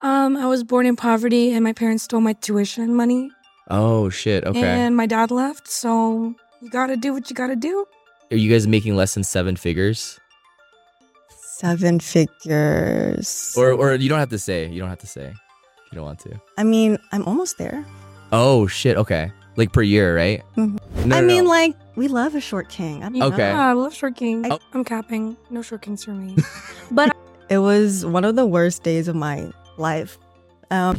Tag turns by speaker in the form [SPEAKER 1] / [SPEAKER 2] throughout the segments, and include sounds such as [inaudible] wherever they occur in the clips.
[SPEAKER 1] Um, I was born in poverty and my parents stole my tuition money.
[SPEAKER 2] Oh shit. Okay.
[SPEAKER 1] And my dad left, so you gotta do what you gotta do.
[SPEAKER 2] Are you guys making less than seven figures?
[SPEAKER 3] Seven figures.
[SPEAKER 2] Or or you don't have to say. You don't have to say. You don't want to.
[SPEAKER 3] I mean, I'm almost there.
[SPEAKER 2] Oh shit. Okay. Like per year, right?
[SPEAKER 3] Mhm.
[SPEAKER 2] No,
[SPEAKER 3] I
[SPEAKER 2] no,
[SPEAKER 3] mean,
[SPEAKER 2] no.
[SPEAKER 3] like, we love a short king. I don't
[SPEAKER 2] Okay.
[SPEAKER 3] know.
[SPEAKER 1] Yeah, I love short kings.
[SPEAKER 2] Oh.
[SPEAKER 1] I'm capping. No short kings for
[SPEAKER 2] [laughs]
[SPEAKER 1] me.
[SPEAKER 3] It was one of the worst days of my life. Um,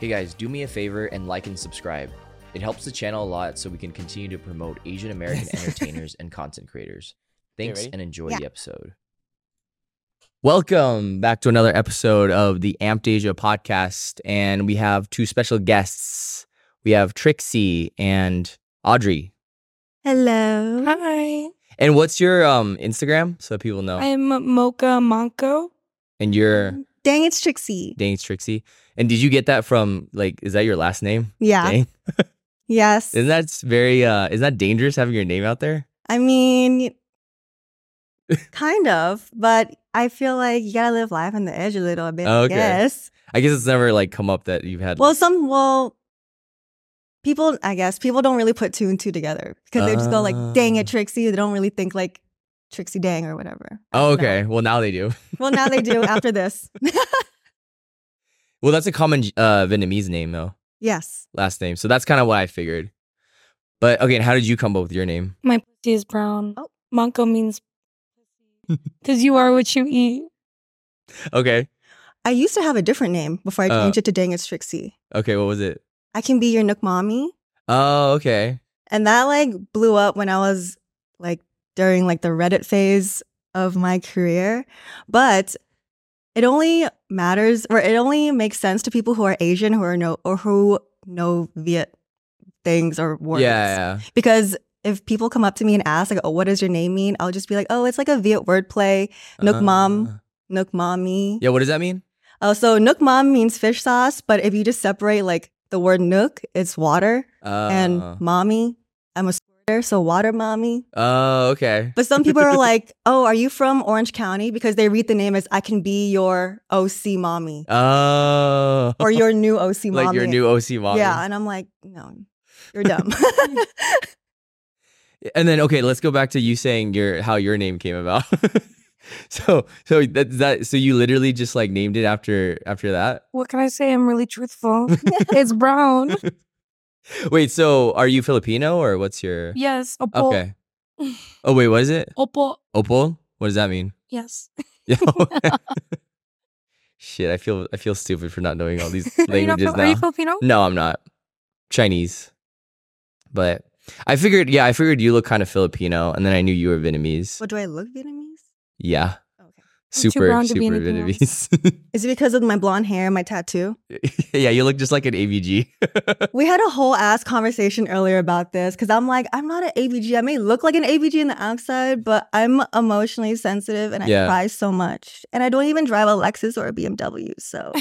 [SPEAKER 2] Hey guys, do me a favor and like and subscribe. It helps the channel a lot so we can continue to promote Asian [laughs] American entertainers and content creators.
[SPEAKER 4] Okay,
[SPEAKER 2] Thanks
[SPEAKER 4] ready?
[SPEAKER 2] and enjoy
[SPEAKER 3] Yeah.
[SPEAKER 2] the episode. Welcome back to another episode of the Amped Asia podcast. And we have two special guests. We have Trixie and Audrey.
[SPEAKER 3] hello.
[SPEAKER 1] Hi,
[SPEAKER 2] And what's your um Instagram so that people know?
[SPEAKER 1] I'm Mocha Monko.
[SPEAKER 2] and your
[SPEAKER 3] Dang, it's Trixie.
[SPEAKER 2] Dane's Trixie. And did you get that from like is that your last name?
[SPEAKER 3] Yeah.
[SPEAKER 2] Dang.
[SPEAKER 3] Yes.
[SPEAKER 2] Isn't that very uh isn't that dangerous having your name out there?
[SPEAKER 3] I mean,
[SPEAKER 2] [laughs]
[SPEAKER 3] kind of, but I feel like you gotta live life on the edge a little bit.
[SPEAKER 2] Oh,
[SPEAKER 3] I
[SPEAKER 2] okay.
[SPEAKER 3] guess.
[SPEAKER 2] I guess it's never like come up that you've had.
[SPEAKER 3] Well, some well, people. I guess people don't really put two and two together because they just go like, "Dang it,
[SPEAKER 2] Ah.
[SPEAKER 3] Trixie." They don't really think like Trixie Dang or whatever. I
[SPEAKER 2] oh,
[SPEAKER 3] don't know.
[SPEAKER 2] okay. Well, now they do.
[SPEAKER 3] Well, now they do after this. [laughs]
[SPEAKER 2] Well, that's a common uh, Vietnamese name though,
[SPEAKER 3] yes.
[SPEAKER 2] last name. So that's kind of what I figured. But okay, and how did you come up with your name?
[SPEAKER 1] My pussy is brown.
[SPEAKER 3] Oh.
[SPEAKER 1] Monko means
[SPEAKER 2] [laughs]
[SPEAKER 1] because you are what you eat.
[SPEAKER 2] Okay,
[SPEAKER 3] I used to have a different name before I
[SPEAKER 2] Uh,
[SPEAKER 3] changed it to Dang It's Trixie.
[SPEAKER 2] okay, what was it?
[SPEAKER 3] I can be your Nook Mommy.
[SPEAKER 2] Oh, okay.
[SPEAKER 3] And that like blew up when I was like during like the Reddit phase of my career. But it only matters or it only makes sense to people who are Asian who are no or who know Viet things or
[SPEAKER 2] Yeah,
[SPEAKER 3] words.
[SPEAKER 2] yeah.
[SPEAKER 3] Because if people come up to me and ask like, oh, what does your name mean? I'll just be like, oh, it's like a Viet wordplay, Nook mom. Nook mommy.
[SPEAKER 2] Uh, Yeah, what does that mean?
[SPEAKER 3] Oh, so Nook mom means fish sauce, but if you just separate like the word Nook, it's water
[SPEAKER 2] Uh,
[SPEAKER 3] and mommy. I'm a squirter, so water mommy.
[SPEAKER 2] oh, okay.
[SPEAKER 3] But some people
[SPEAKER 2] [laughs]
[SPEAKER 3] are like, oh, are you from Orange County? Because they read the name as I can be your OC mommy
[SPEAKER 2] Oh,
[SPEAKER 3] or your new OC mommy.
[SPEAKER 2] [laughs] like your new OC mom.
[SPEAKER 3] Yeah. And I'm like, no,
[SPEAKER 2] [laughs]
[SPEAKER 3] you're dumb. [laughs]
[SPEAKER 2] And then okay, let's go back to you saying your how your name came about. [laughs] so so that that so you literally just like named it after after that.
[SPEAKER 1] What can I say? I'm really
[SPEAKER 2] [laughs]
[SPEAKER 1] truthful. it's brown.
[SPEAKER 2] Wait, so are you Filipino or what's your
[SPEAKER 1] Yes, opal. [laughs]
[SPEAKER 2] Okay. Oh wait, what is it?
[SPEAKER 1] Opal.
[SPEAKER 2] Opal? What does
[SPEAKER 1] [laughs]
[SPEAKER 2] that mean? [laughs]
[SPEAKER 1] Yes.
[SPEAKER 2] Yeah. okay. Shit, I feel I feel stupid for not knowing all these
[SPEAKER 1] [laughs] Are you, not,
[SPEAKER 2] languages
[SPEAKER 1] Fil- are you
[SPEAKER 2] now.
[SPEAKER 1] Filipino? [laughs]
[SPEAKER 2] No, I'm not. Chinese. But I figured yeah, I figured you look kind of Filipino and then I knew you were Vietnamese.
[SPEAKER 3] what do I look Vietnamese?
[SPEAKER 2] Yeah.
[SPEAKER 3] Okay.
[SPEAKER 1] I'm too
[SPEAKER 2] Super
[SPEAKER 1] brown to be
[SPEAKER 2] super
[SPEAKER 1] anything
[SPEAKER 2] Vietnamese.
[SPEAKER 3] Is it because of my blonde hair and my tattoo?
[SPEAKER 2] yeah, you look just like an AVG.
[SPEAKER 3] We had a whole ass conversation earlier about this because I'm like, I'm not an ABG. I may look like an ABG on the outside, but I'm emotionally sensitive and I
[SPEAKER 2] Yeah.
[SPEAKER 3] cry so much. And I don't even drive a Lexus or a BMW.
[SPEAKER 2] [laughs]
[SPEAKER 3] So,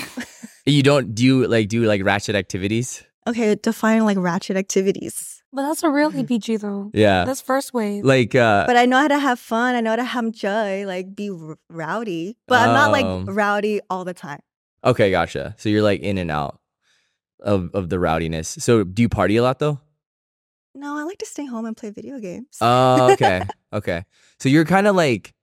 [SPEAKER 2] you don't do you, like do like ratchet activities.
[SPEAKER 3] okay, define like ratchet activities.
[SPEAKER 1] But that's a real EPG though.
[SPEAKER 2] Yeah,
[SPEAKER 1] That's first wave.
[SPEAKER 2] like uh,
[SPEAKER 3] but I know how to have fun. I know how to ham joy, like be r- rowdy. But I'm not
[SPEAKER 2] Um.
[SPEAKER 3] like rowdy all the time.
[SPEAKER 2] okay, gotcha. So you're like in and out of of the rowdiness. So do you party a lot though?
[SPEAKER 3] No, I like to stay home and play video games.
[SPEAKER 2] Oh, okay, okay. So you're kind of like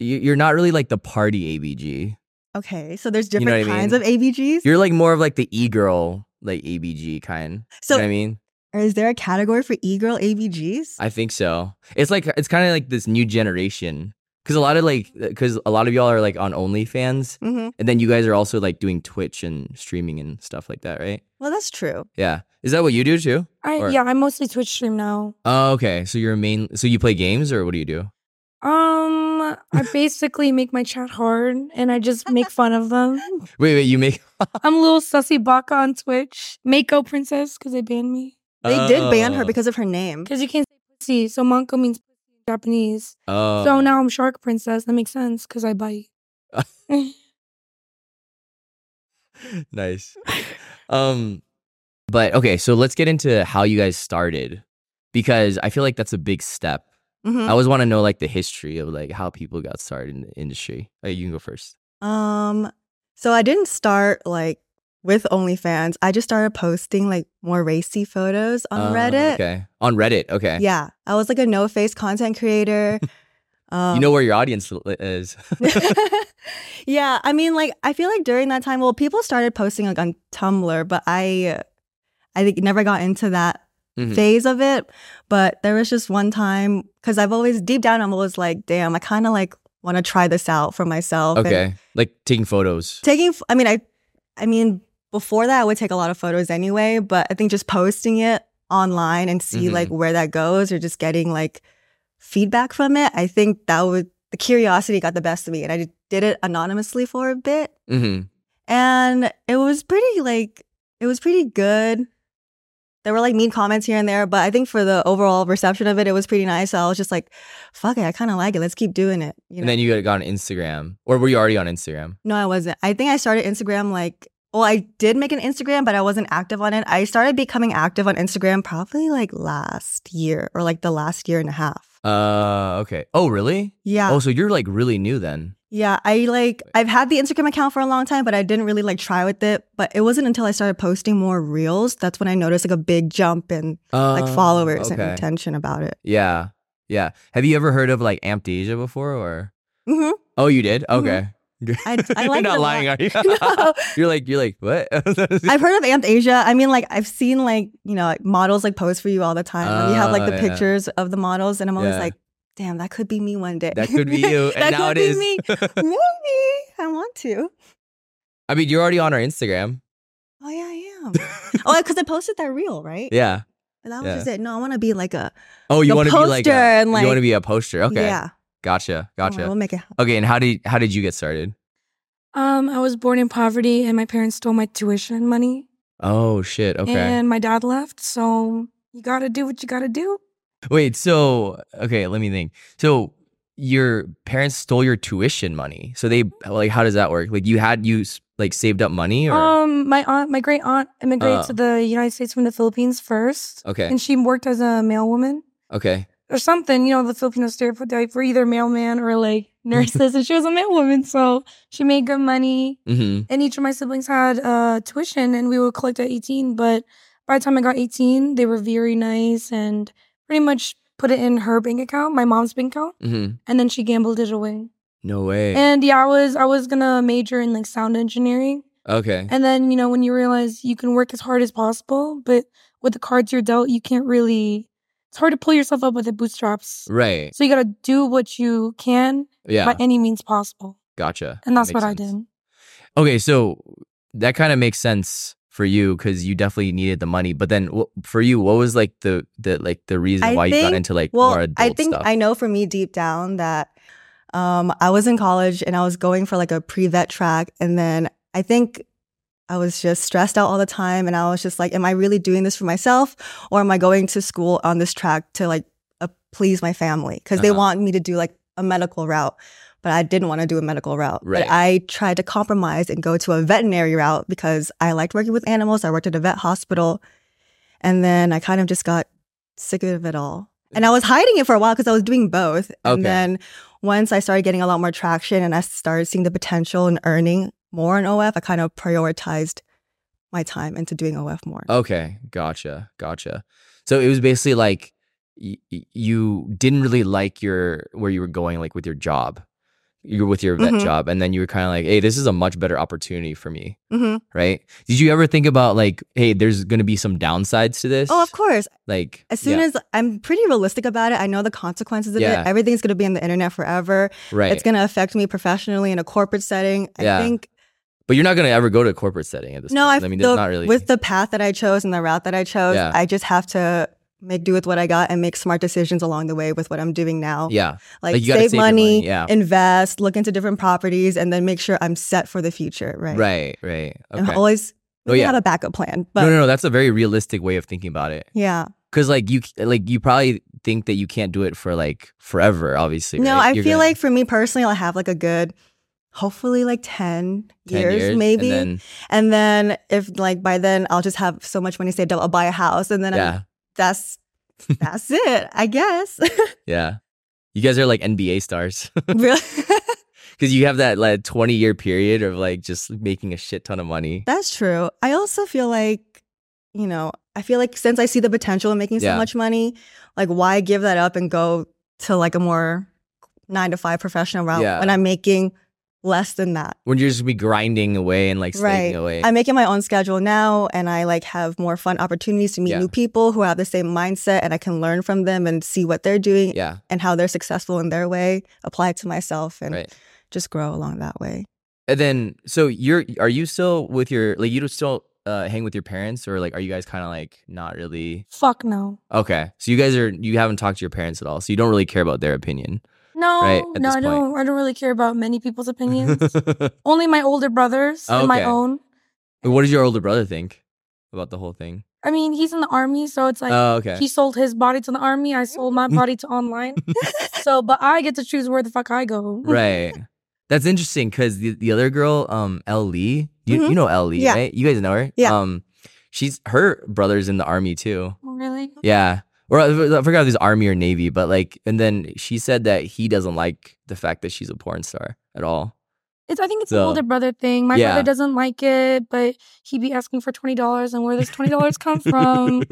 [SPEAKER 2] you- you're not really like the party ABG.
[SPEAKER 3] okay, so there's
[SPEAKER 2] You know
[SPEAKER 3] different
[SPEAKER 2] what I
[SPEAKER 3] kinds
[SPEAKER 2] mean?
[SPEAKER 3] of ABGs.
[SPEAKER 2] You're like more of like the e girl like ABG kind.
[SPEAKER 3] so,
[SPEAKER 2] you know what I mean,
[SPEAKER 3] is there a category for e-girl ABGs?
[SPEAKER 2] I think so. It's like it's kind of like this new generation because a lot of like because a lot of y'all are like on OnlyFans.
[SPEAKER 3] hmm
[SPEAKER 2] And then you guys are also like doing Twitch and streaming and stuff like that, right?
[SPEAKER 3] Well, that's true.
[SPEAKER 2] Yeah. Is that what you do too?
[SPEAKER 1] I,
[SPEAKER 2] or-
[SPEAKER 1] yeah, I mostly Twitch stream now.
[SPEAKER 2] Oh, okay. So you're a main. So you play games or what do you do?
[SPEAKER 1] Um,
[SPEAKER 2] [laughs]
[SPEAKER 1] I basically make my chat hard and I just make fun of
[SPEAKER 2] [laughs]
[SPEAKER 1] them.
[SPEAKER 2] Wait, wait. You make.
[SPEAKER 1] I'm a little sussy baka on Twitch. Mako princess because they banned me.
[SPEAKER 3] [laughs] They did ban her
[SPEAKER 2] Oh.
[SPEAKER 3] because of her name.
[SPEAKER 1] Because you can't say pussy, so manko means pussy in Japanese.
[SPEAKER 2] Oh.
[SPEAKER 1] So
[SPEAKER 2] [laughs]
[SPEAKER 1] now I'm shark princess. That makes sense because I bite.
[SPEAKER 2] nice. Um, but okay. So let's get into how you guys started. because I feel like that's a big step. I
[SPEAKER 3] Mhm.
[SPEAKER 2] always want to know like the history of like how people got started in the industry. Uh, you can go first.
[SPEAKER 3] Um, so I didn't start like with OnlyFans. I just started posting like more racy photos on
[SPEAKER 2] Uh,
[SPEAKER 3] Reddit.
[SPEAKER 2] Okay. On Reddit. Okay.
[SPEAKER 3] Yeah, I was like a no face
[SPEAKER 2] [laughs]
[SPEAKER 3] content creator. Um,
[SPEAKER 2] you know where your audience li- is.
[SPEAKER 3] [laughs]
[SPEAKER 2] [laughs]
[SPEAKER 3] yeah, I mean, like I feel like during that time, well, people started posting like on Tumblr, but I, I think never got into that
[SPEAKER 2] Mhm.
[SPEAKER 3] phase of it. But there was just one time because I've always deep down, I'm always like, damn, I kind of like want to try this out for myself. and
[SPEAKER 2] okay. Like taking photos.
[SPEAKER 3] taking f- i mean i i mean before that i would take a lot of photos anyway but i think just posting it online and see
[SPEAKER 2] Mhm.
[SPEAKER 3] like where that goes or just getting like feedback from it i think that would the curiosity got the best of me and i just did it anonymously for a bit
[SPEAKER 2] hmm
[SPEAKER 3] and it was pretty like it was pretty good there were like mean comments here and there but i think for the overall reception of it it was pretty nice so i was just like fuck it i kind of like it let's keep doing it you know?
[SPEAKER 2] And then you got on Instagram, or were you already on Instagram?
[SPEAKER 3] No, I wasn't. I think I started Instagram like, well, I did make an Instagram, but I wasn't active on it. I started becoming active on Instagram probably like last year or like the last year and a half.
[SPEAKER 2] Uh, okay. Oh, really?
[SPEAKER 3] Yeah.
[SPEAKER 2] Oh, so you're like really new then.
[SPEAKER 3] Yeah. I like, I've had the Instagram account for a long time, but I didn't really like try with it. But it wasn't until I started posting more reels that's when I noticed like a big jump in like
[SPEAKER 2] Uh,
[SPEAKER 3] followers and
[SPEAKER 2] okay.
[SPEAKER 3] attention about it.
[SPEAKER 2] Yeah. Yeah. Have you ever heard of like Amptasia before or? [laughs]
[SPEAKER 3] hmm
[SPEAKER 2] Oh, you did?
[SPEAKER 3] Mhm.
[SPEAKER 2] Okay. [laughs]
[SPEAKER 3] I- I
[SPEAKER 2] you're
[SPEAKER 3] like it
[SPEAKER 2] not
[SPEAKER 3] a lot.
[SPEAKER 2] lying, are you?
[SPEAKER 3] [laughs] [laughs] No.
[SPEAKER 2] [laughs] You're like, you're like, what? [laughs]
[SPEAKER 3] [laughs] I've heard of Amped Asia. I mean, like I've seen like you know like, models like pose for you all the time. and you have like
[SPEAKER 2] Oh,
[SPEAKER 3] the
[SPEAKER 2] yeah.
[SPEAKER 3] pictures of the models, and I'm always
[SPEAKER 2] Yeah.
[SPEAKER 3] like, damn, that could be me one day.
[SPEAKER 2] that could be you. And
[SPEAKER 3] [laughs] that
[SPEAKER 2] now
[SPEAKER 3] could
[SPEAKER 2] it is.
[SPEAKER 3] be
[SPEAKER 2] [laughs]
[SPEAKER 3] me. Maybe I want to.
[SPEAKER 2] I mean, you're already on our
[SPEAKER 3] [laughs]
[SPEAKER 2] Instagram.
[SPEAKER 3] Oh yeah, I am. oh, because I posted that reel, right?
[SPEAKER 2] [laughs] Yeah.
[SPEAKER 3] And that was
[SPEAKER 2] yeah.
[SPEAKER 3] just it. No, I want to be like a
[SPEAKER 2] Oh, you
[SPEAKER 3] The
[SPEAKER 2] want to be like, a,
[SPEAKER 3] poster and,
[SPEAKER 2] you
[SPEAKER 3] like-
[SPEAKER 2] want to be a poster. Okay.
[SPEAKER 3] Yeah,
[SPEAKER 2] Gotcha.
[SPEAKER 3] Don't worry,
[SPEAKER 2] Gotcha.
[SPEAKER 3] we'll make it happen.
[SPEAKER 2] Okay. And how did how did you get started?
[SPEAKER 1] Um, I was born in poverty and my parents stole my tuition money.
[SPEAKER 2] Oh shit. Okay.
[SPEAKER 1] And my dad left, so you gotta do what you gotta do.
[SPEAKER 2] Wait. So okay, let me think. So your parents stole your tuition money. So they like, how does that work? Like you had you s- like saved up money or
[SPEAKER 1] Um, my aunt, my great aunt, immigrated
[SPEAKER 2] Oh.
[SPEAKER 1] to the United States from the Philippines first,
[SPEAKER 2] okay,
[SPEAKER 1] and she worked as a mailwoman
[SPEAKER 2] okay.
[SPEAKER 1] or something. You know, the Filipino stereotype for either mailman or like nurses, and she was a mailwoman, so she made good money.
[SPEAKER 2] Mm-hmm.
[SPEAKER 1] And each of my siblings had uh, tuition, and we would collect at eighteen. But by the time I got eighteen, they were very nice and pretty much put it in her bank account, my mom's bank account,
[SPEAKER 2] Mm-hmm.
[SPEAKER 1] and then she gambled it away.
[SPEAKER 2] No way.
[SPEAKER 1] And yeah, I was I was gonna major in like sound engineering,
[SPEAKER 2] okay.
[SPEAKER 1] and then you know when you realize you can work as hard as possible, but with the cards you're dealt, you can't really. It's hard to pull yourself up with the bootstraps.
[SPEAKER 2] Right.
[SPEAKER 1] So you gotta do what you can
[SPEAKER 2] Yeah.
[SPEAKER 1] by any means possible,
[SPEAKER 2] gotcha.
[SPEAKER 1] and that's
[SPEAKER 2] Makes
[SPEAKER 1] what I
[SPEAKER 2] sense.
[SPEAKER 1] did.
[SPEAKER 2] Okay, so that kind of makes sense for you because you definitely needed the money. But then wh- for you, what was like the the like the reason
[SPEAKER 3] I
[SPEAKER 2] why you got
[SPEAKER 3] think-
[SPEAKER 2] into like more
[SPEAKER 3] Well,
[SPEAKER 2] adult
[SPEAKER 3] I think
[SPEAKER 2] stuff?
[SPEAKER 3] I know for me deep down that um, I was in college and I was going for like a pre vet track. And then I think I was just stressed out all the time. And I was just like, am I really doing this for myself or am I going to school on this track to like uh, please my family? Because they
[SPEAKER 2] Uh-huh.
[SPEAKER 3] want me to do like a medical route. But I didn't want to do a medical route.
[SPEAKER 2] Right.
[SPEAKER 3] But I tried to compromise and go to a veterinary route because I liked working with animals. I worked at a vet hospital. And then I kind of just got sick of it all. And I was hiding it for a while because I was doing both.
[SPEAKER 2] Okay.
[SPEAKER 3] And then once I started getting a lot more traction and I started seeing the potential and earning more in OF, I kind of prioritized my time into doing OF more.
[SPEAKER 2] Oh, okay, gotcha, gotcha. So it was basically like y- y- you didn't really like your where you were going, like with your job, you were with your vet
[SPEAKER 3] Mhm.
[SPEAKER 2] job, and then you were kind of like, hey, this is a much better opportunity for me,
[SPEAKER 3] hmm
[SPEAKER 2] right? Did you ever think about like, hey, there's gonna be some downsides to this?
[SPEAKER 3] Oh, of course.
[SPEAKER 2] Like
[SPEAKER 3] As soon
[SPEAKER 2] yeah,
[SPEAKER 3] as I'm pretty realistic about it, I know the consequences of
[SPEAKER 2] Yeah.
[SPEAKER 3] it. Everything's going to be on the internet forever.
[SPEAKER 2] right,
[SPEAKER 3] It's going to affect me professionally in a corporate setting. I
[SPEAKER 2] Yeah.
[SPEAKER 3] think
[SPEAKER 2] But you're not gonna ever go to a corporate setting at this
[SPEAKER 3] No,
[SPEAKER 2] point.
[SPEAKER 3] I've,
[SPEAKER 2] I mean,
[SPEAKER 3] the,
[SPEAKER 2] there's not really
[SPEAKER 3] with the path that I chose and the route that I chose,
[SPEAKER 2] Yeah.
[SPEAKER 3] I just have to make do with what I got and make smart decisions along the way with what I'm doing now.
[SPEAKER 2] yeah.
[SPEAKER 3] Like,
[SPEAKER 2] like, you gotta
[SPEAKER 3] save,
[SPEAKER 2] save your
[SPEAKER 3] money,
[SPEAKER 2] money, yeah.
[SPEAKER 3] invest, look into different properties, and then make sure I'm set for the future. Right.
[SPEAKER 2] Right, right.
[SPEAKER 3] And
[SPEAKER 2] Okay.
[SPEAKER 3] always
[SPEAKER 2] Oh,
[SPEAKER 3] we
[SPEAKER 2] yeah.
[SPEAKER 3] have a backup plan. But
[SPEAKER 2] no, no, no. That's a very realistic way of thinking about it.
[SPEAKER 3] yeah.
[SPEAKER 2] Because like you, like you probably think that you can't do it for like forever. Obviously,
[SPEAKER 3] No,
[SPEAKER 2] right?
[SPEAKER 3] I
[SPEAKER 2] You're
[SPEAKER 3] feel
[SPEAKER 2] gonna-
[SPEAKER 3] like for me personally, I'll have like a good, hopefully like 10,
[SPEAKER 2] 10
[SPEAKER 3] years,
[SPEAKER 2] years,
[SPEAKER 3] maybe. And then,
[SPEAKER 2] And then,
[SPEAKER 3] if like by then I'll just have so much money saved up, I'll buy a house. And then I'm
[SPEAKER 2] yeah, [laughs]
[SPEAKER 3] that's That's it, I guess. [laughs]
[SPEAKER 2] Yeah. You guys are like NBA stars [laughs]
[SPEAKER 3] Really? [laughs]
[SPEAKER 2] because you have that like 20 year period of like just making a shit ton of money.
[SPEAKER 3] That's true. I also feel like, you know, I feel like since I see the potential in making
[SPEAKER 2] Yeah.
[SPEAKER 3] so much money, like why give that up and go to like a more nine to five professional route
[SPEAKER 2] Yeah.
[SPEAKER 3] when I'm making less than that?
[SPEAKER 2] When you're just be grinding away and like
[SPEAKER 3] Right.
[SPEAKER 2] slaking away.
[SPEAKER 3] I'm making my own schedule now and I like have more fun opportunities to meet
[SPEAKER 2] Yeah.
[SPEAKER 3] new people who have the same mindset and I can learn from them and see what they're doing
[SPEAKER 2] yeah.
[SPEAKER 3] and how they're successful in their way, apply it to myself and
[SPEAKER 2] Right.
[SPEAKER 3] just grow along that way.
[SPEAKER 2] And then, so you're, are you still with your, like, you don't still uh, hang with your parents or like, are you guys kind of like not really?
[SPEAKER 1] Fuck no.
[SPEAKER 2] Okay. So you guys are, you haven't talked to your parents at all. So you don't really care about their opinion.
[SPEAKER 1] No,
[SPEAKER 2] Right, at
[SPEAKER 1] no,
[SPEAKER 2] this
[SPEAKER 1] I
[SPEAKER 2] point.
[SPEAKER 1] don't. I don't really care about many people's
[SPEAKER 2] [laughs]
[SPEAKER 1] opinions. Only my older brothers and my
[SPEAKER 2] Okay.
[SPEAKER 1] own.
[SPEAKER 2] what does your older brother think about the whole thing?
[SPEAKER 1] I mean, he's in the army, so it's like
[SPEAKER 2] oh, okay.
[SPEAKER 1] he [laughs] sold his body to the army. I sold
[SPEAKER 2] [laughs]
[SPEAKER 1] my body to online. so, but I get to choose where the fuck I go.
[SPEAKER 2] right. That's interesting because the, the other girl, um, L Lee, you, you
[SPEAKER 1] Mm-hmm.
[SPEAKER 3] Mhm.
[SPEAKER 2] know L Lee,
[SPEAKER 3] Yeah.
[SPEAKER 2] right? You guys know her.
[SPEAKER 3] Yeah.
[SPEAKER 2] Um, she's her brother's in the army too.
[SPEAKER 1] [laughs] Really?
[SPEAKER 2] Yeah. Or I I forgot if it was army or navy, but like, and then she said that he doesn't like the fact that she's a porn star at all.
[SPEAKER 1] It's I think it's an
[SPEAKER 2] So-
[SPEAKER 1] older brother thing. My
[SPEAKER 2] Yeah.
[SPEAKER 1] brother doesn't like it, but he be asking for twenty dollars, and where does twenty dollars come from?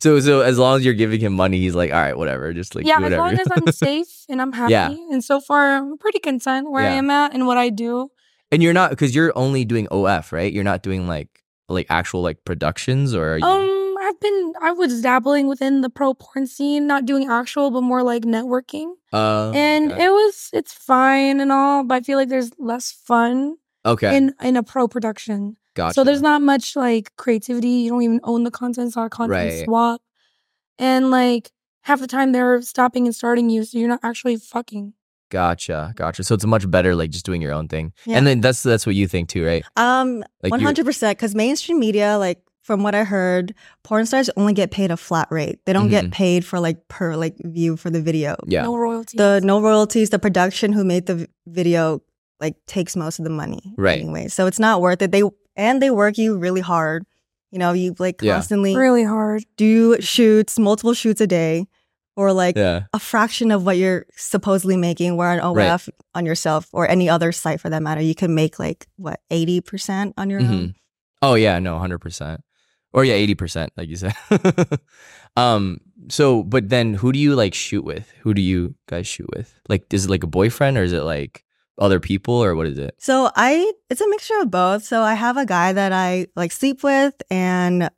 [SPEAKER 2] So, so as long as you're giving him money, he's like, all right, whatever, just [laughs] like
[SPEAKER 1] yeah,
[SPEAKER 2] do
[SPEAKER 1] as
[SPEAKER 2] whatever.
[SPEAKER 1] long as
[SPEAKER 2] [laughs]
[SPEAKER 1] I'm safe and I'm happy,
[SPEAKER 2] Yeah.
[SPEAKER 1] and so far I'm pretty content where I
[SPEAKER 2] Yeah.
[SPEAKER 1] am at and what I do.
[SPEAKER 2] and you're not because you're only doing OF, right? You're not doing like like actual like productions or are you-
[SPEAKER 1] Um, I've been I was dabbling within the pro porn scene, not doing actual, but more like networking,
[SPEAKER 2] Uh,
[SPEAKER 1] and
[SPEAKER 2] okay.
[SPEAKER 1] it was it's fine and all, but I feel like there's less fun
[SPEAKER 2] okay,
[SPEAKER 1] in in a pro production.
[SPEAKER 2] gotcha.
[SPEAKER 1] So there's not much like creativity. You don't even own the content. It's not a content
[SPEAKER 2] Right.
[SPEAKER 1] swap. And like half the time they're stopping and starting you, so you're not actually fucking.
[SPEAKER 2] Gotcha, gotcha. So it's much better like just doing your own thing,
[SPEAKER 3] Yeah.
[SPEAKER 2] and then that's that's what you think too, right?
[SPEAKER 3] Um,
[SPEAKER 2] Like
[SPEAKER 3] One
[SPEAKER 2] you're-
[SPEAKER 3] hundred percent, because mainstream media, like from what I heard, porn stars only get paid a flat rate. They don't
[SPEAKER 2] Mhm.
[SPEAKER 3] get paid for like per like view for the video.
[SPEAKER 2] Yeah,
[SPEAKER 1] No royalties.
[SPEAKER 3] The no royalties, the production who made the v- video like takes most of the money.
[SPEAKER 2] Right.
[SPEAKER 3] Anyway, so it's not worth it. They and they work you really hard. You know, you like
[SPEAKER 2] Yeah.
[SPEAKER 3] constantly
[SPEAKER 1] really hard.
[SPEAKER 3] do shoots, multiple shoots a day, or like
[SPEAKER 2] yeah,
[SPEAKER 3] a fraction of what you're supposedly making. Where on OF
[SPEAKER 2] Right.
[SPEAKER 3] on yourself or any other site for that matter, you can make like what eighty percent on your own.
[SPEAKER 2] Mhm. Oh yeah, no, hundred percent, or yeah, eighty percent, like you said. [laughs] um, so but then who do you like shoot with? Who do you guys shoot with? Like, is it like a boyfriend or is it like other people or what is it?
[SPEAKER 3] So I it's a mixture of both. So I have a guy that I like sleep with and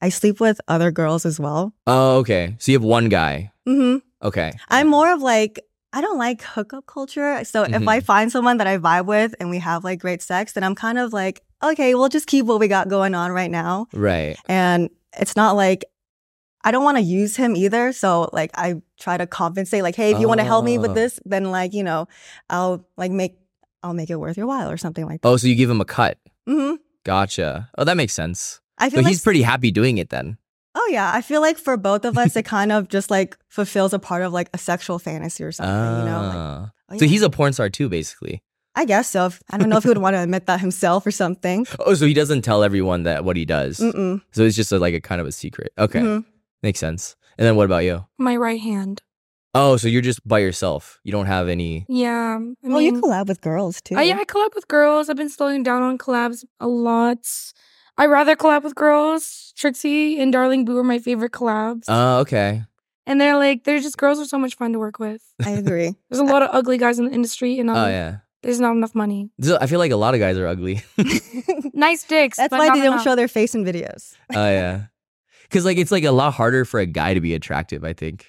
[SPEAKER 3] I sleep with other girls as well.
[SPEAKER 2] Oh, okay. So you have one guy.
[SPEAKER 3] hmm
[SPEAKER 2] Okay,
[SPEAKER 3] I'm more of like I don't like hookup culture. So if
[SPEAKER 2] Mm-hmm.
[SPEAKER 3] I find someone that I vibe with and we have like great sex, then I'm kind of like, okay, we'll just keep what we got going on right now.
[SPEAKER 2] right.
[SPEAKER 3] And it's not like I don't want to use him either. So like I try to compensate like, hey, if you want to help me
[SPEAKER 2] Oh.
[SPEAKER 3] with this, then like, you know, I'll like make I'll make it worth your while or something like that.
[SPEAKER 2] Oh, so you give him a cut.
[SPEAKER 3] hmm
[SPEAKER 2] Gotcha. Oh, that makes sense.
[SPEAKER 3] I feel
[SPEAKER 2] So
[SPEAKER 3] like
[SPEAKER 2] he's pretty happy doing it then.
[SPEAKER 3] Oh yeah, I feel like for both of us, it kind of just like fulfills a part of like a sexual fantasy or something. you know, like,
[SPEAKER 2] Ah.
[SPEAKER 3] oh,
[SPEAKER 2] So
[SPEAKER 3] yeah.
[SPEAKER 2] he's a porn star too, basically.
[SPEAKER 3] I guess so. If, I don't know if he would want to admit that himself or something.
[SPEAKER 2] Oh, so he doesn't tell everyone that what he does.
[SPEAKER 3] Mm-mm.
[SPEAKER 2] So it's just a, like a kind of a secret. Okay,
[SPEAKER 3] Mhm.
[SPEAKER 2] makes sense. And then what about you?
[SPEAKER 1] My right hand.
[SPEAKER 2] Oh, so you're just by yourself. You don't have any.
[SPEAKER 1] Yeah. I mean,
[SPEAKER 3] well, you collab with girls too.
[SPEAKER 1] I, yeah, I collab with girls. I've been slowing down on collabs a lot. I rather collab with girls. Trixie and Darling Boo are my favorite collabs.
[SPEAKER 2] Oh, okay.
[SPEAKER 1] and they're like, they're just girls are so much fun to work with.
[SPEAKER 3] I
[SPEAKER 2] [laughs]
[SPEAKER 3] agree. [laughs]
[SPEAKER 1] There's a lot of ugly guys in the industry, and um,
[SPEAKER 2] Oh, yeah.
[SPEAKER 1] there's not enough money.
[SPEAKER 2] So I feel like a lot of guys are ugly. [laughs]
[SPEAKER 1] Nice dicks.
[SPEAKER 3] That's
[SPEAKER 1] but
[SPEAKER 3] why
[SPEAKER 1] not
[SPEAKER 3] they don't
[SPEAKER 1] enough.
[SPEAKER 3] show their face in videos.
[SPEAKER 2] Oh, yeah. Because like it's like a lot harder for a guy to be attractive. I think,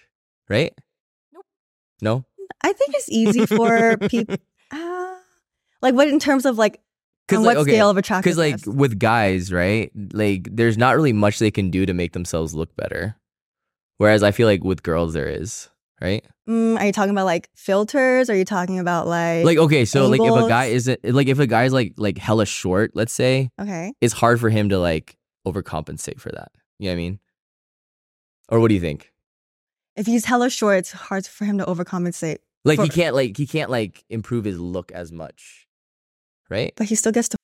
[SPEAKER 2] right?
[SPEAKER 1] Nope.
[SPEAKER 2] No.
[SPEAKER 3] I think it's easy for
[SPEAKER 2] [laughs]
[SPEAKER 3] people. Uh, like what in terms of like on
[SPEAKER 2] like,
[SPEAKER 3] what scale of attractiveness?
[SPEAKER 2] Because like with guys, right? Like there's not really much they can do to make themselves look better. Whereas I feel like with girls there is, right?
[SPEAKER 3] Mm, are you talking about like filters? Are you talking about like
[SPEAKER 2] Like okay, so like if a
[SPEAKER 3] angles.
[SPEAKER 2] guy isn't like if a guy's like like hella short, let's say,
[SPEAKER 3] okay?
[SPEAKER 2] it's hard for him to like overcompensate for that. You know what I mean? Or what do you think?
[SPEAKER 3] If he's hella short, it's hard for him to overcompensate,
[SPEAKER 2] Like he
[SPEAKER 3] For-
[SPEAKER 2] can't like he can't like improve his look as much. Right?
[SPEAKER 3] but he still gets to.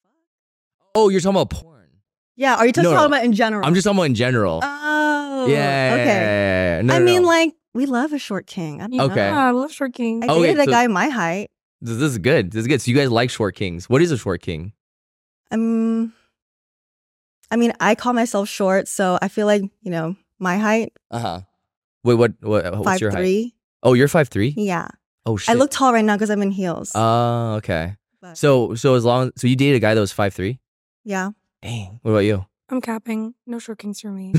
[SPEAKER 2] Oh, you're talking about porn.
[SPEAKER 3] Yeah. Are you just
[SPEAKER 2] No, no.
[SPEAKER 3] talking about in general?
[SPEAKER 2] I'm just talking about in general.
[SPEAKER 3] Oh, Oh,
[SPEAKER 2] yeah, yeah,
[SPEAKER 3] okay.
[SPEAKER 2] yeah, yeah. No,
[SPEAKER 3] I
[SPEAKER 2] no,
[SPEAKER 3] mean,
[SPEAKER 2] no.
[SPEAKER 3] like we love a short king. I don't
[SPEAKER 2] Okay. Oh.
[SPEAKER 3] know.
[SPEAKER 1] Yeah, I love Short King.
[SPEAKER 3] I
[SPEAKER 1] I,
[SPEAKER 2] Okay,
[SPEAKER 3] dated a
[SPEAKER 2] so-
[SPEAKER 3] guy my height.
[SPEAKER 2] this, this is good. This is good. So you guys like short kings. What is a short king?
[SPEAKER 3] Um, I mean, I call myself short, so I feel like you know my height,
[SPEAKER 2] Uh huh. Wait, what? What? What's
[SPEAKER 3] five
[SPEAKER 2] your height?
[SPEAKER 3] three.
[SPEAKER 2] Oh, you're five three.
[SPEAKER 3] Yeah,
[SPEAKER 2] Oh shit.
[SPEAKER 3] I look tall right now because I'm in heels.
[SPEAKER 2] Oh, okay.
[SPEAKER 3] but-
[SPEAKER 2] So, so as long so you dated a guy that was five three. [laughs]
[SPEAKER 3] yeah,
[SPEAKER 2] Dang. What about you?
[SPEAKER 1] am capping. No Short Kings for
[SPEAKER 2] [laughs]
[SPEAKER 1] me.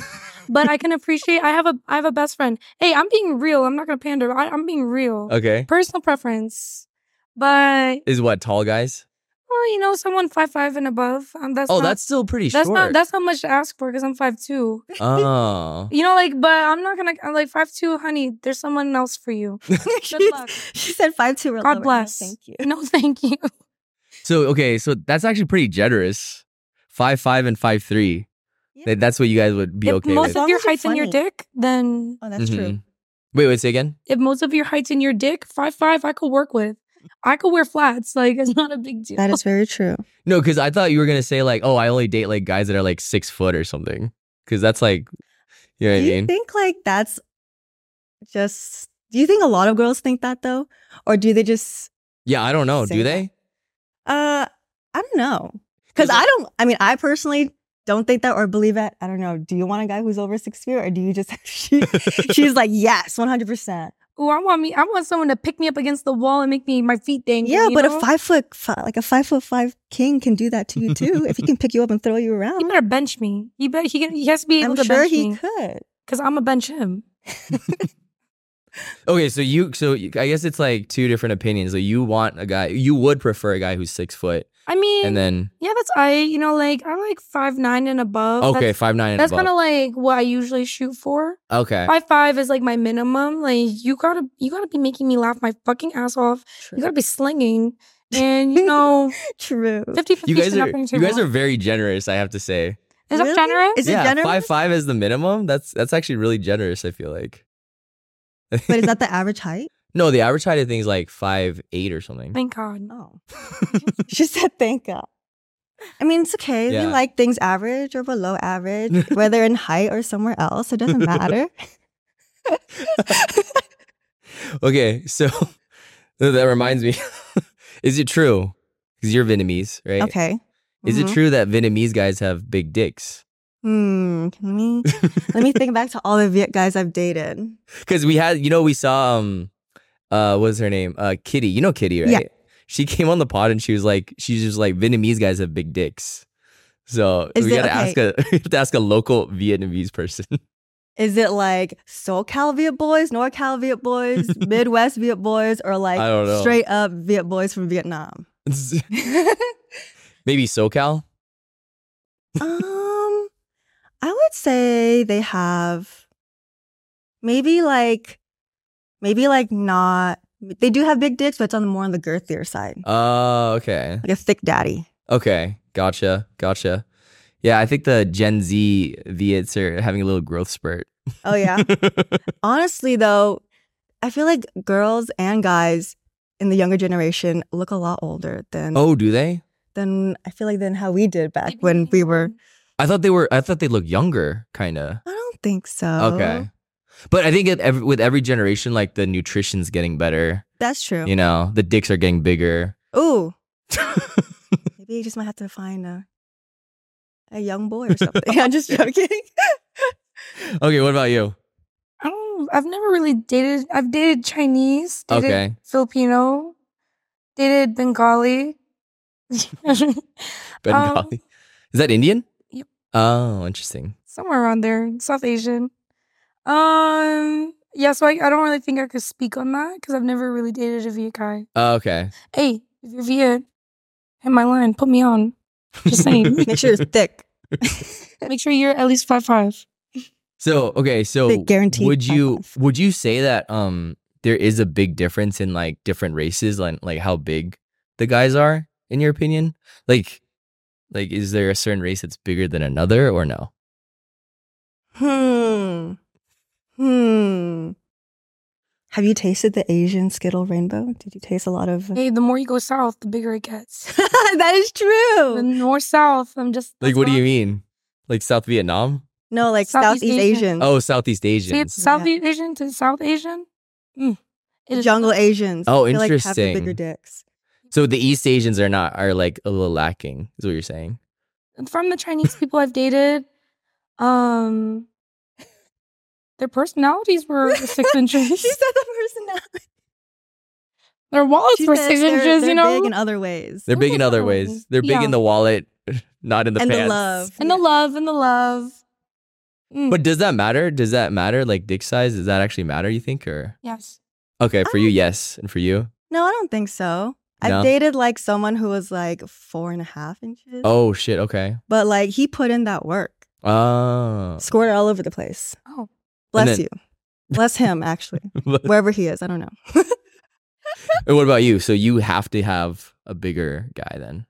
[SPEAKER 1] but I can appreciate. I have a I have a best friend. Hey, I'm being real. I'm not gonna pander. I, I'm being real.
[SPEAKER 2] Okay.
[SPEAKER 1] Personal preference, but
[SPEAKER 2] Is what tall guys?
[SPEAKER 1] well, you know, someone five five and above. Um, that's
[SPEAKER 2] oh,
[SPEAKER 1] not,
[SPEAKER 2] that's still pretty
[SPEAKER 1] that's
[SPEAKER 2] short.
[SPEAKER 1] not that's not much to ask for because I'm five two.
[SPEAKER 2] oh.
[SPEAKER 1] You know, like, but I'm not gonna I'm like five two, honey. There's someone else for
[SPEAKER 2] [laughs]
[SPEAKER 1] you.
[SPEAKER 3] [laughs] she,
[SPEAKER 1] luck.
[SPEAKER 3] she said five two.
[SPEAKER 1] God bless.
[SPEAKER 3] Thank you.
[SPEAKER 1] No, thank you.
[SPEAKER 2] So okay, so that's actually pretty generous. Five five and five three.
[SPEAKER 3] [laughs] Yeah.
[SPEAKER 2] That, that's what you guys would be
[SPEAKER 1] if
[SPEAKER 2] okay
[SPEAKER 1] most
[SPEAKER 2] with.
[SPEAKER 3] As
[SPEAKER 1] of
[SPEAKER 3] long
[SPEAKER 1] your
[SPEAKER 3] as you're
[SPEAKER 1] height's in your
[SPEAKER 3] funny.
[SPEAKER 1] dick, then
[SPEAKER 3] Oh, that's true.
[SPEAKER 2] Mhm. Wait, wait, say again.
[SPEAKER 1] if most of your height's in your dick, five five, I could work with. I could wear flats. Like it's not a big
[SPEAKER 2] Mm-hmm.
[SPEAKER 1] deal.
[SPEAKER 3] That is very true.
[SPEAKER 2] No, because I thought you were gonna say like, oh, I only date like guys that are like six foot or something. Because that's like, you know what
[SPEAKER 3] do
[SPEAKER 2] I
[SPEAKER 3] you
[SPEAKER 2] mean?
[SPEAKER 3] think like that's just? Do you think a lot of girls think that though, or do they just?
[SPEAKER 2] yeah, I don't know.
[SPEAKER 3] Say
[SPEAKER 2] Do
[SPEAKER 3] that.
[SPEAKER 2] they?
[SPEAKER 3] Uh, I don't know. Because I don't. I mean, I personally don't think that or believe it. I don't know. Do you want a guy who's over six feet, or do you just? [laughs]
[SPEAKER 1] [laughs]
[SPEAKER 3] She, she's like, yes, one hundred percent.
[SPEAKER 1] Oh, I want me. I want someone to pick me up against the wall and make me my feet dangle.
[SPEAKER 3] Yeah,
[SPEAKER 1] you
[SPEAKER 3] but
[SPEAKER 1] know?
[SPEAKER 3] a five foot, fi- like a five foot five king can do that to you too. if he
[SPEAKER 1] [laughs]
[SPEAKER 3] can pick you up and throw you
[SPEAKER 1] he
[SPEAKER 3] around,
[SPEAKER 1] better bench me. He bet he can. He has to be able
[SPEAKER 3] I'm
[SPEAKER 1] to
[SPEAKER 3] sure
[SPEAKER 1] bench
[SPEAKER 3] he
[SPEAKER 1] me
[SPEAKER 3] could.
[SPEAKER 1] because I'm a bench him.
[SPEAKER 2] Okay, so you, so you, I guess it's like two different opinions. Like you want a guy, you would prefer a guy who's six foot,
[SPEAKER 1] I mean,
[SPEAKER 2] and then
[SPEAKER 1] yeah, that's I. You know, like I'm like five nine and above.
[SPEAKER 3] oh,
[SPEAKER 2] okay,
[SPEAKER 1] That's,
[SPEAKER 2] five nine and
[SPEAKER 1] that's kind of
[SPEAKER 2] above.
[SPEAKER 1] like what I usually shoot for.
[SPEAKER 2] okay,
[SPEAKER 1] Five five is like my minimum. Like you gotta, you gotta be making me laugh my fucking ass off. You gotta be slinging, and
[SPEAKER 3] [laughs]
[SPEAKER 1] you know,
[SPEAKER 3] True.
[SPEAKER 1] 50
[SPEAKER 2] you guys are you guys are
[SPEAKER 1] Is
[SPEAKER 2] very generous. I have to say.
[SPEAKER 1] that
[SPEAKER 3] Really?
[SPEAKER 1] generous?
[SPEAKER 3] Is
[SPEAKER 2] yeah,
[SPEAKER 3] it generous?
[SPEAKER 2] five five is the minimum. That's that's actually really generous. I feel like.
[SPEAKER 3] But
[SPEAKER 1] [laughs]
[SPEAKER 3] is that the average height?
[SPEAKER 2] No, the average height I think is like five eight or something.
[SPEAKER 1] Thank God. [laughs]
[SPEAKER 3] Oh, she said thank God. I mean, it's okay.
[SPEAKER 2] Yeah.
[SPEAKER 3] We like things average or below average, whether in height or somewhere else.
[SPEAKER 1] [laughs]
[SPEAKER 3] It doesn't matter.
[SPEAKER 2] okay, so [laughs] that reminds me, [laughs] is it true? Because you're Vietnamese, right?
[SPEAKER 3] Okay.
[SPEAKER 2] Is it
[SPEAKER 3] Mhm.
[SPEAKER 2] true that Vietnamese guys have big dicks?
[SPEAKER 3] Hmm. Let me
[SPEAKER 2] [laughs]
[SPEAKER 3] let me think back to all the Viet guys I've dated.
[SPEAKER 2] Because we had, you know, we saw um, uh, what was her name? Uh, Kitty. You know Kitty, right?
[SPEAKER 3] Yeah.
[SPEAKER 2] She [laughs] came on the pod and she was like, she's just like Vietnamese guys have big dicks. So
[SPEAKER 3] Is
[SPEAKER 2] we
[SPEAKER 3] it-
[SPEAKER 2] gotta
[SPEAKER 3] okay.
[SPEAKER 2] ask a [laughs] we have to ask a local Vietnamese person. [laughs]
[SPEAKER 3] Is it like SoCal Viet boys, NorCal
[SPEAKER 2] [laughs]
[SPEAKER 3] Viet boys, Midwest Viet boys, or like
[SPEAKER 2] I don't know.
[SPEAKER 3] straight up Viet boys
[SPEAKER 2] [laughs]
[SPEAKER 3] from Vietnam?
[SPEAKER 2] Maybe SoCal.
[SPEAKER 3] Um, I would say they have maybe like maybe like not. They do have big dicks, but it's on the more on the girthier side,
[SPEAKER 2] Oh, okay.
[SPEAKER 3] like a thick
[SPEAKER 2] [laughs]
[SPEAKER 3] daddy.
[SPEAKER 2] Okay, gotcha, gotcha. Yeah, I think the Gen Z Viets are having a little growth spurt.
[SPEAKER 3] Oh yeah. Honestly though, I feel like girls and guys in the younger generation look a lot older
[SPEAKER 2] [laughs]
[SPEAKER 3] than
[SPEAKER 2] oh, do they?
[SPEAKER 3] than I feel like than how we did back when we were.
[SPEAKER 2] I thought they were. I thought they looked younger, kind of.
[SPEAKER 3] I don't think so.
[SPEAKER 2] Okay, but I think it, ev with every generation, like the nutrition's getting better.
[SPEAKER 3] That's true.
[SPEAKER 2] You know, the dicks are getting bigger. [laughs]
[SPEAKER 3] Ooh, maybe you just might have to find a a young boy
[SPEAKER 2] [laughs]
[SPEAKER 3] or something. I'm just joking.
[SPEAKER 2] okay, what about you?
[SPEAKER 1] I don't. I've never really dated. I've dated Chinese. Dated
[SPEAKER 2] Okay.
[SPEAKER 1] Filipino. Dated Bengali. [laughs]
[SPEAKER 2] Bengali. Is that Indian?
[SPEAKER 1] Yep.
[SPEAKER 2] Oh, interesting.
[SPEAKER 1] somewhere around there, South Asian. Um. Yeah. So I, I don't really think I could speak on that because I've never really dated a Viet guy.
[SPEAKER 2] Oh, okay.
[SPEAKER 1] Hey, if you're Viet, hit my line. Put me on. Just saying.
[SPEAKER 2] [laughs]
[SPEAKER 3] Make sure it's thick.
[SPEAKER 1] Make sure you're at least five five.
[SPEAKER 2] So okay, so
[SPEAKER 3] Big guaranteed
[SPEAKER 2] would you
[SPEAKER 3] five-five.
[SPEAKER 2] would you say that um there is a big difference in like different races like like how big the guys are in your opinion? Like like is there a certain race that's bigger than another or no?
[SPEAKER 3] Hmm. Hmm. Have you tasted the Asian Skittle rainbow? Did you taste a lot of?
[SPEAKER 1] Hey, the more you go south, the bigger it gets.
[SPEAKER 3] [laughs] that is
[SPEAKER 1] the
[SPEAKER 3] true.
[SPEAKER 1] north south, I'm just
[SPEAKER 2] Oh. Like
[SPEAKER 1] that's
[SPEAKER 2] what do
[SPEAKER 1] I-
[SPEAKER 2] you mean? Like South Vietnam?
[SPEAKER 3] No, like
[SPEAKER 1] Southeast
[SPEAKER 3] Southeast,
[SPEAKER 1] Asian.
[SPEAKER 3] Asian,
[SPEAKER 2] Oh, Southeast
[SPEAKER 1] See, it's
[SPEAKER 2] Asians.
[SPEAKER 1] South
[SPEAKER 3] Yeah.
[SPEAKER 1] Asian to South Asian. Mm. It is-
[SPEAKER 3] jungle Asians.
[SPEAKER 2] Oh,
[SPEAKER 3] I feel Like have the
[SPEAKER 2] interesting.
[SPEAKER 3] bigger dicks.
[SPEAKER 2] So the East Asians are not are like a little lacking. Is what you're saying?
[SPEAKER 1] from the Chinese people I've dated, um, their personalities were
[SPEAKER 3] [laughs]
[SPEAKER 1] six
[SPEAKER 3] she
[SPEAKER 1] inches.
[SPEAKER 3] said the personality.
[SPEAKER 1] [laughs] Their wallets
[SPEAKER 3] She
[SPEAKER 1] were
[SPEAKER 3] said
[SPEAKER 1] 6
[SPEAKER 3] they're,
[SPEAKER 1] inches.
[SPEAKER 3] they're
[SPEAKER 1] you know,
[SPEAKER 3] big in other ways.
[SPEAKER 2] They're big in other
[SPEAKER 1] Definitely.
[SPEAKER 2] ways. They're big
[SPEAKER 1] Yeah.
[SPEAKER 2] in the wallet, [laughs] not in the
[SPEAKER 3] and
[SPEAKER 2] pants.
[SPEAKER 3] the love.
[SPEAKER 1] and the
[SPEAKER 3] Yeah.
[SPEAKER 1] love and the love. Mm,
[SPEAKER 2] But does that matter? Does that matter? Like dick size? Does that actually matter? You think or
[SPEAKER 1] yes,
[SPEAKER 2] okay for
[SPEAKER 3] I
[SPEAKER 2] you?
[SPEAKER 3] don't-
[SPEAKER 2] Yes, and for you?
[SPEAKER 3] No, I don't think so.
[SPEAKER 2] No?
[SPEAKER 3] I've dated like someone who was like four and a half inches.
[SPEAKER 2] Oh shit.
[SPEAKER 1] [laughs]
[SPEAKER 2] Okay.
[SPEAKER 3] But like he put in that work.
[SPEAKER 2] Oh.
[SPEAKER 3] Squirted all over the place.
[SPEAKER 1] Oh.
[SPEAKER 3] Bless
[SPEAKER 2] then-
[SPEAKER 3] you. Bless
[SPEAKER 2] [laughs]
[SPEAKER 3] him, actually.
[SPEAKER 2] and
[SPEAKER 3] Wherever he is. I don't know.
[SPEAKER 2] what about you? So you have to have a bigger guy then.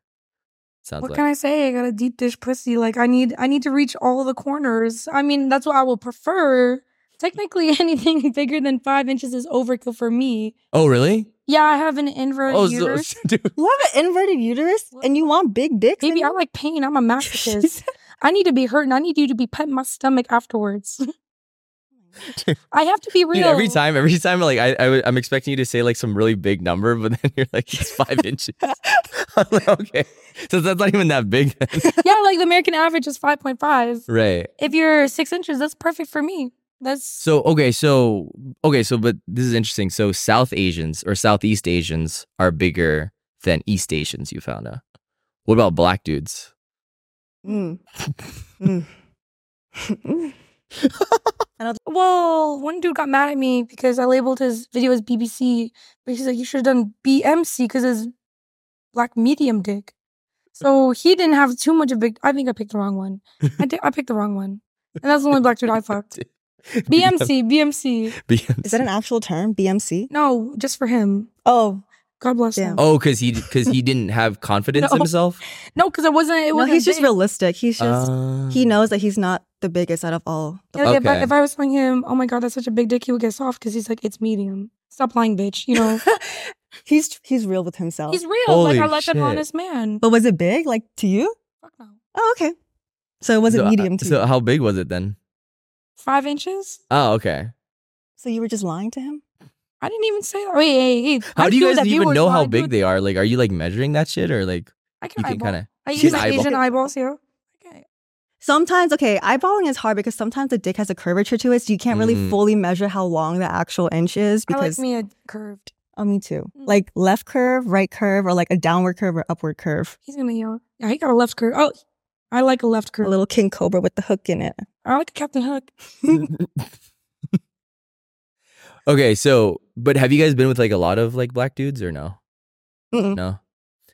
[SPEAKER 2] Sounds
[SPEAKER 1] what
[SPEAKER 2] like.
[SPEAKER 1] can I say? I got a deep dish pussy. Like I need, I need to reach all the corners. I mean, that's what I will prefer. Technically, [laughs] anything bigger than five inches is overkill for me.
[SPEAKER 2] oh really?
[SPEAKER 1] Yeah, I have an inverted
[SPEAKER 2] Oh, so,
[SPEAKER 1] uterus.
[SPEAKER 2] [laughs] dude.
[SPEAKER 3] You have an inverted uterus and you want big dicks? in
[SPEAKER 1] Baby, I
[SPEAKER 3] you?
[SPEAKER 1] like pain. I'm a
[SPEAKER 3] [laughs] She
[SPEAKER 1] masochist.
[SPEAKER 3] said-
[SPEAKER 1] I need to be hurt, and I need you to be petting my stomach afterwards. [laughs] I have to be real.
[SPEAKER 2] Dude, every time, every time, like I, I, am expecting you to say like some really big number, but then you're like it's
[SPEAKER 1] [laughs]
[SPEAKER 2] five inches. [laughs] I'm like, okay, so that's not even that
[SPEAKER 1] [laughs]
[SPEAKER 2] big, then.
[SPEAKER 1] [laughs] yeah, like the American average is 5.5.
[SPEAKER 2] right?
[SPEAKER 1] If you're six inches, that's perfect for me. That's
[SPEAKER 2] So okay, so okay, so but this is interesting. So South Asians or Southeast Asians are bigger than East Asians. You found out. What about black dudes?
[SPEAKER 3] Mm.
[SPEAKER 2] [laughs]
[SPEAKER 3] Mm. [laughs]
[SPEAKER 1] well, one dude got mad at me because I labeled his video as BBC, but he's like, you should have done BMC because it's black medium dick. So he didn't have too much of big. I think I picked the wrong one. I did, I picked the wrong one, and that's the only black dude I
[SPEAKER 2] [laughs]
[SPEAKER 1] fucked. BMC, BMC.
[SPEAKER 2] BMC.
[SPEAKER 3] Is that an actual term? BMC?
[SPEAKER 1] No, just for him.
[SPEAKER 3] Oh,
[SPEAKER 1] God bless him.
[SPEAKER 3] Damn.
[SPEAKER 2] Oh, because he because he didn't have confidence
[SPEAKER 1] [laughs]
[SPEAKER 2] in
[SPEAKER 1] No.
[SPEAKER 2] himself.
[SPEAKER 1] No, because I wasn't. It
[SPEAKER 3] no,
[SPEAKER 1] wasn't
[SPEAKER 3] he's just
[SPEAKER 1] big.
[SPEAKER 3] realistic. He's just,
[SPEAKER 2] Ah.
[SPEAKER 3] he knows that he's not the biggest out of all. [laughs]
[SPEAKER 1] Yeah, like, if, I,
[SPEAKER 2] Okay.
[SPEAKER 1] if I was telling him, oh my God, that's such a big dick, he would get soft because he's like, it's medium. Stop lying, bitch. You [laughs] know,
[SPEAKER 3] he's he's real with himself.
[SPEAKER 1] he's real.
[SPEAKER 2] Holy
[SPEAKER 1] like, I like
[SPEAKER 2] shit.
[SPEAKER 1] an honest man. But
[SPEAKER 3] but was it big, like to you?
[SPEAKER 1] fuck no.
[SPEAKER 3] Oh, okay. So it wasn't
[SPEAKER 2] So, uh,
[SPEAKER 3] medium to you.
[SPEAKER 2] So how big was it then?
[SPEAKER 1] Five inches?
[SPEAKER 2] Oh, okay.
[SPEAKER 3] So you were just lying to him?
[SPEAKER 1] I didn't even say that. Wait, hey, hey.
[SPEAKER 2] How
[SPEAKER 1] I
[SPEAKER 2] do you
[SPEAKER 1] feel
[SPEAKER 2] guys
[SPEAKER 1] that
[SPEAKER 2] even
[SPEAKER 1] viewers
[SPEAKER 2] know how
[SPEAKER 1] lie,
[SPEAKER 2] big
[SPEAKER 1] dude.
[SPEAKER 2] they are? Like, are you like measuring that shit or like
[SPEAKER 1] I can
[SPEAKER 2] you can
[SPEAKER 1] eyeball.
[SPEAKER 2] kind of?
[SPEAKER 1] I use
[SPEAKER 2] She's
[SPEAKER 1] my
[SPEAKER 2] eyeball.
[SPEAKER 1] Asian eyeballs here. Okay.
[SPEAKER 3] Sometimes, okay, eyeballing is hard because sometimes the dick has a curvature to it, so you can't really
[SPEAKER 2] Mm.
[SPEAKER 3] fully measure how long the actual inch is
[SPEAKER 1] I like
[SPEAKER 3] because
[SPEAKER 1] me a curved.
[SPEAKER 3] oh, me too.
[SPEAKER 1] Mm.
[SPEAKER 3] Like left curve, right curve, or like a downward curve or upward curve.
[SPEAKER 1] He's gonna yell. Yeah, he got a left curve. Oh, I like a left curve.
[SPEAKER 3] A little king cobra with the hook in it.
[SPEAKER 1] I like a Captain Hook.
[SPEAKER 2] [laughs] okay, so but have you guys been with like a lot of like black dudes or no?
[SPEAKER 3] Mm-mm.
[SPEAKER 2] No.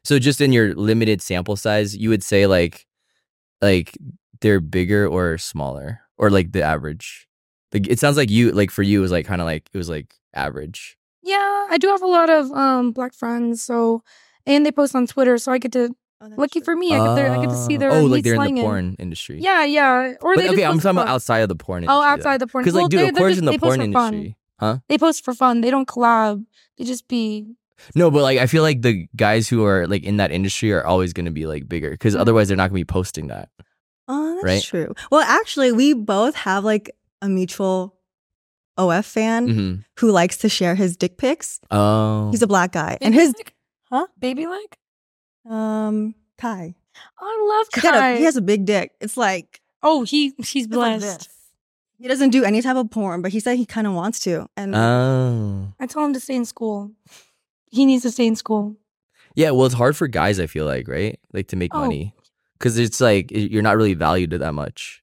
[SPEAKER 2] So just in your limited sample size, you would say like like they're bigger or smaller or like the average. Like it sounds like you like for you it was like kind of like it was like average.
[SPEAKER 1] Yeah, I do have a lot of um black friends. So, and they post on Twitter, so I get to
[SPEAKER 3] Oh,
[SPEAKER 1] lucky for me. I get, their, I get
[SPEAKER 3] Ah.
[SPEAKER 1] to see their.
[SPEAKER 2] oh,
[SPEAKER 1] meat
[SPEAKER 2] like they're in the
[SPEAKER 1] slanging.
[SPEAKER 2] porn industry.
[SPEAKER 1] Yeah, yeah. Or
[SPEAKER 2] But,
[SPEAKER 1] they just
[SPEAKER 2] okay, I'm
[SPEAKER 1] post
[SPEAKER 2] talking
[SPEAKER 1] for
[SPEAKER 2] about
[SPEAKER 1] fun.
[SPEAKER 2] outside of the porn industry.
[SPEAKER 1] Oh, outside the porn.
[SPEAKER 2] Because like,
[SPEAKER 1] Well,
[SPEAKER 2] dude,
[SPEAKER 1] they-
[SPEAKER 2] of
[SPEAKER 1] they're
[SPEAKER 2] course
[SPEAKER 1] just-
[SPEAKER 2] in the
[SPEAKER 1] they post for
[SPEAKER 2] porn
[SPEAKER 1] fun.
[SPEAKER 2] industry, huh?
[SPEAKER 1] They post for fun. They don't collab. They just be.
[SPEAKER 2] No, but like I feel like the guys who are like in that industry are always going to be like bigger because
[SPEAKER 1] Mhm.
[SPEAKER 3] Mm-hmm.
[SPEAKER 2] otherwise they're not going to be posting that.
[SPEAKER 3] Oh, that's
[SPEAKER 2] right?
[SPEAKER 3] true. Well, actually, we both have like a mutual OF fan
[SPEAKER 2] hmm
[SPEAKER 3] who likes to share his dick pics.
[SPEAKER 2] Oh,
[SPEAKER 3] Mm-hmm. He's a black guy, and
[SPEAKER 1] baby
[SPEAKER 3] his
[SPEAKER 1] like?
[SPEAKER 3] Huh?
[SPEAKER 1] Baby like?
[SPEAKER 3] um Kai.
[SPEAKER 1] I love
[SPEAKER 3] He, got
[SPEAKER 1] Kai.
[SPEAKER 3] a, he has a big dick. It's like
[SPEAKER 1] oh, he he's
[SPEAKER 3] It's like
[SPEAKER 1] blessed.
[SPEAKER 3] this. He doesn't do any type of porn, but he said he kind of wants to. And
[SPEAKER 2] oh,
[SPEAKER 1] I told him to stay in school. He needs to stay in school.
[SPEAKER 2] yeah. Well, it's hard for guys. I feel like right, like to make
[SPEAKER 1] Oh.
[SPEAKER 2] money because it's like y- you're not really valued that much.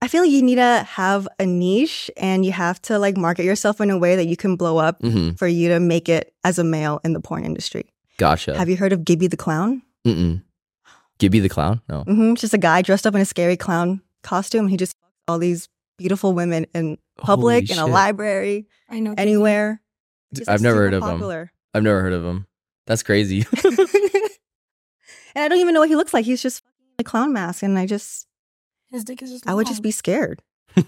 [SPEAKER 3] I feel like you need to have a niche and you have to like market yourself in a way that you can blow up
[SPEAKER 2] hmm
[SPEAKER 3] for you to make it as a male in the porn industry.
[SPEAKER 2] Gotcha.
[SPEAKER 3] Have you heard of Gibby the Clown?
[SPEAKER 2] you- Mm-mm. Gibby the clown? No.
[SPEAKER 3] Mm-hmm. Just a guy dressed up in a scary clown costume. He just fucked all these beautiful women in public,
[SPEAKER 2] Holy
[SPEAKER 3] in a
[SPEAKER 2] shit.
[SPEAKER 3] library,
[SPEAKER 1] I know.
[SPEAKER 3] anywhere.
[SPEAKER 2] D-
[SPEAKER 3] He's, like,
[SPEAKER 2] I've never
[SPEAKER 3] super
[SPEAKER 2] heard of him.
[SPEAKER 3] popular.
[SPEAKER 2] I've never heard of him. That's crazy. [laughs]
[SPEAKER 3] and I don't even know what he looks like. He's just in a clown mask. And I just,
[SPEAKER 1] His dick is just.
[SPEAKER 3] I
[SPEAKER 2] Oh.
[SPEAKER 3] would just
[SPEAKER 1] long.
[SPEAKER 3] be scared. [laughs]
[SPEAKER 1] Have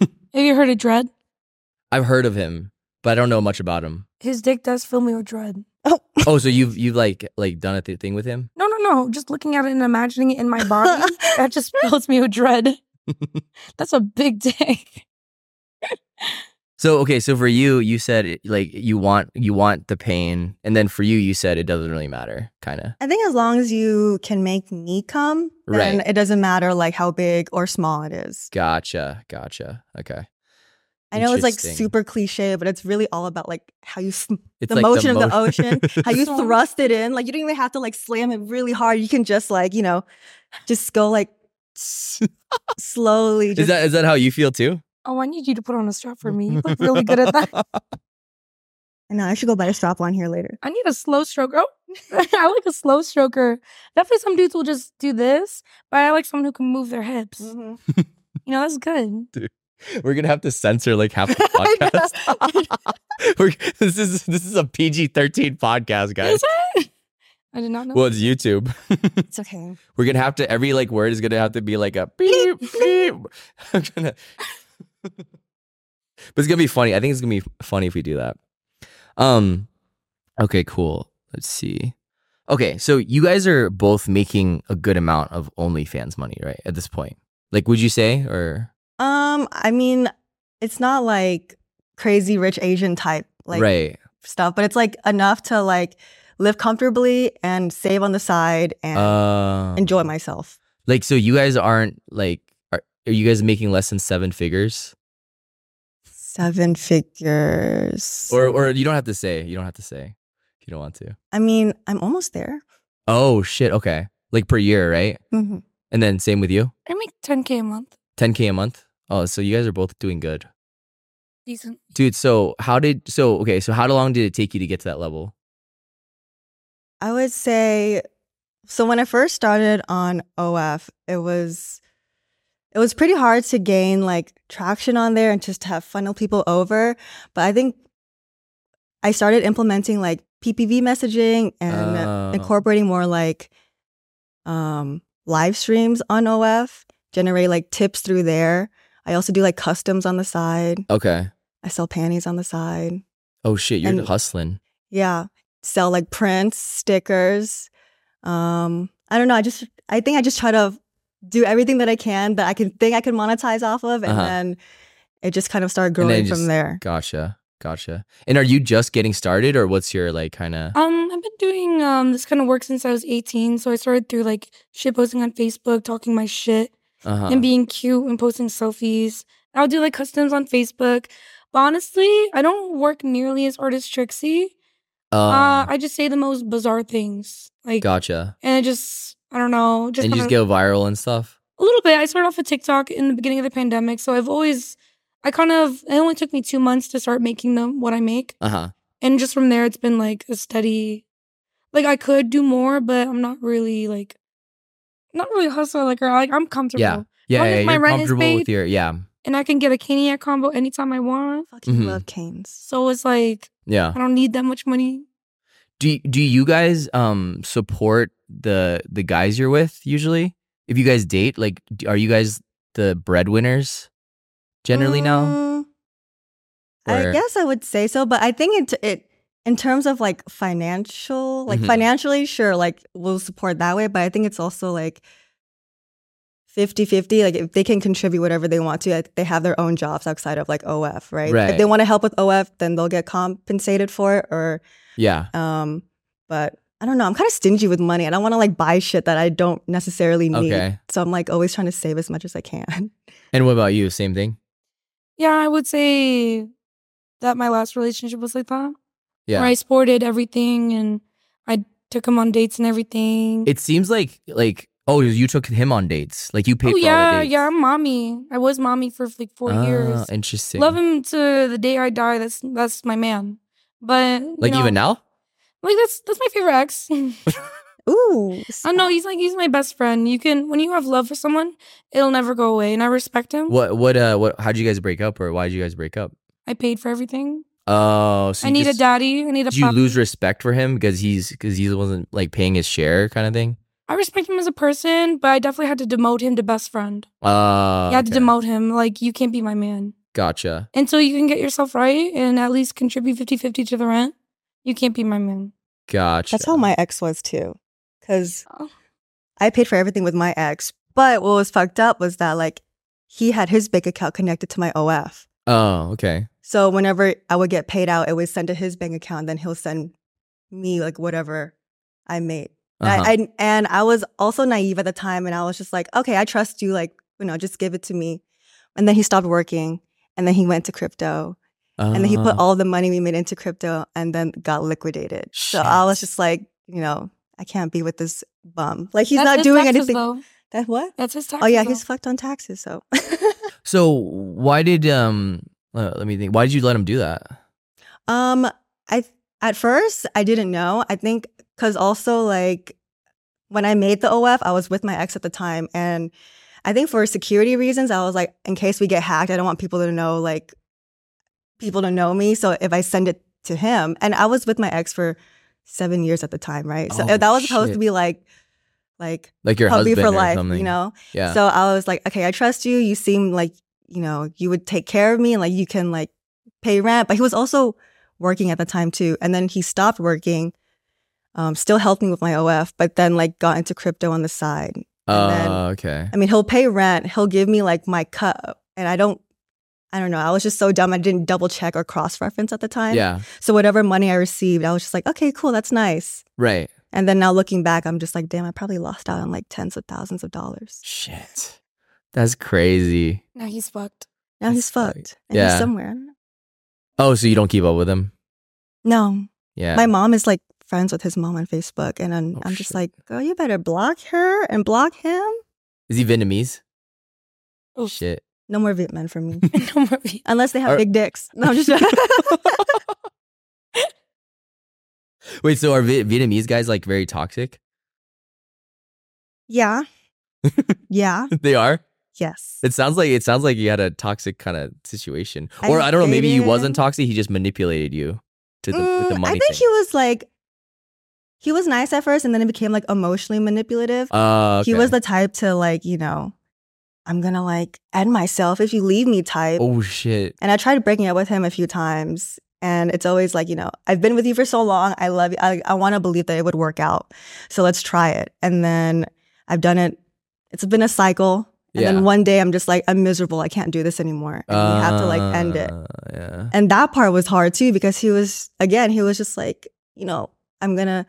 [SPEAKER 1] you heard of dread?
[SPEAKER 2] I've heard of him, but I don't know much about
[SPEAKER 3] [laughs]
[SPEAKER 2] him.
[SPEAKER 1] His dick does fill me with dread.
[SPEAKER 3] Oh,
[SPEAKER 2] Oh, so you've you've like like done a th- thing with him?
[SPEAKER 3] [laughs]
[SPEAKER 2] [laughs]
[SPEAKER 1] No, no, no. Just looking at it and imagining it in my body, that just fills me with dread. That's a big dick.
[SPEAKER 2] So okay, so for you, you said it- like you want you want the pain, and then for you, you said it doesn't really matter, kind of.
[SPEAKER 3] I think as long as you can make me come, then
[SPEAKER 2] Right.
[SPEAKER 3] it doesn't matter like how big or small it is.
[SPEAKER 2] Gotcha, gotcha. Okay,
[SPEAKER 3] I know it's like
[SPEAKER 2] Interesting.
[SPEAKER 3] super cliche, but it's really all about like how you sm-
[SPEAKER 2] it's
[SPEAKER 3] The motion of
[SPEAKER 2] [laughs]
[SPEAKER 3] the ocean, how you
[SPEAKER 1] So-
[SPEAKER 3] thrust it in. Like you don't even have to like slam it really hard. You can just like you know, just go like slowly. Just,
[SPEAKER 2] is that is that how you feel too?
[SPEAKER 1] Oh, I need you to put on a strap
[SPEAKER 2] [laughs]
[SPEAKER 1] for me. [laughs] You look really good at that.
[SPEAKER 3] no, I should go buy a strap on here later.
[SPEAKER 1] I need a slow stroker. Oh, [laughs] I like a slow stroker. Definitely some dudes will just do this, but I like someone who can move their hips. You know, that's good.
[SPEAKER 2] We're gonna have to censor like half the
[SPEAKER 1] [laughs] I
[SPEAKER 2] podcast. [laughs] We're, this is this is a PG thirteen podcast, guys.
[SPEAKER 1] Is it? [laughs] I did not know.
[SPEAKER 2] Well, it's YouTube.
[SPEAKER 3] [laughs] It's okay.
[SPEAKER 2] We're gonna have to every like word is gonna have to be like a beep beep. [laughs] I'm gonna. but it's gonna be funny. I think it's gonna be funny if we do that. Um. Okay. Cool. Let's see. Okay, so you guys are both making a good amount of OnlyFans money, right? At this point, like, would you say or
[SPEAKER 3] Um, I mean, it's not like crazy rich Asian type like
[SPEAKER 2] right?
[SPEAKER 3] stuff, but it's like enough to like live comfortably and save on the side and
[SPEAKER 2] Um,
[SPEAKER 3] enjoy myself.
[SPEAKER 2] Like, so you guys aren't like, are, are you guys making less than seven figures?
[SPEAKER 3] Seven figures.
[SPEAKER 2] Or, or you don't have to say. You don't have to say if you don't want to.
[SPEAKER 3] I mean, I'm almost there.
[SPEAKER 2] Oh shit. Okay. Like per year, right?
[SPEAKER 3] Mhm.
[SPEAKER 2] And then same with you,
[SPEAKER 1] I make 10K a month.
[SPEAKER 2] 10k a month. Oh, so you guys are both doing good,
[SPEAKER 1] Decent.
[SPEAKER 2] dude. So how did so okay? So how long did it take you to get to that level?
[SPEAKER 3] I would say so when I first started on OF, it was it was pretty hard to gain like traction on there and just to have funnel people over. But I think I started implementing like PPV messaging and
[SPEAKER 1] uh,
[SPEAKER 2] Oh.
[SPEAKER 3] incorporating more like um live streams on OF, generate like tips through there. I also do like customs on the side.
[SPEAKER 2] Okay.
[SPEAKER 3] I sell panties on the side.
[SPEAKER 2] Oh shit, you're
[SPEAKER 3] And-
[SPEAKER 2] hustling.
[SPEAKER 3] Yeah. Sell like prints, stickers. Um, I don't know. I just I think I just try to do everything that I can that I can think I can monetize off of and
[SPEAKER 2] Uh-huh.
[SPEAKER 3] then it just kind of started
[SPEAKER 2] then
[SPEAKER 3] growing
[SPEAKER 2] you
[SPEAKER 3] from
[SPEAKER 2] just-
[SPEAKER 3] there.
[SPEAKER 2] Gotcha, gotcha. And are you just getting started, or what's your like kind of?
[SPEAKER 1] Um, I've been doing um this kind of work since I was 18. So I started through like shit posting on Facebook, talking my shit,
[SPEAKER 2] Uh-huh.
[SPEAKER 1] and being cute and posting selfies. I'll do like customs on Facebook. But honestly, I don't work nearly as hard as Trixie.
[SPEAKER 2] Oh,
[SPEAKER 1] Uh, I just say the most bizarre things. Like,
[SPEAKER 2] gotcha.
[SPEAKER 1] and it just, I don't know. Just,
[SPEAKER 2] and you just
[SPEAKER 1] kinda-
[SPEAKER 2] go viral and stuff.
[SPEAKER 1] a little bit. I started off with TikTok in the beginning of the pandemic. So I've always, I kind of, it only took me two months to start making them what I make.
[SPEAKER 2] Uh huh.
[SPEAKER 1] And just from there, it's been like a steady, like I could do more, but I'm not really like, not really hustler like her. Like I'm comfortable.
[SPEAKER 2] Yeah. Yeah,
[SPEAKER 1] long as
[SPEAKER 2] yeah
[SPEAKER 1] my
[SPEAKER 2] you're
[SPEAKER 1] rent is
[SPEAKER 2] comfortable with
[SPEAKER 1] paid.
[SPEAKER 2] your yeah,
[SPEAKER 1] And I can get a Kenya combo anytime I want.
[SPEAKER 3] Fucking
[SPEAKER 2] Mhm.
[SPEAKER 3] love canes.
[SPEAKER 1] So it's like,
[SPEAKER 2] yeah.
[SPEAKER 1] I don't need that much money.
[SPEAKER 2] Do do you guys um support the the guys you're with usually? If you guys date, like, d- are you guys the breadwinners generally
[SPEAKER 1] Um,
[SPEAKER 2] now?
[SPEAKER 3] Mm,
[SPEAKER 2] Or-
[SPEAKER 3] I guess I would say so, but I think it it in terms of like financial, like
[SPEAKER 2] Mhm.
[SPEAKER 3] financially, sure, like we'll support that way, but I think it's also like 50-50 like if they can contribute whatever they want to like, they have their own jobs outside of like of right, if
[SPEAKER 2] Right.
[SPEAKER 3] they want to help with of then they'll get compensated for it or
[SPEAKER 2] Yeah.
[SPEAKER 3] um but i don't know i'm kind of stingy with money i don't want to like buy shit that i don't necessarily need
[SPEAKER 2] Okay.
[SPEAKER 3] so i'm like always trying to save as much as i can [laughs]
[SPEAKER 2] And what about you? Same thing.
[SPEAKER 1] Yeah, I would say that my last relationship was like that.
[SPEAKER 2] Yeah.
[SPEAKER 1] Where I sported everything and I took him on dates and everything.
[SPEAKER 2] It seems like like oh you took him on dates like you paid
[SPEAKER 1] oh
[SPEAKER 2] for all
[SPEAKER 1] yeah,
[SPEAKER 2] the dates.
[SPEAKER 1] yeah, I'm mommy. I was mommy for like four
[SPEAKER 2] Ah,
[SPEAKER 1] years.
[SPEAKER 2] Interesting.
[SPEAKER 1] Love him to the day I die. That's that's my man. But you
[SPEAKER 2] Like
[SPEAKER 1] know,
[SPEAKER 2] even now.
[SPEAKER 1] like that's that's my favorite ex. [laughs]
[SPEAKER 3] ooh
[SPEAKER 1] I know he's like he's my best friend. You can when you have love for someone, it'll never go away, and I respect him.
[SPEAKER 2] What what uh what? How'd you guys break up or why'd you guys break up?
[SPEAKER 1] I paid for everything.
[SPEAKER 2] Oh,
[SPEAKER 1] I
[SPEAKER 2] so you
[SPEAKER 1] need a
[SPEAKER 2] just-
[SPEAKER 1] daddy. I need a.
[SPEAKER 2] Did you
[SPEAKER 1] puppy.
[SPEAKER 2] lose respect for him because he's because he wasn't like paying his share kind of thing?
[SPEAKER 1] I respect him as a person, but I definitely had to demote him to best friend.
[SPEAKER 2] Uh,
[SPEAKER 1] You had to
[SPEAKER 2] okay.
[SPEAKER 1] demote him. Like, you can't be my man.
[SPEAKER 2] Gotcha.
[SPEAKER 1] Until you can get yourself right and at least contribute 50 50 to the rent, you can't be my man.
[SPEAKER 2] Gotcha.
[SPEAKER 3] that's how my ex was too because
[SPEAKER 1] Oh.
[SPEAKER 3] i paid for everything with my ex but what was fucked up was that like he had his bank account connected to my OF.
[SPEAKER 2] Oh, okay.
[SPEAKER 3] So whenever I would get paid out, it would send to his bank account, then he'll send me like whatever I made. And
[SPEAKER 2] Uh-huh.
[SPEAKER 3] I, I and I was also naive at the time, and I was just like, okay, I trust you, like you know, just give it to me. And then he stopped working, and then he went to crypto, and then he put
[SPEAKER 2] Oh.
[SPEAKER 3] all the money we made into crypto, and then got liquidated. So I was
[SPEAKER 2] Shit.
[SPEAKER 3] just like, you know, I can't be with this bum. Like he's
[SPEAKER 1] That's
[SPEAKER 3] not
[SPEAKER 1] his
[SPEAKER 3] doing
[SPEAKER 1] taxes,
[SPEAKER 3] anything.
[SPEAKER 1] Though.
[SPEAKER 3] That what?
[SPEAKER 1] That's his taxes.
[SPEAKER 3] Oh yeah,
[SPEAKER 1] though.
[SPEAKER 3] he's fucked on taxes. So [laughs]
[SPEAKER 2] So why did um? Uh, let me think. Why did you let him do that?
[SPEAKER 3] Um, I at first I didn't know. I think because also like when I made the OF, I was with my ex at the time, and I think for security reasons, I was like, in case we get hacked, I don't want people to know like people to know me. So if I send it to him, and I was with my ex for seven years at the time, right? So
[SPEAKER 2] Oh,
[SPEAKER 3] that was supposed
[SPEAKER 2] shit.
[SPEAKER 3] to be like, like
[SPEAKER 2] Like your
[SPEAKER 3] hubby
[SPEAKER 2] husband
[SPEAKER 3] for
[SPEAKER 2] or
[SPEAKER 3] life,
[SPEAKER 2] something?
[SPEAKER 3] you know.
[SPEAKER 2] Yeah.
[SPEAKER 3] So I was like, okay, I trust you. You seem like, you know, you would take care of me and like you can like pay rent. But he was also working at the time too. And then he stopped working, um, still helped me with my OF, but then like got into crypto on the side.
[SPEAKER 2] Oh,
[SPEAKER 3] and then-
[SPEAKER 2] okay.
[SPEAKER 3] I mean, he'll pay rent, he'll give me like my cut. And I don't, I don't know. I was just so dumb. I didn't double check or cross reference at the time.
[SPEAKER 2] Yeah.
[SPEAKER 3] So whatever money I received, I was just like, okay, cool, that's nice.
[SPEAKER 2] Right.
[SPEAKER 3] And then now looking back, I'm just like, damn, I probably lost out on like tens of thousands of dollars.
[SPEAKER 2] Shit. That's crazy.
[SPEAKER 1] Now he's fucked.
[SPEAKER 3] Now he's
[SPEAKER 2] That's like-
[SPEAKER 3] fucked. And
[SPEAKER 2] yeah.
[SPEAKER 3] he's somewhere. I don't know.
[SPEAKER 2] Oh, so you don't keep up with him?
[SPEAKER 3] No.
[SPEAKER 2] Yeah.
[SPEAKER 3] My mom is like friends with his mom on Facebook. And I'm,
[SPEAKER 2] Oh,
[SPEAKER 3] I'm just
[SPEAKER 2] shit.
[SPEAKER 3] like, girl, you better block her and block him.
[SPEAKER 2] Is he Vietnamese?
[SPEAKER 3] [laughs] Oh.
[SPEAKER 1] Oof.
[SPEAKER 2] Shit.
[SPEAKER 3] No more Viet men
[SPEAKER 2] [laughs]
[SPEAKER 3] for me.
[SPEAKER 1] Oh, no more beef.
[SPEAKER 3] Unless they have
[SPEAKER 2] Are-
[SPEAKER 3] big dicks.
[SPEAKER 2] [laughs]
[SPEAKER 3] No, I'm just [laughs]
[SPEAKER 2] Wait. So are Vi- Vietnamese guys like very toxic? [laughs]
[SPEAKER 3] Yeah. Yeah.
[SPEAKER 2] they are.
[SPEAKER 3] Yes.
[SPEAKER 2] It sounds like it sounds like you had a toxic kind of situation,
[SPEAKER 3] I
[SPEAKER 2] or I don't know. Maybe he
[SPEAKER 3] dated-
[SPEAKER 2] wasn't toxic. He just manipulated you to the, with the
[SPEAKER 3] Mm,
[SPEAKER 2] money.
[SPEAKER 3] I think
[SPEAKER 2] thing.
[SPEAKER 3] he was like, he was nice at first and then it became like emotionally manipulative.
[SPEAKER 2] Uh,
[SPEAKER 3] He
[SPEAKER 2] okay.
[SPEAKER 3] was the type to like, you know, I'm going to like end myself if you leave me type.
[SPEAKER 2] Oh shit.
[SPEAKER 3] And I tried breaking up with him a few times. And it's always like, you know, I've been with you for so long. I love you. I, I want to believe that it would work out. So let's try it. And then I've done it. It's been a cycle. And
[SPEAKER 2] Yeah.
[SPEAKER 3] then one day I'm just like, I'm miserable. I can't do this anymore. And we have to like end it.
[SPEAKER 2] Uh, Yeah.
[SPEAKER 3] And that part was hard too because he was, again, he was just like, you know, I'm going to.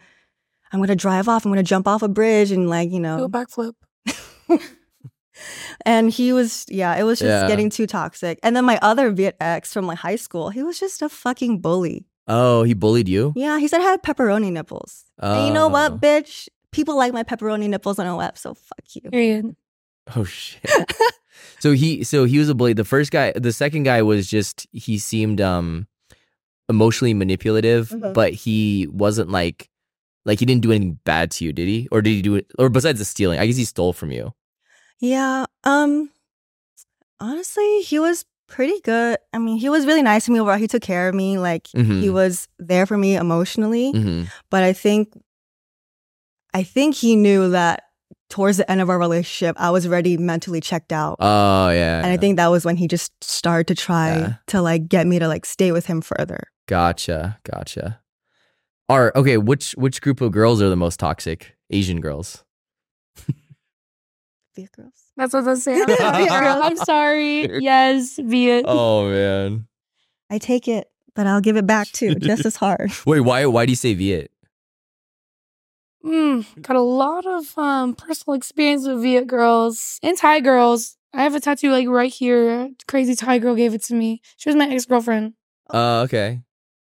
[SPEAKER 3] I'm gonna drive off. I'm gonna jump off a bridge and like you
[SPEAKER 1] Do a
[SPEAKER 3] know.
[SPEAKER 1] backflip.
[SPEAKER 3] And he was, yeah, it was just
[SPEAKER 2] Yeah.
[SPEAKER 3] getting too toxic. And then my other Viet ex from like high school, he was just a fucking bully.
[SPEAKER 2] Oh, he bullied you. Oh.
[SPEAKER 3] Yeah, he said I had pepperoni nipples. And you know what, bitch? People like my pepperoni nipples on a web, so fuck you.
[SPEAKER 1] Period.
[SPEAKER 2] Oh shit. so he so he was a bully. The first guy, the second guy was just he seemed um emotionally manipulative,
[SPEAKER 3] Mhm.
[SPEAKER 2] but he wasn't like like he didn't do anything bad to you, did he? Or did he do it? Or besides the stealing, I guess he stole from you.
[SPEAKER 3] Yeah. Um honestly, he was pretty good. I mean, he was really nice to me overall. He took care of me. Like
[SPEAKER 2] Mhm.
[SPEAKER 3] he was there for me emotionally.
[SPEAKER 2] hmm
[SPEAKER 3] But I think I think he knew that towards the end of our relationship, I was already mentally checked out.
[SPEAKER 2] Oh yeah.
[SPEAKER 3] and I think that was when he just started to try
[SPEAKER 2] Yeah.
[SPEAKER 3] to like get me to like stay with him further.
[SPEAKER 2] gotcha, gotcha. Are okay. Which which group of girls are the most toxic? Asian
[SPEAKER 3] [laughs]
[SPEAKER 2] girls.
[SPEAKER 3] Viet girls.
[SPEAKER 1] That's what I was
[SPEAKER 3] [laughs]
[SPEAKER 1] saying.
[SPEAKER 2] Yeah,
[SPEAKER 1] I'm sorry.
[SPEAKER 2] yeah.
[SPEAKER 1] girl. I'm sorry. Yes, Viet.
[SPEAKER 2] Oh man.
[SPEAKER 3] I take it, but I'll give it back too,
[SPEAKER 2] [laughs]
[SPEAKER 3] just as hard.
[SPEAKER 2] Wait, why why do you say Viet?
[SPEAKER 1] Mm, got a lot of um, personal experience with Viet girls and Thai girls. I have a tattoo like right here. Crazy Thai girl gave it to me. She was my ex girlfriend.
[SPEAKER 2] Uh, okay.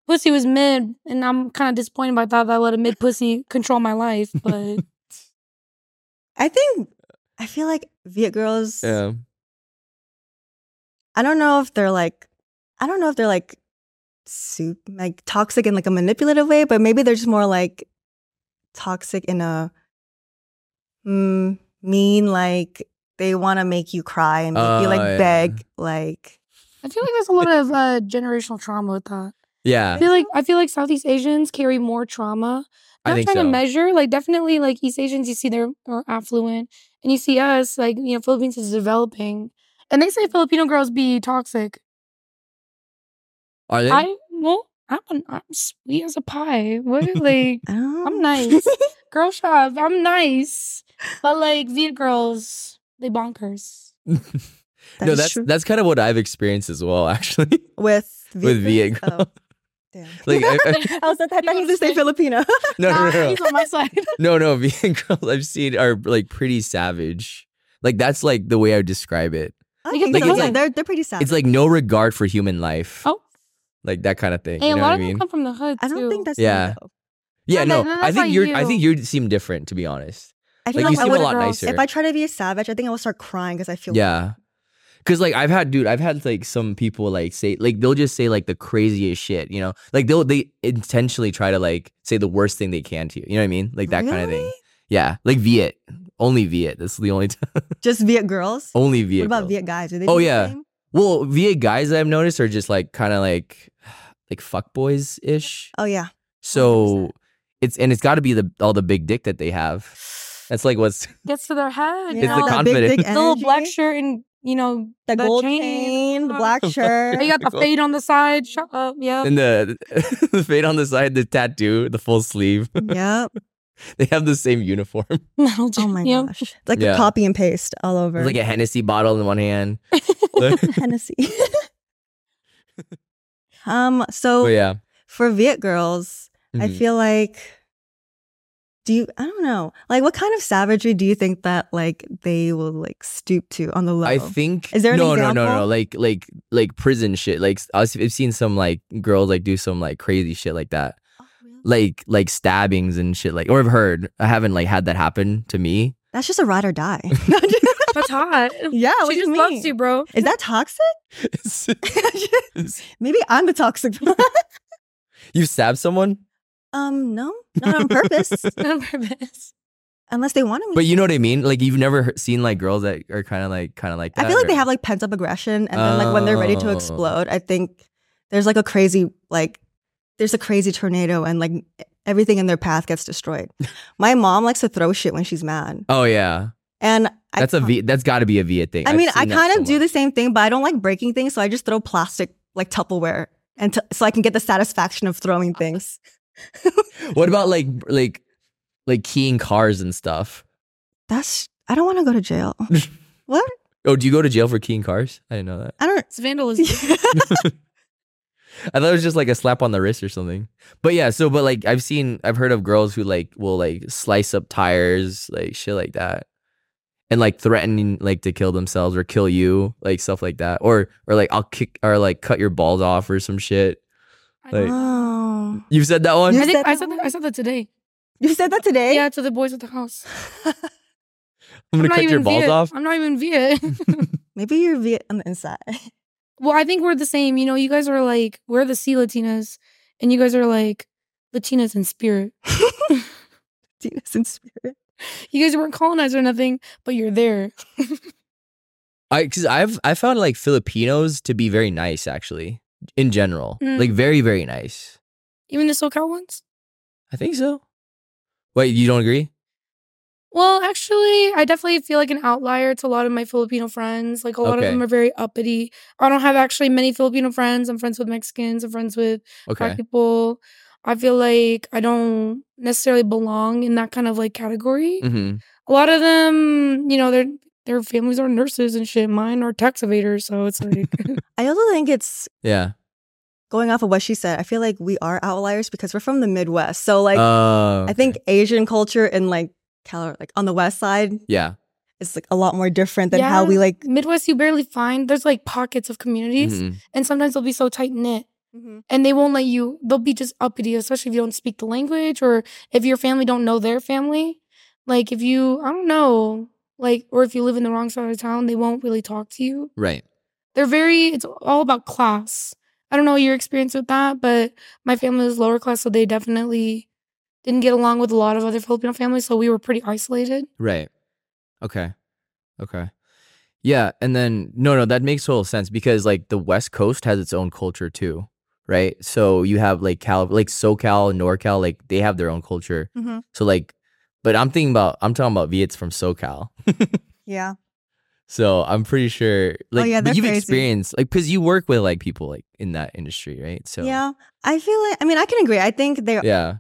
[SPEAKER 1] Pussy was mid, and I'm kind of disappointed about that. That I let a mid pussy control my life, but
[SPEAKER 3] I think I feel like Viet girls.
[SPEAKER 2] Yeah.
[SPEAKER 3] I don't know if they're like, I don't know if they're like, soup like toxic in like a manipulative way, but maybe they're just more like toxic in a mm, mean like they want to make you cry and make you like
[SPEAKER 2] Oh, yeah.
[SPEAKER 3] beg like
[SPEAKER 1] I feel like there's a lot of uh, generational trauma with that. I
[SPEAKER 2] Yeah.
[SPEAKER 1] feel like I feel like Southeast Asians carry more trauma.
[SPEAKER 2] I
[SPEAKER 1] Not
[SPEAKER 2] think
[SPEAKER 1] trying
[SPEAKER 2] so.
[SPEAKER 1] to measure, like definitely like East Asians, you see they're more affluent, and you see us like you know Philippines is developing, and they say Filipino girls be toxic.
[SPEAKER 2] Are they? [laughs]
[SPEAKER 1] I well, I'm an- I'm sweet as a pie. What like
[SPEAKER 3] I don't.
[SPEAKER 1] I'm
[SPEAKER 2] [laughs]
[SPEAKER 3] [laughs]
[SPEAKER 1] nice, girl shop.
[SPEAKER 2] [laughs]
[SPEAKER 1] [laughs] I'm nice, but like Viet girls, they bonkers.
[SPEAKER 3] That
[SPEAKER 2] no,
[SPEAKER 3] is
[SPEAKER 2] that's
[SPEAKER 3] true.
[SPEAKER 2] that's kind of what I've experienced as well, actually, [laughs]
[SPEAKER 3] with Vietnam.
[SPEAKER 2] with Viet Cong.
[SPEAKER 3] Oh, damn.
[SPEAKER 2] Like, I,
[SPEAKER 1] [laughs]
[SPEAKER 2] I,
[SPEAKER 3] [laughs] I was at that
[SPEAKER 1] You
[SPEAKER 3] time to say Filipino. [laughs]
[SPEAKER 2] no, no, no, no.
[SPEAKER 1] He's on my
[SPEAKER 2] [laughs]
[SPEAKER 1] side.
[SPEAKER 2] No, no, vegan girls I've seen are like pretty savage. Like that's like the way I would describe it.
[SPEAKER 3] I
[SPEAKER 1] Because
[SPEAKER 3] think
[SPEAKER 2] like
[SPEAKER 3] so.
[SPEAKER 2] it's
[SPEAKER 3] Yeah,
[SPEAKER 2] like-
[SPEAKER 3] they're they're pretty sad.
[SPEAKER 2] It's like no regard for human life.
[SPEAKER 1] Oh.
[SPEAKER 2] Like that kind of thing.
[SPEAKER 1] Hey,
[SPEAKER 2] you
[SPEAKER 1] a
[SPEAKER 2] know
[SPEAKER 1] lot
[SPEAKER 2] what I
[SPEAKER 1] of them
[SPEAKER 2] mean?
[SPEAKER 1] come from the hood.
[SPEAKER 3] I don't
[SPEAKER 1] too.
[SPEAKER 3] think that's
[SPEAKER 2] Yeah.
[SPEAKER 3] yeah.
[SPEAKER 2] Yeah,
[SPEAKER 1] No,
[SPEAKER 2] no.
[SPEAKER 1] no, no,
[SPEAKER 2] I
[SPEAKER 1] that's
[SPEAKER 2] think
[SPEAKER 1] not
[SPEAKER 2] you're I
[SPEAKER 1] you.
[SPEAKER 2] think you seem different to be honest.
[SPEAKER 3] I feel
[SPEAKER 2] Like
[SPEAKER 3] like,
[SPEAKER 2] you
[SPEAKER 3] I
[SPEAKER 2] seem a
[SPEAKER 3] would
[SPEAKER 2] lot nicer.
[SPEAKER 3] if I try to be a savage, I think I will start crying because I feel
[SPEAKER 2] Yeah. Cause like I've had dude, I've had like some people like say like they'll just say like the craziest shit, you know? Like they'll they intentionally try to like say the worst thing they can to you. You know what I mean? Like that kind of thing.
[SPEAKER 3] Really?
[SPEAKER 2] Yeah. Like Viet. Only Viet. That's the only time.
[SPEAKER 3] Just Viet girls.
[SPEAKER 2] [laughs] only Oh, Viet.
[SPEAKER 3] what about
[SPEAKER 2] girls.
[SPEAKER 3] Viet guys? Do they
[SPEAKER 2] Oh,
[SPEAKER 3] do the
[SPEAKER 2] yeah.
[SPEAKER 3] same?
[SPEAKER 2] Well, VA guys I've noticed are just like kind of like [sighs] like fuckboys ish.
[SPEAKER 3] Oh yeah.
[SPEAKER 2] So
[SPEAKER 3] 100%.
[SPEAKER 2] it's and it's got to be the all the big dick that they have. That's like what's
[SPEAKER 1] gets to their head.
[SPEAKER 2] It's
[SPEAKER 1] you
[SPEAKER 2] the
[SPEAKER 1] know?
[SPEAKER 2] con-
[SPEAKER 3] that big,
[SPEAKER 2] confidence.
[SPEAKER 3] big
[SPEAKER 1] The little black
[SPEAKER 3] energy,
[SPEAKER 1] shirt and you know
[SPEAKER 3] the,
[SPEAKER 1] the
[SPEAKER 3] gold
[SPEAKER 1] chain.
[SPEAKER 3] chain, the
[SPEAKER 1] [laughs]
[SPEAKER 3] black shirt.
[SPEAKER 1] you got
[SPEAKER 2] [laughs]
[SPEAKER 1] the fade on the side. Shut up. Yeah. [laughs]
[SPEAKER 3] Oh.
[SPEAKER 2] and the [laughs] the fade on the side, the tattoo, the full sleeve.
[SPEAKER 1] [laughs]
[SPEAKER 3] yep.
[SPEAKER 2] They have the same uniform. It's
[SPEAKER 3] Oh my
[SPEAKER 1] Yeah.
[SPEAKER 3] gosh. It's Like
[SPEAKER 2] Yeah.
[SPEAKER 3] a copy and paste all over.
[SPEAKER 2] like a Hennessy bottle in one
[SPEAKER 3] [laughs]
[SPEAKER 2] hand. [laughs]
[SPEAKER 3] Hennessy. [laughs] um. So
[SPEAKER 2] But Oh, yeah,
[SPEAKER 3] for Viet girls, I
[SPEAKER 2] Mhm.
[SPEAKER 3] feel like. Do you? I don't know. Like, what kind of savagery do you think that like they will like stoop to on the low?
[SPEAKER 2] I think
[SPEAKER 3] Is there an
[SPEAKER 2] no, no, no, no,
[SPEAKER 3] example?
[SPEAKER 2] like like like prison shit. Like I've I've seen some like girls like do some like crazy shit like that.
[SPEAKER 1] Oh,
[SPEAKER 2] like like stabbings and shit like or I've heard I haven't like had that happen to me. [laughs]
[SPEAKER 3] That's just a ride or die. [laughs]
[SPEAKER 1] [laughs] That's hot.
[SPEAKER 3] yeah, what
[SPEAKER 1] she
[SPEAKER 3] do
[SPEAKER 1] just
[SPEAKER 3] you mean?
[SPEAKER 1] loves you, bro. [laughs]
[SPEAKER 3] Is that toxic? [laughs] Maybe I'm the toxic [laughs] one.
[SPEAKER 2] you stabbed someone,
[SPEAKER 3] um, no, not on purpose,
[SPEAKER 2] [laughs]
[SPEAKER 1] On
[SPEAKER 3] [laughs]
[SPEAKER 1] purpose.
[SPEAKER 3] unless they want to.
[SPEAKER 2] but you know what I mean? Like you've never he- seen like girls that are kind of like kind of like that.
[SPEAKER 3] I feel like
[SPEAKER 2] or-
[SPEAKER 3] they have like pent up aggression, and then like when they're ready to
[SPEAKER 2] Oh.
[SPEAKER 3] explode, I think there's like a crazy like there's a crazy tornado, and like everything in their path gets
[SPEAKER 2] [laughs]
[SPEAKER 3] destroyed. My mom likes to throw shit when she's mad,
[SPEAKER 2] Oh yeah,
[SPEAKER 3] and I
[SPEAKER 2] that's a
[SPEAKER 3] can't-
[SPEAKER 2] V. That's got to be a Via thing.
[SPEAKER 3] I
[SPEAKER 2] I've
[SPEAKER 3] mean,
[SPEAKER 2] seen
[SPEAKER 3] I
[SPEAKER 2] that
[SPEAKER 3] kind
[SPEAKER 2] so
[SPEAKER 3] of do
[SPEAKER 2] much.
[SPEAKER 3] the same thing, but I don't like breaking things, so I just throw plastic like Tupperware, and t- so I can get the satisfaction of throwing things.
[SPEAKER 2] What about like like like keying cars and stuff?
[SPEAKER 3] That's I don't want to go to jail. what?
[SPEAKER 2] Oh, do you go to jail for keying cars? I didn't know that. [laughs]
[SPEAKER 3] I don't.
[SPEAKER 1] It's [laughs] vandalism.
[SPEAKER 2] I thought it was just like a slap on the wrist or something. But yeah, so but like I've seen I've heard of girls who like will like slice up tires, like shit like that. And like threatening like to kill themselves or kill you, like stuff like that. Or or like I'll kick or like cut your balls off or some shit.
[SPEAKER 1] I
[SPEAKER 2] Like-
[SPEAKER 1] know.
[SPEAKER 3] Oh.
[SPEAKER 2] You've said that one?
[SPEAKER 3] You
[SPEAKER 1] I think
[SPEAKER 3] said
[SPEAKER 1] I
[SPEAKER 3] that
[SPEAKER 1] said that,
[SPEAKER 3] one?
[SPEAKER 1] I said that today.
[SPEAKER 3] You said that today?
[SPEAKER 1] Yeah, to the boys at the house.
[SPEAKER 2] I'm gonna
[SPEAKER 1] not
[SPEAKER 2] cut your
[SPEAKER 1] even
[SPEAKER 2] balls
[SPEAKER 1] Viet.
[SPEAKER 2] off.
[SPEAKER 1] I'm not even Viet. [laughs]
[SPEAKER 3] Maybe you're Viet on the inside. [laughs]
[SPEAKER 1] well, I think we're the same. You know, you guys are like we're the C Latinas, and you guys are like Latinas in
[SPEAKER 2] [laughs]
[SPEAKER 1] spirit. [laughs]
[SPEAKER 3] Venus in spirit.
[SPEAKER 1] You guys weren't colonized or nothing, but you're there.
[SPEAKER 2] [laughs] I because I've I found like Filipinos to be very nice actually in general,
[SPEAKER 1] Mm.
[SPEAKER 2] like very very nice.
[SPEAKER 1] Even the SoCal ones.
[SPEAKER 2] I think so. Wait, you don't agree?
[SPEAKER 1] Well, actually, I definitely feel like an outlier to a lot of my Filipino friends. Like a lot
[SPEAKER 2] Okay.
[SPEAKER 1] of them are very uppity. I don't have actually many Filipino friends. I'm friends with Mexicans. I'm friends with black
[SPEAKER 2] Okay.
[SPEAKER 1] people. I feel like I don't necessarily belong in that kind of like category.
[SPEAKER 2] Mm-hmm.
[SPEAKER 1] A lot of them, you know, their their families are nurses and shit. Mine are tax evaders, so it's like [laughs]
[SPEAKER 3] I also think it's
[SPEAKER 2] Yeah.
[SPEAKER 3] going off of what she said. I feel like we are outliers because we're from the Midwest. So like
[SPEAKER 2] Oh,
[SPEAKER 3] I think Asian culture and like Cal like on the west side
[SPEAKER 2] Yeah.
[SPEAKER 3] is like a lot more different than how
[SPEAKER 1] Yeah.
[SPEAKER 3] we like
[SPEAKER 1] Midwest. You barely find there's like pockets of communities,
[SPEAKER 2] Mhm.
[SPEAKER 1] and sometimes they'll be so tight knit. and they won't let you they'll be just uppity especially if you don't speak the language or if your family don't know their family like if you i don't know like or if you live in the wrong side of town they won't really talk to you
[SPEAKER 2] Right.
[SPEAKER 1] they're very it's all about class i don't know your experience with that but my family was lower class so they definitely didn't get along with a lot of other filipino families so we were pretty isolated
[SPEAKER 2] Right. Okay. Okay. Yeah. And then, no, no, that makes total sense because like the West Coast has its own culture too. Right. So you have like Cal, like SoCal and NorCal, like they have their own culture.
[SPEAKER 3] Mhm.
[SPEAKER 2] So like, but I'm thinking about, I'm talking about Viet's from SoCal.
[SPEAKER 3] Yeah.
[SPEAKER 2] So I'm pretty sure like
[SPEAKER 3] Oh, yeah,
[SPEAKER 2] but
[SPEAKER 3] they're
[SPEAKER 2] you've
[SPEAKER 3] crazy.
[SPEAKER 2] experienced like, cause you work with like people like in that industry, right? So
[SPEAKER 3] Yeah. I feel like I mean I can agree. I think they
[SPEAKER 2] Yeah.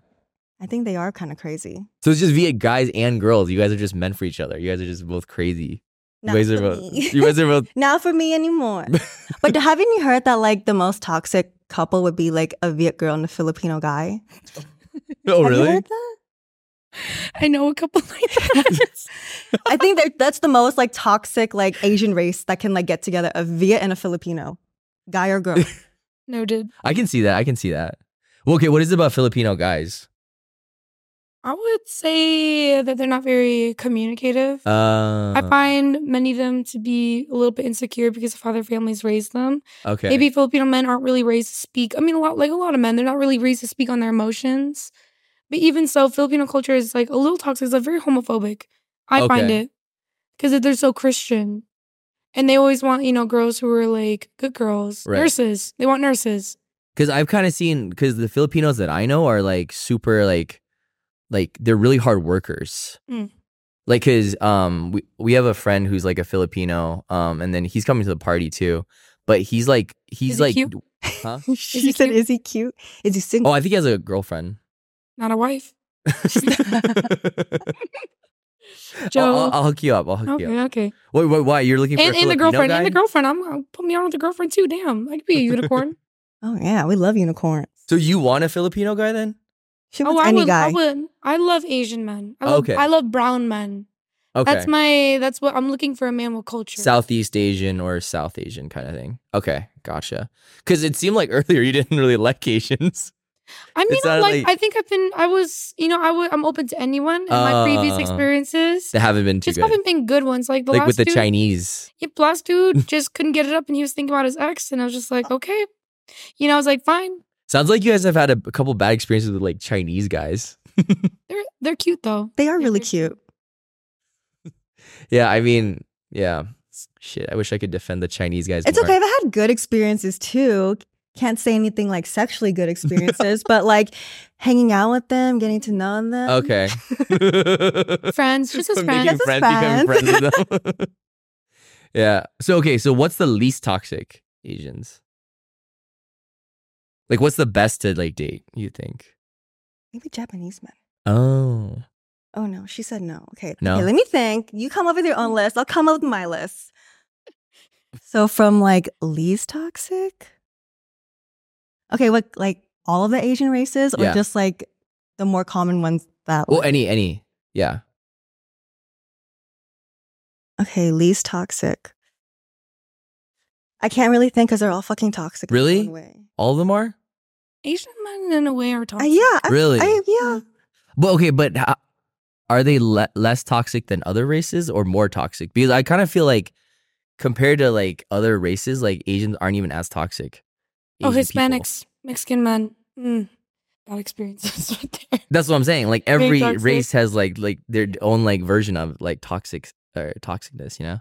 [SPEAKER 3] I think they are kind of crazy.
[SPEAKER 2] So it's just Viet guys and girls. You guys are just meant for each other. You guys are just both crazy.
[SPEAKER 3] Not
[SPEAKER 2] you guys are
[SPEAKER 3] for
[SPEAKER 2] both.
[SPEAKER 1] [laughs]
[SPEAKER 3] me.
[SPEAKER 2] [laughs] You guys oh, are both.
[SPEAKER 3] Not for me anymore. but haven't you heard that like the most toxic couple would be like a Viet girl and a Filipino guy?
[SPEAKER 2] Oh,
[SPEAKER 3] Have you
[SPEAKER 2] really?
[SPEAKER 3] heard that?
[SPEAKER 1] I know a couple like that. [laughs]
[SPEAKER 3] I think that that's the most like toxic like Asian race that can like get together a Viet and a Filipino guy
[SPEAKER 2] [laughs]
[SPEAKER 3] or girl.
[SPEAKER 1] Noted.
[SPEAKER 2] I can see that. I can see that. Well, okay, what is it about Filipino guys?
[SPEAKER 1] I would say that they're not very communicative.
[SPEAKER 2] Uh,
[SPEAKER 1] I find many of them to be a little bit insecure because of how their families raised them.
[SPEAKER 2] okay.
[SPEAKER 1] Maybe Filipino men aren't really raised to speak. I mean, a lot like a lot of men, they're not really raised to speak on their emotions. But even so, Filipino culture is like a little toxic. It's like very homophobic. I find
[SPEAKER 2] Okay.
[SPEAKER 1] it because they're so Christian, and they always want you know girls who are like good girls,
[SPEAKER 2] Right.
[SPEAKER 1] nurses. They want
[SPEAKER 2] [laughs]
[SPEAKER 1] nurses.
[SPEAKER 2] because I've kind of seen because the Filipinos that I know are like super like like they're really hard workers.
[SPEAKER 1] Mm.
[SPEAKER 2] Like his um we we have a friend who's like a Filipino um and then he's coming to the party too, but he's like
[SPEAKER 1] Is
[SPEAKER 2] he's
[SPEAKER 1] he
[SPEAKER 2] like
[SPEAKER 1] cute?
[SPEAKER 2] huh?
[SPEAKER 3] she
[SPEAKER 1] he
[SPEAKER 3] said,
[SPEAKER 1] cute?
[SPEAKER 3] "Is he cute? Is he
[SPEAKER 2] oh
[SPEAKER 3] single?"
[SPEAKER 2] I think he has
[SPEAKER 1] [laughs]
[SPEAKER 2] a girlfriend. [laughs]
[SPEAKER 1] Not a wife.
[SPEAKER 2] I'll,
[SPEAKER 1] Joe.
[SPEAKER 2] I'll- I'll hook you up. I'll hook you
[SPEAKER 1] Okay,
[SPEAKER 2] up.
[SPEAKER 1] okay.
[SPEAKER 2] Wait, wait, why you're looking for
[SPEAKER 1] And,
[SPEAKER 2] a
[SPEAKER 1] and the
[SPEAKER 2] Filipino
[SPEAKER 1] girlfriend,
[SPEAKER 2] guy?
[SPEAKER 1] and the girlfriend. I'm gonna put me on with the girlfriend too. Damn, I could be a unicorn.
[SPEAKER 3] Oh, yeah, we love unicorns.
[SPEAKER 2] So you want a Filipino guy then?
[SPEAKER 3] She
[SPEAKER 1] oh,
[SPEAKER 3] wants
[SPEAKER 1] I
[SPEAKER 3] any
[SPEAKER 1] would,
[SPEAKER 3] guy.
[SPEAKER 1] I would. I love Asian men. I love,
[SPEAKER 2] Okay.
[SPEAKER 1] I love brown men.
[SPEAKER 2] Okay.
[SPEAKER 1] That's my. That's what I'm looking for. A man with culture.
[SPEAKER 2] Southeast Asian or South Asian kind of thing. Okay, gotcha. Because it seemed like [laughs] earlier you didn't really like Asians. [laughs]
[SPEAKER 1] I mean,
[SPEAKER 2] it's
[SPEAKER 1] I
[SPEAKER 2] not
[SPEAKER 1] like,
[SPEAKER 2] like-
[SPEAKER 1] I think I've been. I was. You know, I would. I'm open to anyone. In my previous
[SPEAKER 2] Uh,
[SPEAKER 1] experiences,
[SPEAKER 2] They haven't been too
[SPEAKER 1] just
[SPEAKER 2] good.
[SPEAKER 1] haven't been good ones. Like the
[SPEAKER 2] like
[SPEAKER 1] last
[SPEAKER 2] with the
[SPEAKER 1] dude,
[SPEAKER 2] Chinese.
[SPEAKER 1] Yep, the last
[SPEAKER 2] [laughs]
[SPEAKER 1] dude just couldn't get it up, and he was thinking about his ex, and I was just
[SPEAKER 2] Oh.
[SPEAKER 1] like, okay. You know, I was like, fine.
[SPEAKER 2] Sounds like you guys have had a, a couple bad experiences with like Chinese guys. [laughs]
[SPEAKER 1] They're they're cute though.
[SPEAKER 3] They are
[SPEAKER 1] Yeah,
[SPEAKER 3] really
[SPEAKER 1] they're
[SPEAKER 3] cute.
[SPEAKER 2] Yeah, I mean, yeah. Shit, I wish I could defend the Chinese guys.
[SPEAKER 3] It's
[SPEAKER 2] more.
[SPEAKER 3] okay. I've had good experiences too. Can't say anything like sexually good
[SPEAKER 2] [laughs]
[SPEAKER 3] experiences, but like hanging out with them, getting to know them.
[SPEAKER 1] [laughs]
[SPEAKER 2] Okay. [laughs]
[SPEAKER 1] Friends, just as
[SPEAKER 2] Making
[SPEAKER 1] friends.
[SPEAKER 3] Just
[SPEAKER 2] becoming
[SPEAKER 3] as friends.
[SPEAKER 2] friends with [laughs] them. yeah. So okay. So what's the least toxic Asians? Like, what's the best to like date? You think?
[SPEAKER 3] Maybe Japanese men.
[SPEAKER 2] Oh,
[SPEAKER 3] Oh no, she said no. Okay.
[SPEAKER 2] No.
[SPEAKER 3] Okay, let me think. You come up with
[SPEAKER 2] [laughs]
[SPEAKER 3] your own list. I'll come up with my list. So from like least toxic? Okay, what like all of the Asian races or
[SPEAKER 2] Yeah.
[SPEAKER 3] just like the more common ones that
[SPEAKER 2] well,
[SPEAKER 3] like-
[SPEAKER 2] any, any, yeah.
[SPEAKER 3] Okay, least toxic. I can't really think because they're all fucking toxic. in their
[SPEAKER 2] Really?
[SPEAKER 3] own way.
[SPEAKER 2] All of them are.
[SPEAKER 1] Asian men in a way are
[SPEAKER 3] Uh,
[SPEAKER 1] toxic.
[SPEAKER 3] yeah. I,
[SPEAKER 2] Really?
[SPEAKER 3] I, yeah.
[SPEAKER 2] But okay, but ho- are they le- less toxic than other races or more toxic? Because I kind of feel like compared to like other races, like Asians aren't even as toxic.
[SPEAKER 1] Oh,
[SPEAKER 2] Asian people.
[SPEAKER 1] Hispanics, Mexican men. Mm. Bad experiences [laughs] right there.
[SPEAKER 2] That's what I'm saying. Like
[SPEAKER 1] Very
[SPEAKER 2] every
[SPEAKER 1] toxic.
[SPEAKER 2] race has like like their own like version of like toxic or toxicness, you know?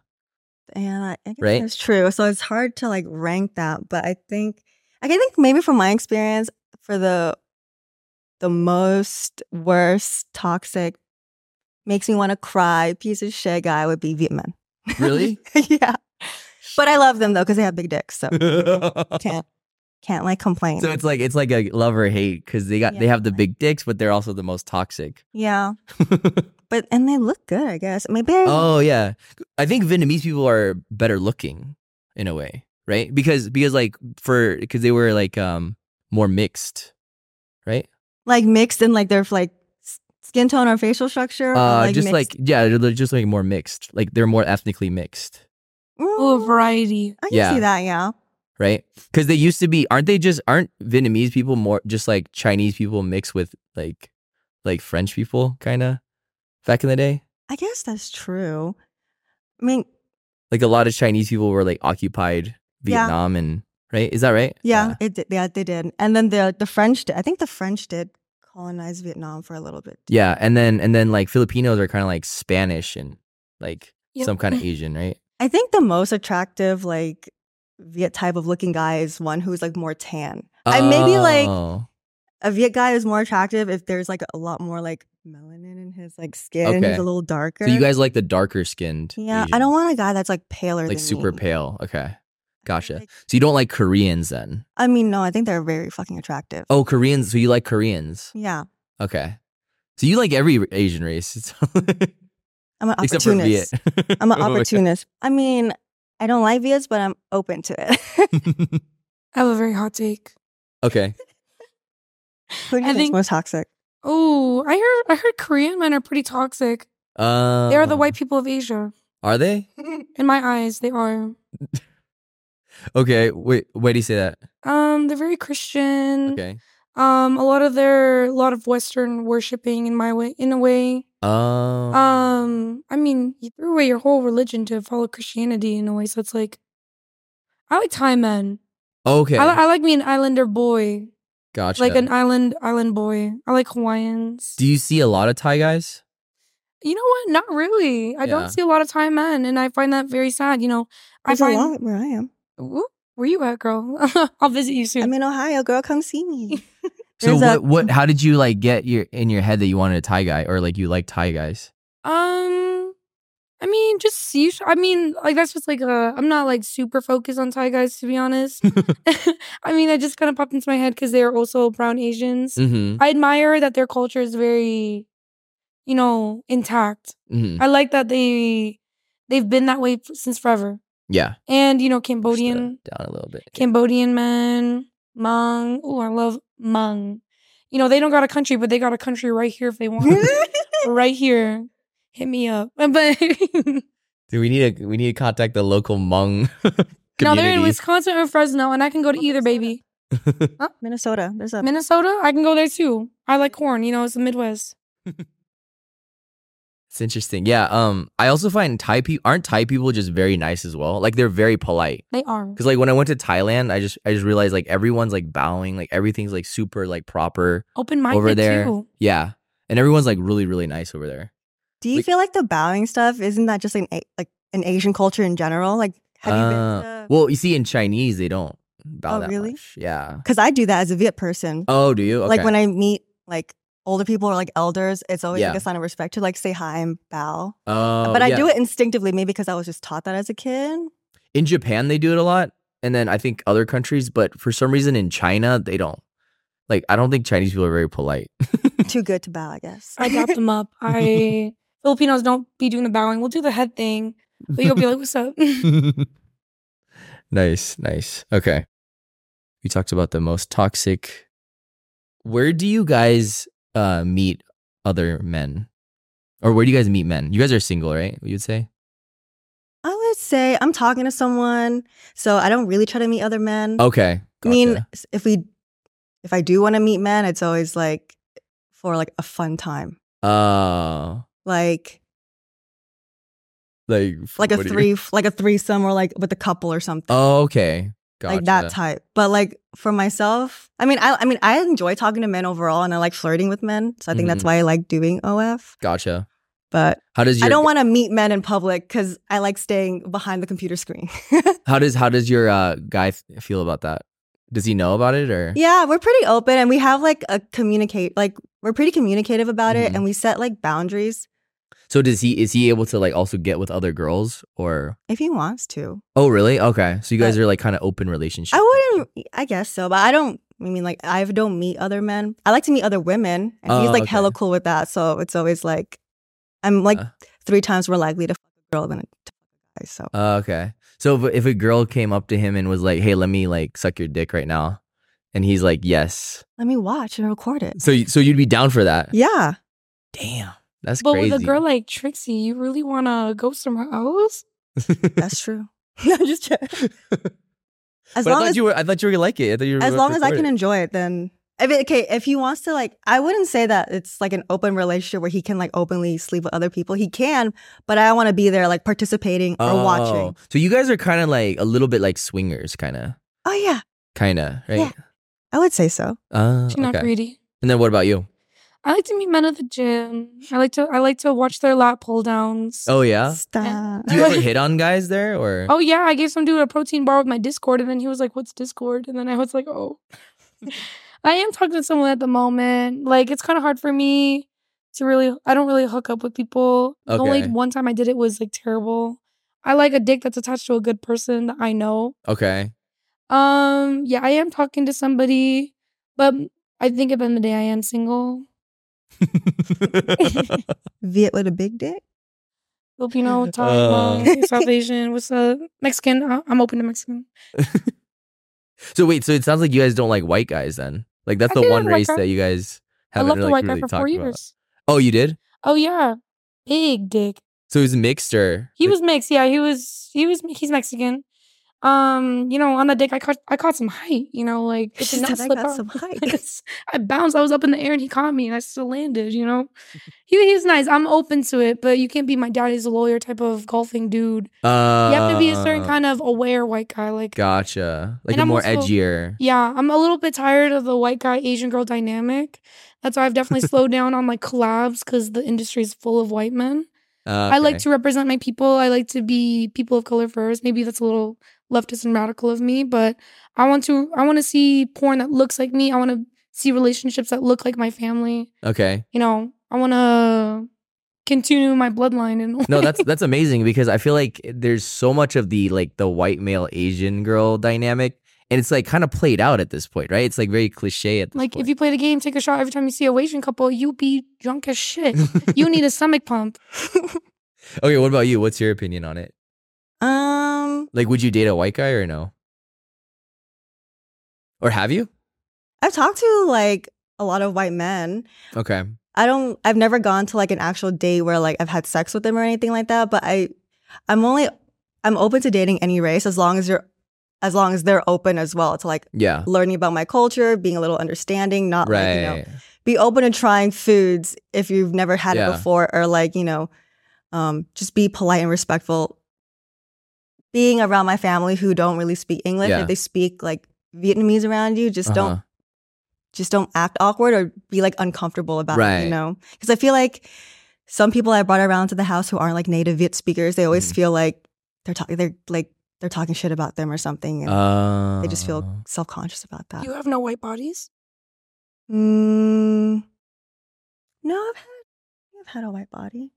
[SPEAKER 3] And I, I guess
[SPEAKER 2] Right?
[SPEAKER 3] that's true. So it's hard to like rank that, but I think I can think maybe from my experience for the the most worst toxic makes me want to cry piece of shit guy would be Vietnam.
[SPEAKER 2] Really?
[SPEAKER 3] [laughs] yeah. But I love them though because they have big
[SPEAKER 2] [laughs]
[SPEAKER 3] dicks, so can't can't like complain.
[SPEAKER 2] so it's like it's like a love or hate because they got they
[SPEAKER 3] Yeah.
[SPEAKER 2] have the big dicks, but they're also the most toxic. [laughs]
[SPEAKER 3] yeah, but and they look good, I guess. Maybe I-
[SPEAKER 2] oh yeah, I think Vietnamese people are better looking in a way, right? Because because like for because they were like um more mixed, right?
[SPEAKER 3] like mixed in like their like s- skin tone or facial structure. or,
[SPEAKER 2] Uh, just
[SPEAKER 3] mixed-
[SPEAKER 2] like yeah, they're just like more mixed. Like they're more ethnically mixed.
[SPEAKER 1] Oh,
[SPEAKER 3] Mm,
[SPEAKER 1] variety.
[SPEAKER 3] I can
[SPEAKER 2] Yeah.
[SPEAKER 3] see that. Yeah.
[SPEAKER 2] right? Because they used to be, aren't they just aren't Vietnamese people more just like Chinese people mixed with like like French people kind of back in the day?
[SPEAKER 3] I guess that's true. I mean,
[SPEAKER 2] Like a lot of Chinese people were like occupied
[SPEAKER 3] Yeah.
[SPEAKER 2] Vietnam and right? Is that right?
[SPEAKER 3] yeah, it did, yeah, they did. And then the the French did. I think the French did colonize Vietnam for a little bit.
[SPEAKER 2] Yeah, and then and then like Filipinos are kind of like Spanish and like
[SPEAKER 1] Yep. [laughs]
[SPEAKER 2] some
[SPEAKER 3] [laughs]
[SPEAKER 2] kind of Asian, right?
[SPEAKER 3] I think the most attractive like Viet type of looking guy is one who's like more tan. I maybe like
[SPEAKER 2] Oh,
[SPEAKER 3] a Viet guy is more attractive if there's like a lot more like melanin in his like skin. and
[SPEAKER 2] Okay.
[SPEAKER 3] He's a little darker.
[SPEAKER 2] So you guys like the darker skinned?
[SPEAKER 3] yeah, I don't want a guy that's like paler,
[SPEAKER 2] like
[SPEAKER 3] than
[SPEAKER 2] super
[SPEAKER 3] me.
[SPEAKER 2] pale. Okay, gotcha.
[SPEAKER 3] Like-
[SPEAKER 2] So you don't like Koreans then?
[SPEAKER 3] I mean, no, I think they're very fucking attractive.
[SPEAKER 2] Oh, Koreans. So you like Koreans?
[SPEAKER 3] yeah,
[SPEAKER 2] [laughs] Okay. So you like every Asian race. It's
[SPEAKER 3] I'm an
[SPEAKER 2] Except for
[SPEAKER 3] opportunist.
[SPEAKER 2] Viet. [laughs]
[SPEAKER 3] I'm
[SPEAKER 2] Oh,
[SPEAKER 3] an opportunist. I mean, I don't like Vias, but I'm open to
[SPEAKER 2] [laughs]
[SPEAKER 3] it. [laughs]
[SPEAKER 1] I have a very hot take.
[SPEAKER 2] okay.
[SPEAKER 3] Who do
[SPEAKER 1] I
[SPEAKER 3] you think is
[SPEAKER 1] think-
[SPEAKER 3] more toxic?
[SPEAKER 1] Oh, I heard I heard Korean men are pretty toxic.
[SPEAKER 2] Um,
[SPEAKER 1] They are the white people of
[SPEAKER 2] [laughs]
[SPEAKER 1] Asia.
[SPEAKER 2] Are they?
[SPEAKER 1] In my eyes, they are.
[SPEAKER 2] Okay. Wait. Why do you say that?
[SPEAKER 1] Um, they're very Christian.
[SPEAKER 2] Okay.
[SPEAKER 1] Um, a lot of their a lot of Western worshiping in my way in a way.
[SPEAKER 2] Um.
[SPEAKER 1] Um, I mean, you threw away your whole religion to follow Christianity in a way, so it's like I like Thai men.
[SPEAKER 2] okay.
[SPEAKER 1] I, li- I like me an islander boy,
[SPEAKER 2] gotcha.
[SPEAKER 1] like an island island boy. I like Hawaiians.
[SPEAKER 2] do you see a lot of Thai guys?
[SPEAKER 1] you know what? Not really. I
[SPEAKER 2] Yeah.
[SPEAKER 1] don't see a lot of Thai men, and I find that very sad. You know,
[SPEAKER 3] There's
[SPEAKER 1] I
[SPEAKER 3] a
[SPEAKER 1] find
[SPEAKER 3] lot where I am.
[SPEAKER 1] Ooh, where you at, girl? [laughs] I'll visit you soon.
[SPEAKER 3] I'm in Ohio, girl. Come
[SPEAKER 2] [laughs]
[SPEAKER 3] see me.
[SPEAKER 2] So
[SPEAKER 3] There's [laughs]
[SPEAKER 2] what?
[SPEAKER 3] a-
[SPEAKER 2] What? How did you like get your in your head that you wanted a Thai guy or like you like Thai guys?
[SPEAKER 1] Um, I mean, just see. I mean, like that's just like a. I'm not like super focused on Thai guys to be honest. [laughs] I mean, that just kind of popped into my head because they are also brown Asians.
[SPEAKER 2] Mm-hmm.
[SPEAKER 1] I admire that their culture is very, you know, intact.
[SPEAKER 2] mm-hmm.
[SPEAKER 1] I like that they they've been that way f- since forever.
[SPEAKER 2] Yeah.
[SPEAKER 1] And you know,
[SPEAKER 2] Push that
[SPEAKER 1] Cambodian
[SPEAKER 2] down a little bit.
[SPEAKER 1] Cambodian men, Hmong. Oh, I love Hmong. You know, they don't got a country, but they got a country right here if they
[SPEAKER 2] [laughs]
[SPEAKER 1] want. right here. Hit me up. [laughs] But no,
[SPEAKER 2] Do we need a we need to contact the local Hmong [laughs] community?
[SPEAKER 1] they're in Wisconsin or Fresno, and I can go to either, baby.
[SPEAKER 2] [laughs]
[SPEAKER 3] Minnesota. There's a
[SPEAKER 1] Minnesota, I can go there too. I like corn. You know, it's the Midwest.
[SPEAKER 2] It's interesting. Yeah. Um. I also find Thai people aren't Thai people just very nice as well. Like they're very polite.
[SPEAKER 1] They are.
[SPEAKER 2] Cause like when I went to Thailand, I just I just realized like everyone's like bowing, like everything's like super like proper.
[SPEAKER 1] Open minded
[SPEAKER 2] over there.
[SPEAKER 1] too.
[SPEAKER 2] Yeah. And everyone's like really really nice over there.
[SPEAKER 3] Do you
[SPEAKER 2] Like-
[SPEAKER 3] feel like the bowing stuff isn't that just an A- like an Asian culture in general? Like, have you
[SPEAKER 2] Uh,
[SPEAKER 3] been? To-
[SPEAKER 2] Well, you see, in Chinese they don't bow
[SPEAKER 3] Oh,
[SPEAKER 2] that
[SPEAKER 3] really?
[SPEAKER 2] much. Yeah.
[SPEAKER 3] Because I do that as a Viet person.
[SPEAKER 2] Oh, do you? Okay.
[SPEAKER 3] Like when I meet like older people or like elders, it's always
[SPEAKER 2] Yeah.
[SPEAKER 3] like a sign of respect to like say hi and bow.
[SPEAKER 2] oh,
[SPEAKER 3] but I
[SPEAKER 2] yeah.
[SPEAKER 3] do it instinctively, maybe because I was just taught that as a kid.
[SPEAKER 2] in Japan. They do it a lot, and then I think other countries, but for some reason in China they don't. Like I don't think Chinese people are very polite.
[SPEAKER 3] Too good to bow, I
[SPEAKER 2] [laughs]
[SPEAKER 3] guess.
[SPEAKER 1] I got them up. I Filipinos don't be doing the bowing. We'll do the head thing. But you'll be like, what's
[SPEAKER 2] [laughs]
[SPEAKER 1] up?
[SPEAKER 2] nice, nice. Okay. We talked about the most toxic. Where do you guys uh, meet other men? Or where do you guys meet men? You guys are single, right? You'd say?
[SPEAKER 3] I would say I'm talking to someone, so I don't really try to meet other men.
[SPEAKER 2] Okay.
[SPEAKER 3] I mean,
[SPEAKER 2] Oh, gotcha.
[SPEAKER 3] s- if we, if I do want to meet men, it's always like for like a fun time,
[SPEAKER 2] uh,
[SPEAKER 3] like
[SPEAKER 2] like,
[SPEAKER 3] like a
[SPEAKER 2] what do you-
[SPEAKER 3] three, like a threesome or like with a couple or something,
[SPEAKER 2] [laughs] Oh, okay. Gotcha.
[SPEAKER 3] like that type. But like for myself, I mean, I, I mean, I enjoy talking to men overall, and I like flirting with men, so I think that's
[SPEAKER 2] Mhm.
[SPEAKER 3] why I like doing OF.
[SPEAKER 2] Gotcha.
[SPEAKER 3] But
[SPEAKER 2] How does your
[SPEAKER 3] I don't want to meet men in public because I like staying behind the computer screen.
[SPEAKER 2] how does how does your uh, guy th- feel about that? Does he know about it or
[SPEAKER 3] [laughs] Yeah, we're pretty open and we have like a communicate like we're pretty communicative about it
[SPEAKER 2] Mhm.
[SPEAKER 3] and we set like boundaries
[SPEAKER 2] so does he is he able to like also get with other girls or
[SPEAKER 3] if he wants to.
[SPEAKER 2] Oh, really? Okay. So you guys
[SPEAKER 3] But-
[SPEAKER 2] are like kind of open relationship.
[SPEAKER 3] I wouldn't I guess so, but I don't I mean like I don't meet other men. I like to meet other women and he's
[SPEAKER 2] Oh, okay.
[SPEAKER 3] like
[SPEAKER 2] Uh-huh.
[SPEAKER 3] hella cool with that. So it's always like I'm like
[SPEAKER 2] Yeah.
[SPEAKER 3] three times more likely to fuck a girl than to fuck a guy. So
[SPEAKER 2] Uh, okay. So if, if a girl came up to him and was like, "Hey, let me like suck your dick right now," and he's like, "Yes,"
[SPEAKER 3] let me watch and record it.
[SPEAKER 2] so you- so you'd be down for that? [laughs]
[SPEAKER 3] Yeah.
[SPEAKER 2] Damn, that's
[SPEAKER 1] but
[SPEAKER 2] crazy.
[SPEAKER 1] with a girl like Trixie, you really wanna go somewhere else?
[SPEAKER 2] [laughs]
[SPEAKER 3] That's true. [laughs] No, just kidding. As
[SPEAKER 2] but I
[SPEAKER 3] long
[SPEAKER 2] thought
[SPEAKER 3] as
[SPEAKER 2] you were. I thought you were gonna like it. I thought you were
[SPEAKER 3] as
[SPEAKER 2] gonna
[SPEAKER 3] long as I
[SPEAKER 2] record
[SPEAKER 3] can
[SPEAKER 2] it.
[SPEAKER 3] enjoy it, then if it, okay, if he wants to like, I wouldn't say that it's like an open relationship where he can like openly sleep with other people. He can, but I want to be there like participating or watching.
[SPEAKER 2] Oh. So you guys are kind of like a little bit like swingers, kind of,
[SPEAKER 3] Oh yeah,
[SPEAKER 2] kind of, right?
[SPEAKER 3] I would say so.
[SPEAKER 2] Uh,
[SPEAKER 1] She's
[SPEAKER 2] okay.
[SPEAKER 1] not greedy.
[SPEAKER 2] And then what about you?
[SPEAKER 1] I like to meet men at the gym. I like to I like to watch their lat pull downs.
[SPEAKER 2] Oh yeah.
[SPEAKER 3] [laughs] Stop.
[SPEAKER 2] Do you ever hit on guys there or?
[SPEAKER 1] Oh yeah, I gave some dude a protein bar with my Discord, and then he was like, "What's Discord?" And then I was like,
[SPEAKER 2] [laughs]
[SPEAKER 1] "Oh, I am talking to someone at the moment. Like, it's kind of hard for me to really. I don't really hook up with people. The
[SPEAKER 2] Okay.
[SPEAKER 1] only one time I did it was like terrible. I like a dick that's attached to a good person that I know.
[SPEAKER 3] [laughs]
[SPEAKER 2] Okay. [laughs]
[SPEAKER 1] Um, yeah, I am talking to somebody, but I think at the end of the day, I am single.
[SPEAKER 3] Viet with a big dick.
[SPEAKER 1] Filipino,
[SPEAKER 2] [laughs] Uh.
[SPEAKER 1] Italian, South Asian. What's up? Mexican. I- I'm open to Mexican.
[SPEAKER 2] So wait, so it sounds like you guys don't like white guys then. Like that's
[SPEAKER 1] I
[SPEAKER 2] the
[SPEAKER 1] did
[SPEAKER 2] one
[SPEAKER 1] like white
[SPEAKER 2] race
[SPEAKER 1] guy.
[SPEAKER 2] that you guys
[SPEAKER 1] I
[SPEAKER 2] haven't
[SPEAKER 1] loved
[SPEAKER 2] like
[SPEAKER 1] the white guy
[SPEAKER 2] really
[SPEAKER 1] for
[SPEAKER 2] talked
[SPEAKER 1] four
[SPEAKER 2] about.
[SPEAKER 1] years.
[SPEAKER 2] Oh, you did?
[SPEAKER 1] Oh yeah, big dick.
[SPEAKER 2] So he's mixed or
[SPEAKER 1] He was mixed. Yeah, he was. He was. He's Mexican. Um, you know, on the dick, I caught. I caught some height. You know, like it
[SPEAKER 2] [laughs]
[SPEAKER 3] She
[SPEAKER 1] did not
[SPEAKER 3] said, [laughs] I
[SPEAKER 1] slip
[SPEAKER 3] got
[SPEAKER 1] out. [laughs]
[SPEAKER 3] some height.
[SPEAKER 1] I bounced. I was up in the air, and he caught me, and I still landed. You
[SPEAKER 2] [laughs]
[SPEAKER 1] know, he he was nice. I'm open to it, but you can't be my daddy's a lawyer type of golfing dude.
[SPEAKER 2] uh,
[SPEAKER 1] You have to be a certain kind of aware white guy. Like,
[SPEAKER 2] Gotcha. Like
[SPEAKER 1] And
[SPEAKER 2] a
[SPEAKER 1] I'm
[SPEAKER 2] more
[SPEAKER 1] also-
[SPEAKER 2] edgier.
[SPEAKER 1] yeah, I'm a little bit tired of the white guy Asian girl dynamic. That's why I've definitely slowed down on like collabs because the industry is full of white men.
[SPEAKER 2] Uh,
[SPEAKER 1] I like
[SPEAKER 2] okay.
[SPEAKER 1] to represent my people. I like to be people of color first. Maybe that's a little leftist and radical of me, but I want to I want to see porn that looks like me. I want to see relationships that look like my family.
[SPEAKER 2] Okay.
[SPEAKER 1] You know, I want to continue my bloodline and [laughs]
[SPEAKER 2] No, that's that's amazing because I feel like there's so much of the like the white male Asian girl dynamic and it's like kind of played out at this point, right? It's like very cliche at this
[SPEAKER 1] like if you [laughs] play the game, take a shot every time you see a Asian couple, you be drunk as shit. you need a stomach pump.
[SPEAKER 2] [laughs] Okay, what about you? What's your opinion on it?
[SPEAKER 3] Um,
[SPEAKER 2] Like would you date a white guy or no? Or have you?
[SPEAKER 3] I've talked to like a lot of white men.
[SPEAKER 2] Okay.
[SPEAKER 3] I don't I've never gone to like an actual date where like I've had sex with them or anything like that, but I I'm only I'm open to dating any race as long as you're as long as they're open as well to like
[SPEAKER 2] Yeah.
[SPEAKER 3] learning about my culture, being a little understanding, not like, you know,
[SPEAKER 2] Right.
[SPEAKER 3] be open to trying foods if you've never had
[SPEAKER 2] Yeah.
[SPEAKER 3] it before or like, you know, um just be polite and respectful. Being around my family who don't really speak English,
[SPEAKER 2] Yeah.
[SPEAKER 3] if they speak like Vietnamese around you, just don't
[SPEAKER 2] Uh-huh.
[SPEAKER 3] just don't act awkward or be like uncomfortable about it,
[SPEAKER 2] Right.
[SPEAKER 3] you know? Because I feel like some people I brought around to the house who aren't like native Viet speakers, they always
[SPEAKER 2] Mhm.
[SPEAKER 3] feel like they're talking, they're like, they're talking shit about them or something. And
[SPEAKER 2] Uh,
[SPEAKER 3] they just feel self conscious about that.
[SPEAKER 1] You have no white bodies.
[SPEAKER 3] Mm, no, I've had, I've had a
[SPEAKER 1] [laughs]
[SPEAKER 3] white body.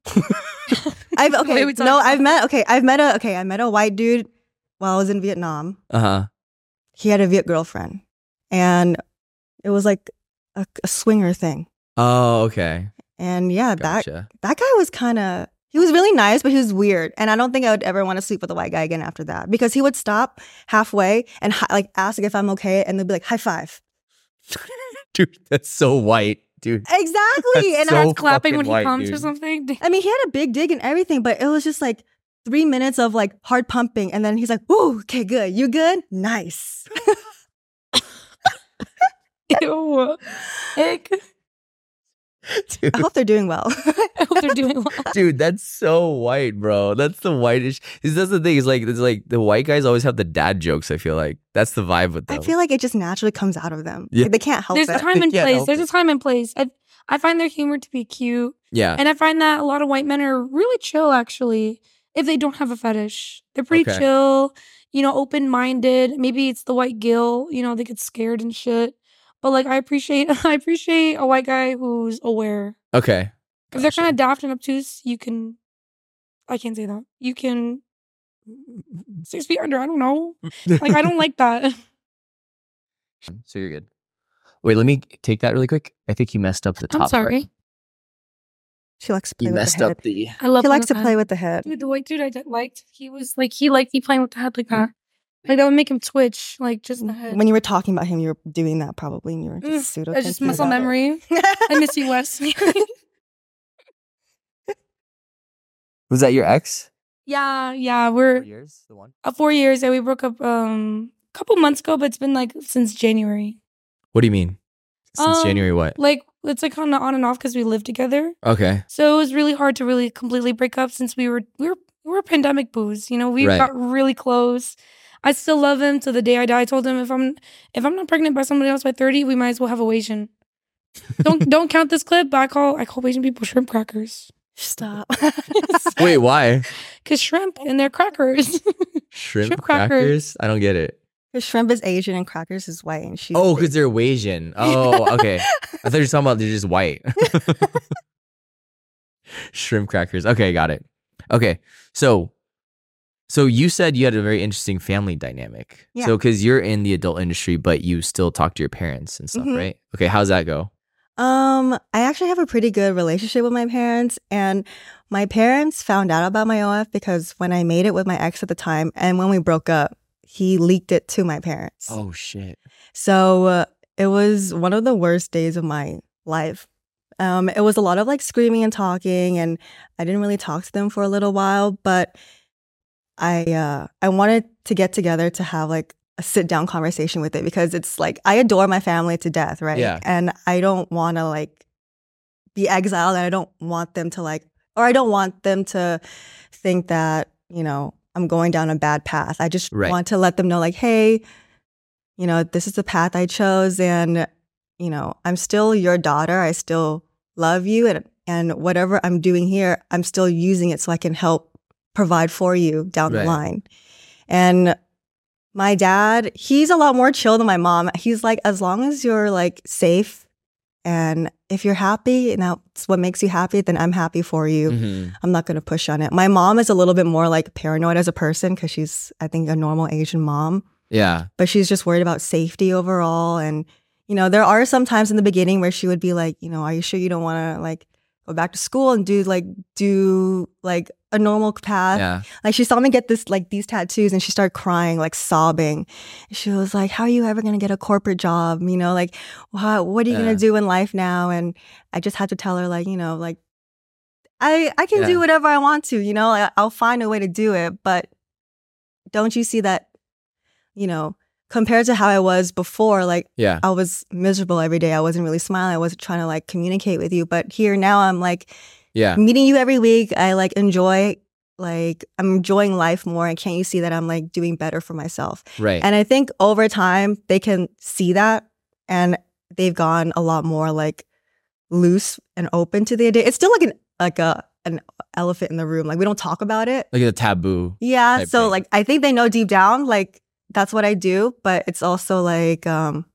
[SPEAKER 3] I've,
[SPEAKER 1] The way
[SPEAKER 3] okay.
[SPEAKER 1] we talk
[SPEAKER 3] No,
[SPEAKER 1] about
[SPEAKER 3] I've
[SPEAKER 1] it.
[SPEAKER 3] met, okay. I've met a, okay. I met a white dude while I was in Vietnam.
[SPEAKER 2] Uh-huh.
[SPEAKER 3] He had a Viet girlfriend and it was like a, a swinger thing.
[SPEAKER 2] Oh, okay.
[SPEAKER 3] And yeah, that
[SPEAKER 2] Gotcha.
[SPEAKER 3] that guy was kind of he was really nice but he was weird and i don't think i would ever want to sleep with a white guy again after that because he would stop halfway and hi- like ask if i'm okay and they'd be like high five
[SPEAKER 2] Dude, that's so white, dude. [laughs]
[SPEAKER 3] exactly
[SPEAKER 2] That's
[SPEAKER 3] and
[SPEAKER 2] so-
[SPEAKER 3] I,
[SPEAKER 1] That's clapping when
[SPEAKER 2] fucking
[SPEAKER 1] he
[SPEAKER 2] white,
[SPEAKER 1] comes or
[SPEAKER 2] dude.
[SPEAKER 1] something. [laughs]
[SPEAKER 3] I mean he had a big dig and everything but it was just like three minutes of like hard pumping and then he's like ooh okay good you good nice
[SPEAKER 1] [laughs] Ew. Ick.
[SPEAKER 2] Dude.
[SPEAKER 3] i hope they're doing well [laughs]
[SPEAKER 1] I hope they're [laughs] doing well.
[SPEAKER 2] Dude, that's so white, bro. That's the whitish. This that's the thing. It's like it's like the white guys always have the dad jokes. I feel like that's the vibe with
[SPEAKER 3] i
[SPEAKER 2] them.
[SPEAKER 3] feel like it just naturally comes out of them
[SPEAKER 2] Yeah.
[SPEAKER 3] Like, they can't help
[SPEAKER 1] There's a
[SPEAKER 3] it
[SPEAKER 1] time [laughs] and
[SPEAKER 2] Yeah,
[SPEAKER 1] place.
[SPEAKER 2] no.
[SPEAKER 1] There's a time and place. I I find their humor to be cute,
[SPEAKER 2] yeah,
[SPEAKER 1] and I find that a lot of white men are really chill. Actually, if they don't have a fetish, they're pretty
[SPEAKER 2] Okay.
[SPEAKER 1] chill. You know, open minded. Maybe it's the white guilt. You know, they get scared and shit. But like, I appreciate [laughs] I appreciate a white guy who's aware.
[SPEAKER 2] okay.
[SPEAKER 1] If they're
[SPEAKER 2] Gotcha.
[SPEAKER 1] kind of daft and obtuse, you can. I can't say that. You can six feet under. I don't know. Like [laughs] I don't like that.
[SPEAKER 2] [laughs] so you're good. Wait, let me take that really quick. I think you messed up the top.
[SPEAKER 1] I'm
[SPEAKER 2] part.
[SPEAKER 1] sorry.
[SPEAKER 3] she likes to play
[SPEAKER 2] You
[SPEAKER 3] with
[SPEAKER 2] messed
[SPEAKER 3] the head
[SPEAKER 2] up the.
[SPEAKER 1] I love.
[SPEAKER 3] he likes to
[SPEAKER 1] Jonathan.
[SPEAKER 3] play with the head
[SPEAKER 1] Dude, the white dude I d- liked, he was like he liked me playing with the head like that. Like that would make him twitch, like just the head.
[SPEAKER 3] Mm, when you were talking about him you were doing that probably and you were
[SPEAKER 1] Mm,
[SPEAKER 3] just pseudo
[SPEAKER 1] That's just
[SPEAKER 3] thinking
[SPEAKER 1] muscle
[SPEAKER 3] about it.
[SPEAKER 1] memory.
[SPEAKER 3] [laughs]
[SPEAKER 1] I miss you, Wes. [laughs]
[SPEAKER 2] Was that your ex?
[SPEAKER 1] yeah, yeah.
[SPEAKER 3] Er
[SPEAKER 1] We're
[SPEAKER 2] years, the one.
[SPEAKER 1] uh, four years that we broke up um a couple months ago, but it's been like since January.
[SPEAKER 2] What do you mean? Since
[SPEAKER 1] Um,
[SPEAKER 2] January, what?
[SPEAKER 1] Like it's like kind of on and off because we live together.
[SPEAKER 2] Okay.
[SPEAKER 1] So it was really hard to really completely break up since we were we were we were pandemic booze. You know, we
[SPEAKER 2] Right.
[SPEAKER 1] got really close. I still love him to the day I die. I told him if I'm if I'm not pregnant by somebody else by thirty, we might as well have a Asian.
[SPEAKER 2] [laughs]
[SPEAKER 1] Don't don't count this clip, but I call I call Asian people shrimp crackers
[SPEAKER 3] Stop.
[SPEAKER 2] Wait, why?
[SPEAKER 1] because shrimp and they're crackers. [laughs]
[SPEAKER 2] Shrimp,
[SPEAKER 1] Shrimp
[SPEAKER 2] crackers?
[SPEAKER 1] crackers.
[SPEAKER 2] I don't get it.
[SPEAKER 3] [laughs] Her shrimp is Asian and crackers is white, and she's
[SPEAKER 2] Oh, because they're Asian. Oh, okay. I thought you were talking about they're just white. [laughs] Shrimp crackers. Okay, got it. Okay, so, so you said you had a very interesting family dynamic.
[SPEAKER 3] Yeah.
[SPEAKER 2] So, because you're in the adult industry, but you still talk to your parents and stuff,
[SPEAKER 3] Mhm.
[SPEAKER 2] right? Okay, how's that go?
[SPEAKER 3] Um, I actually have a pretty good relationship with my parents, and my parents found out about my OF because when I made it with my ex at the time, and when we broke up, he leaked it to my parents.
[SPEAKER 2] Oh shit.
[SPEAKER 3] So uh, it was one of the worst days of my life. Um, it was a lot of like screaming and talking, and I didn't really talk to them for a little while. But I uh, I wanted to get together to have like a sit down conversation with it because it's like I adore my family to death, right?
[SPEAKER 2] Yeah.
[SPEAKER 3] And I don't want to like be exiled, and I don't want them to like, or I don't want them to think that you know I'm going down a bad path. I just
[SPEAKER 2] Right.
[SPEAKER 3] want to let them know, like, hey, you know, this is the path I chose, and you know, I'm still your daughter. I still love you, and and whatever I'm doing here, I'm still using it so I can help provide for you down
[SPEAKER 2] Right.
[SPEAKER 3] the line. And my dad, he's a lot more chill than my mom. He's like, as long as you're like safe, and if you're happy, and that's what makes you happy, then I'm happy for you.
[SPEAKER 2] Mhm.
[SPEAKER 3] I'm not going to push on it. My mom is a little bit more like paranoid as a person because she's, I think, a normal Asian mom,
[SPEAKER 2] Yeah.
[SPEAKER 3] but she's just worried about safety overall. And, you know, there are some times in the beginning where she would be like, you know, are you sure you don't want to like go back to school and do like, do like a normal path?
[SPEAKER 2] Yeah.
[SPEAKER 3] Like she saw me get this, like these tattoos and she started crying, like sobbing. She was like, how are you ever going to get a corporate job? You know, like, what, what are you
[SPEAKER 2] Yeah.
[SPEAKER 3] going to do in life now? And I just had to tell her like, you know, like, I, I can
[SPEAKER 2] Yeah.
[SPEAKER 3] do whatever I want to, you know, I, I'll find a way to do it. But don't you see that, you know, compared to how I was before, like
[SPEAKER 2] Yeah.
[SPEAKER 3] I was miserable every day. I wasn't really smiling. I wasn't trying to like communicate with you. But here now I'm like,
[SPEAKER 2] Yeah.
[SPEAKER 3] meeting you every week i like enjoy like i'm enjoying life more and can't you see that i'm like doing better for myself
[SPEAKER 2] Right.
[SPEAKER 3] and i think over time they can see that and they've gone a lot more like loose and open to the idea it's still like an like a an elephant in the room like we don't talk about it
[SPEAKER 2] like the taboo.
[SPEAKER 3] yeah
[SPEAKER 2] Type
[SPEAKER 3] so
[SPEAKER 2] thing.
[SPEAKER 3] like i think they know deep down like that's what i do but it's also like um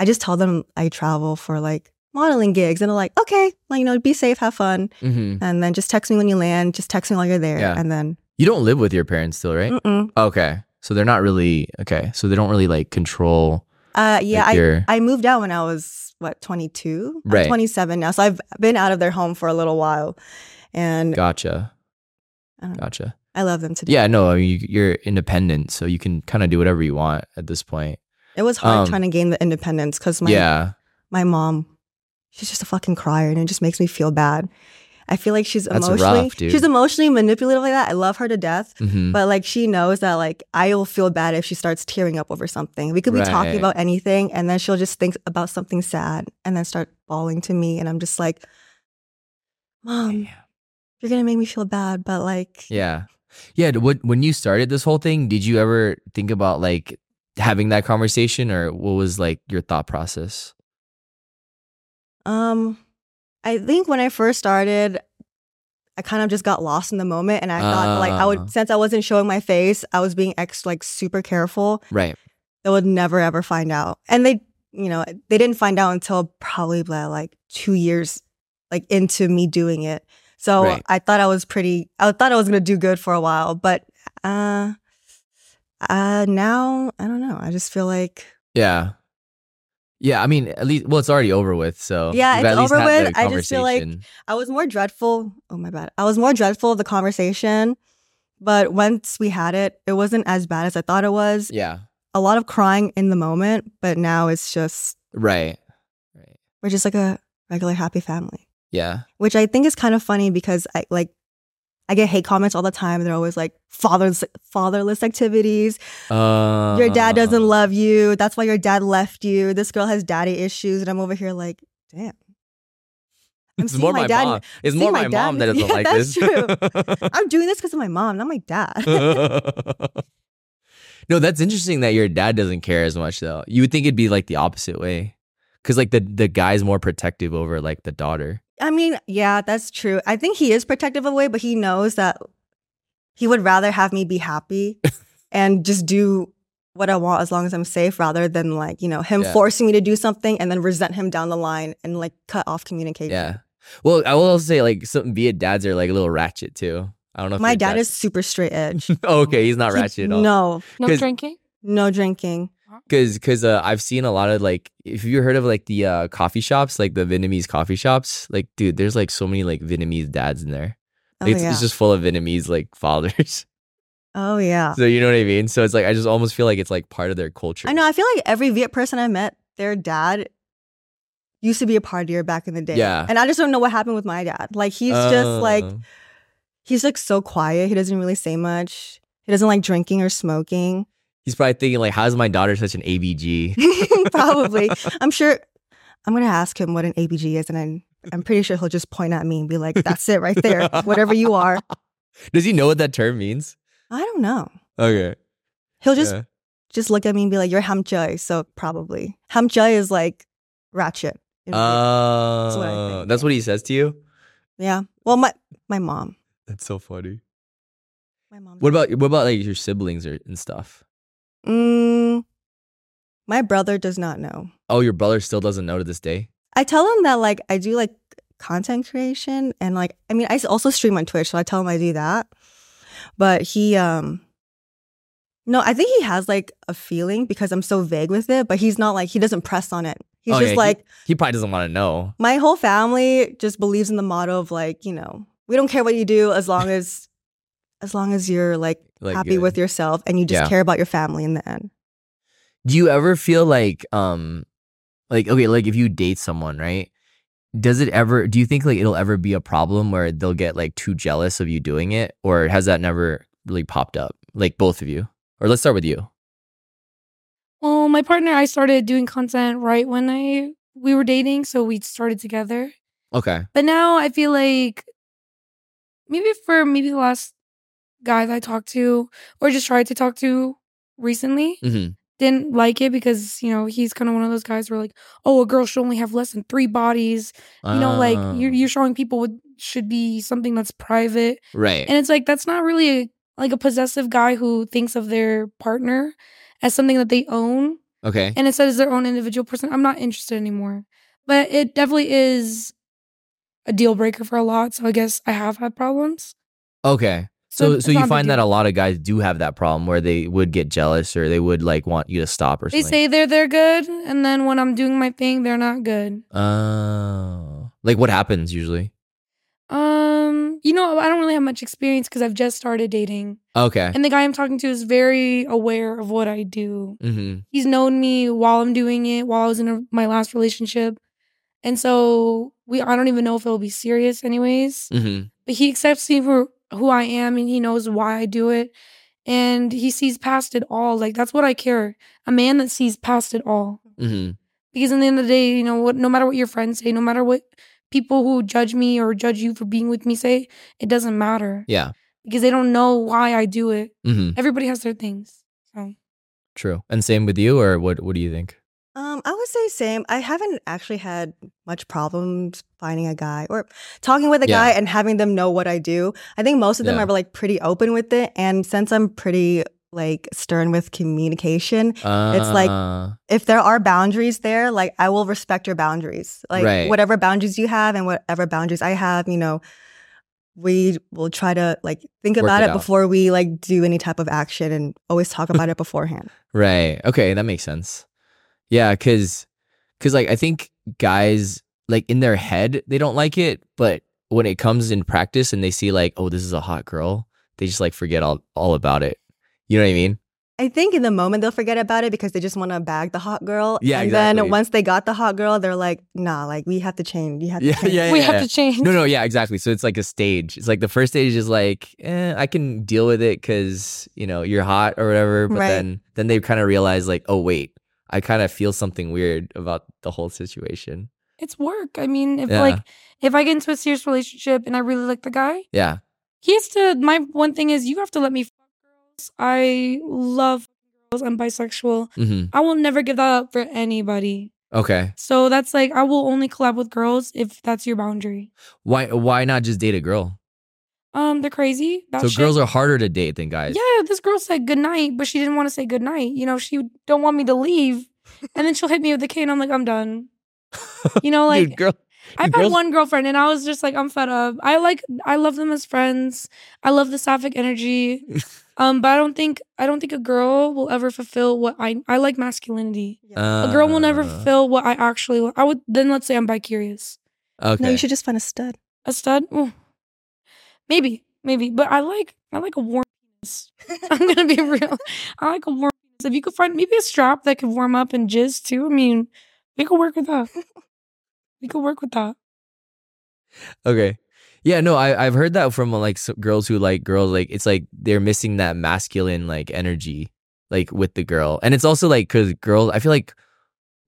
[SPEAKER 3] i just tell them i travel for like modeling gigs and they're like okay like you know be safe have fun
[SPEAKER 2] hmm
[SPEAKER 3] and then just text me when you land. Just text me while you're there.
[SPEAKER 2] Yeah.
[SPEAKER 3] And then,
[SPEAKER 2] You don't live with your parents still, right?
[SPEAKER 3] mm-mm.
[SPEAKER 2] Okay. So they're not really okay. So they don't really like control.
[SPEAKER 3] Uh, yeah,
[SPEAKER 2] like,
[SPEAKER 3] I,
[SPEAKER 2] your-
[SPEAKER 3] I moved out when I was what 22, I'm
[SPEAKER 2] Right.
[SPEAKER 3] 27 now. So I've been out of their home for a little while, and
[SPEAKER 2] gotcha.
[SPEAKER 3] I don't know.
[SPEAKER 2] Gotcha.
[SPEAKER 3] I love them today.
[SPEAKER 2] Yeah. No. I mean, you, you're independent, so you can kind of do whatever you want at this point.
[SPEAKER 3] it was
[SPEAKER 2] Um,
[SPEAKER 3] hard trying to gain the independence because my
[SPEAKER 2] yeah.
[SPEAKER 3] my mom, she's just a fucking crier, and it just makes me feel bad. I feel like she's
[SPEAKER 2] That's rough,
[SPEAKER 3] emotionally
[SPEAKER 2] dude.
[SPEAKER 3] she's emotionally manipulative like that. I love her to death,
[SPEAKER 2] hmm
[SPEAKER 3] But like she knows that like I will feel bad if she starts tearing up over something. We could be
[SPEAKER 2] Right.
[SPEAKER 3] talking about anything and then she'll just think about something sad and then start bawling to me and I'm just like Mom, you're going to make me feel bad, but like
[SPEAKER 2] Yeah. Yeah. d- What, when you started this whole thing, did you ever think about like having that conversation or what was like your thought process?
[SPEAKER 3] um I think when I first started I kind of just got lost in the moment and I thought like I
[SPEAKER 2] Ah.
[SPEAKER 3] would since I wasn't showing my face, I was being ex like super careful.
[SPEAKER 2] Right.
[SPEAKER 3] they would never ever find out. And they, you know, they didn't find out until probably blah, like two years like into me doing it. So
[SPEAKER 2] Right.
[SPEAKER 3] I thought I was pretty. I thought I was gonna do good for a while, but uh, uh, now I don't know. I just feel like
[SPEAKER 2] Yeah. Yeah. I mean, at least, well, it's already over with. So,
[SPEAKER 3] Yeah,
[SPEAKER 2] you've
[SPEAKER 3] it's
[SPEAKER 2] at least
[SPEAKER 3] over
[SPEAKER 2] had
[SPEAKER 3] with.
[SPEAKER 2] the
[SPEAKER 3] I just feel like-
[SPEAKER 2] conversation.
[SPEAKER 3] I was more dreadful. Oh my bad. I was more dreadful of the conversation, but once we had it, it wasn't as bad as I thought it was.
[SPEAKER 2] yeah.
[SPEAKER 3] A lot of crying in the moment, but now it's just
[SPEAKER 2] Right. Right.
[SPEAKER 3] we're just like a regular happy family.
[SPEAKER 2] Yeah.
[SPEAKER 3] which I think is kind of funny because I like I get hate comments all the time. They're always like fatherless fatherless activities.
[SPEAKER 2] Uh,
[SPEAKER 3] Your dad doesn't love you. That's why your dad left you. This girl has daddy issues, and I'm over here like, damn. I'm
[SPEAKER 2] It's
[SPEAKER 3] seeing
[SPEAKER 2] more
[SPEAKER 3] my
[SPEAKER 2] my
[SPEAKER 3] dad-
[SPEAKER 2] mom. It's
[SPEAKER 3] seeing
[SPEAKER 2] more
[SPEAKER 3] my
[SPEAKER 2] my, mom
[SPEAKER 3] dad-
[SPEAKER 2] that doesn't
[SPEAKER 3] [laughs] Yeah,
[SPEAKER 2] like
[SPEAKER 3] that's
[SPEAKER 2] this.
[SPEAKER 3] I'm doing this because of my mom, not my
[SPEAKER 2] [laughs]
[SPEAKER 3] dad.
[SPEAKER 2] no, that's interesting that your dad doesn't care as much though. You would think it'd be like the opposite way. Cause like the, the guy's more protective over like the daughter.
[SPEAKER 3] I mean, yeah, that's true. I think he is protective of a way, but he knows that he would rather have me be
[SPEAKER 2] [laughs]
[SPEAKER 3] happy and just do what I want as long as I'm safe rather than like, you know, him
[SPEAKER 2] Yeah.
[SPEAKER 3] forcing me to do something and then resent him down the line and like cut off communication.
[SPEAKER 2] Yeah. Well, I will also say like some Viet dads are like a little ratchet too. I don't know if
[SPEAKER 3] My
[SPEAKER 2] your [laughs] Oh,
[SPEAKER 3] dad is super straight edge.
[SPEAKER 2] okay, he's not
[SPEAKER 3] He-
[SPEAKER 2] ratchet at all.
[SPEAKER 3] No,
[SPEAKER 1] No
[SPEAKER 2] 'Cause-
[SPEAKER 1] drinking.
[SPEAKER 3] no drinking.
[SPEAKER 1] Wow.
[SPEAKER 2] because because uh, I've seen a lot of like if you heard of like the uh, coffee shops like the Vietnamese coffee shops like dude there's like so many like Vietnamese dads in there
[SPEAKER 3] Oh
[SPEAKER 2] it's,
[SPEAKER 3] yeah.
[SPEAKER 2] it's just full of Vietnamese like [laughs] fathers
[SPEAKER 3] oh yeah.
[SPEAKER 2] so you know what I mean so it's like I just almost feel like it's like part of their culture
[SPEAKER 3] I know. I feel like every Viet person I met, their dad used to be a partier back in the day.
[SPEAKER 2] Yeah.
[SPEAKER 3] And I just don't know what happened with my dad. Like he's just like
[SPEAKER 2] Oh.
[SPEAKER 3] he's like so quiet. He doesn't really say much. He doesn't like drinking or smoking. [laughs]
[SPEAKER 2] he's probably thinking like how's my daughter such an ABG
[SPEAKER 3] Probably. I'm sure I'm gonna ask him what an ABG is and I'm I'm pretty sure he'll just point at me and be like, That's it right there.
[SPEAKER 2] [laughs]
[SPEAKER 3] Whatever you are.
[SPEAKER 2] does he know what that term means
[SPEAKER 3] I don't know.
[SPEAKER 2] okay
[SPEAKER 3] He'll just
[SPEAKER 2] yeah.
[SPEAKER 3] just look at me and be like, You're hamchoy, so probably. Hamchoy is like ratchet. in Viet.
[SPEAKER 2] Oh,
[SPEAKER 3] what I think,
[SPEAKER 2] that's
[SPEAKER 3] yeah.
[SPEAKER 2] what he says to you
[SPEAKER 3] yeah. Well my my mom.
[SPEAKER 2] that's so funny
[SPEAKER 3] My mom.
[SPEAKER 2] what about what about like your siblings or and stuff
[SPEAKER 3] Mm, my brother does not know.
[SPEAKER 2] oh your brother still doesn't know to this day
[SPEAKER 3] I tell him that like I do like content creation and like I mean I s- also stream on Twitch, so I tell him I do that. But he um no, I think he has like a feeling because I'm so vague with it, but he's not like he doesn't press on it. He's
[SPEAKER 2] Oh,
[SPEAKER 3] just
[SPEAKER 2] yeah, he-
[SPEAKER 3] like
[SPEAKER 2] he probably doesn't want to know
[SPEAKER 3] my whole family just believes in the motto of like, you know, we don't care what you do
[SPEAKER 2] [laughs]
[SPEAKER 3] as long as as long as you're like,
[SPEAKER 2] Like,
[SPEAKER 3] happy
[SPEAKER 2] uh,
[SPEAKER 3] with yourself and you just
[SPEAKER 2] Yeah.
[SPEAKER 3] care about your family in the end.
[SPEAKER 2] do you ever feel like um like okay like if you date someone right does it ever do you think like it'll ever be a problem where they'll get like too jealous of you doing it or has that never really popped up like both of you or let's start with you
[SPEAKER 1] Well, my partner, I started doing content right when I we were dating, so we started together.
[SPEAKER 2] okay
[SPEAKER 1] But now I feel like maybe for maybe the last guy that I talked to or just tried to talk to recently
[SPEAKER 2] Mhm.
[SPEAKER 1] didn't like it because you know he's kind of one of those guys where like oh a girl should only have less than three bodies you know like you're,
[SPEAKER 2] Ah,
[SPEAKER 1] you're showing people what should be something that's private
[SPEAKER 2] right
[SPEAKER 1] and it's like that's not really a, like a possessive guy who thinks of their partner as something that they own
[SPEAKER 2] okay
[SPEAKER 1] and it says their own individual person. I'm not interested anymore. But it definitely is a deal breaker for a lot. So I guess I have had problems.
[SPEAKER 2] okay so
[SPEAKER 1] it's
[SPEAKER 2] so
[SPEAKER 1] not
[SPEAKER 2] you
[SPEAKER 1] big
[SPEAKER 2] find that a
[SPEAKER 1] deal.
[SPEAKER 2] lot of guys do have that problem where they would get jealous or they would like want you to stop or
[SPEAKER 1] They
[SPEAKER 2] something
[SPEAKER 1] say they're they're good, and then when I'm doing my thing, they're not good.
[SPEAKER 2] oh like what happens usually
[SPEAKER 1] Um, you know, I don't really have much experience because I've just started dating,
[SPEAKER 2] okay
[SPEAKER 1] and the guy I'm talking to is very aware of what I do.
[SPEAKER 2] mm-hmm
[SPEAKER 1] He's known me while I'm doing it, while I was in a, my last relationship, and so we. I don't even know if it'll be serious, anyways.
[SPEAKER 2] mm-hmm
[SPEAKER 1] but he accepts me for who I am and he knows why I do it. And he sees past it all. Like that's what I care. A man that sees past it all.
[SPEAKER 2] mm-hmm
[SPEAKER 1] Because in the end of the day, you know what no matter what your friends say, no matter what people who judge me or judge you for being with me say, it doesn't matter.
[SPEAKER 2] yeah
[SPEAKER 1] Because they don't know why I do it.
[SPEAKER 2] mm-hmm
[SPEAKER 1] Everybody has their things. So
[SPEAKER 2] True. And same with you, or what? What do you think?
[SPEAKER 3] Um, I would say same. I haven't actually had much problems finding a guy or talking with a
[SPEAKER 2] Yeah.
[SPEAKER 3] guy and having them know what I do. I think most of them
[SPEAKER 2] Yeah.
[SPEAKER 3] are like pretty open with it, and since I'm pretty like stern with communication, like-
[SPEAKER 2] Uh,
[SPEAKER 3] if there are boundaries there, like I will respect your boundaries. Like
[SPEAKER 2] Right.
[SPEAKER 3] whatever boundaries you have and whatever boundaries I have, you know, we will try to like think
[SPEAKER 2] Work
[SPEAKER 3] about
[SPEAKER 2] it
[SPEAKER 3] it
[SPEAKER 2] out.
[SPEAKER 3] before we like do any type of action and always talk about it beforehand.
[SPEAKER 2] right. Okay, that makes sense. Yeah, because because like I think guys like in their head they don't like it, but when it comes in practice and they see like, oh, this is a hot girl, they just like forget all all about it. You know what I
[SPEAKER 3] [laughs]
[SPEAKER 2] mean?
[SPEAKER 3] I think in the moment they'll forget about it because they just want to bag the hot girl.
[SPEAKER 2] Yeah,
[SPEAKER 3] and
[SPEAKER 2] exactly.
[SPEAKER 3] then once they got the hot girl, they're like, nah, like we have to change. You have to
[SPEAKER 2] Yeah,
[SPEAKER 3] change.
[SPEAKER 2] yeah,
[SPEAKER 1] we
[SPEAKER 2] yeah.
[SPEAKER 1] have to change.
[SPEAKER 2] No, no, yeah, exactly. So it's like a stage. It's like the first stage is like, eh, I can deal with it because you know you're hot or whatever. But
[SPEAKER 3] Right.
[SPEAKER 2] then, then they kind of realize like, oh wait, I kind of feel something weird about the whole situation.
[SPEAKER 1] It's work. I mean, if
[SPEAKER 2] Yeah.
[SPEAKER 1] like if I get into a serious relationship and I really like the guy,
[SPEAKER 2] Yeah,
[SPEAKER 1] he has to my one thing is you have to let me fuck girls i love girls i'm bisexual
[SPEAKER 2] hmm
[SPEAKER 1] i will never give that up for anybody
[SPEAKER 2] okay.
[SPEAKER 1] so that's like i will only collab with girls if that's your boundary
[SPEAKER 2] Why why not just date a girl?
[SPEAKER 1] um they're crazy about
[SPEAKER 2] so
[SPEAKER 1] shit.
[SPEAKER 2] girls are harder to date than guys.
[SPEAKER 1] yeah this girl said good night but she didn't want to say good night you know she
[SPEAKER 2] [laughs]
[SPEAKER 1] don't want me to leave and then she'll hit me with the cane i'm like i'm done you know like
[SPEAKER 2] Dude, girl,
[SPEAKER 1] I've had
[SPEAKER 2] girls-
[SPEAKER 1] one girlfriend and I was just like, I'm fed up. I like I love them as friends. I love the sapphic
[SPEAKER 2] [laughs]
[SPEAKER 1] energy. Um, but I don't think I don't think a girl will ever fulfill what I I like masculinity. A girl will never
[SPEAKER 2] Uh,
[SPEAKER 1] fulfill what I actually I would then let's say I'm bi curious.
[SPEAKER 2] Okay.
[SPEAKER 3] No, you should just find a [laughs] stud.
[SPEAKER 1] A stud? Ooh. Maybe, maybe. But I like I like a warm penis. [laughs] I'm gonna be real. I like a warm penis. If you could find maybe a strap that could warm up and jizz too, I mean, we could work with
[SPEAKER 2] [laughs]
[SPEAKER 1] that. We could work with that.
[SPEAKER 2] Okay. Yeah, no, I I've heard that from like s girls who like girls like it's like they're missing that masculine like energy like with the girl. And it's also like cuz girls I feel like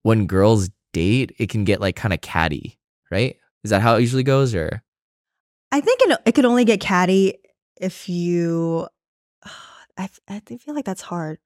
[SPEAKER 2] when girls date, it can get like kind of catty, right? Is that how it usually goes or
[SPEAKER 3] I think it, it could only get catty if you. [sighs] I, f- I th- feel like that's hard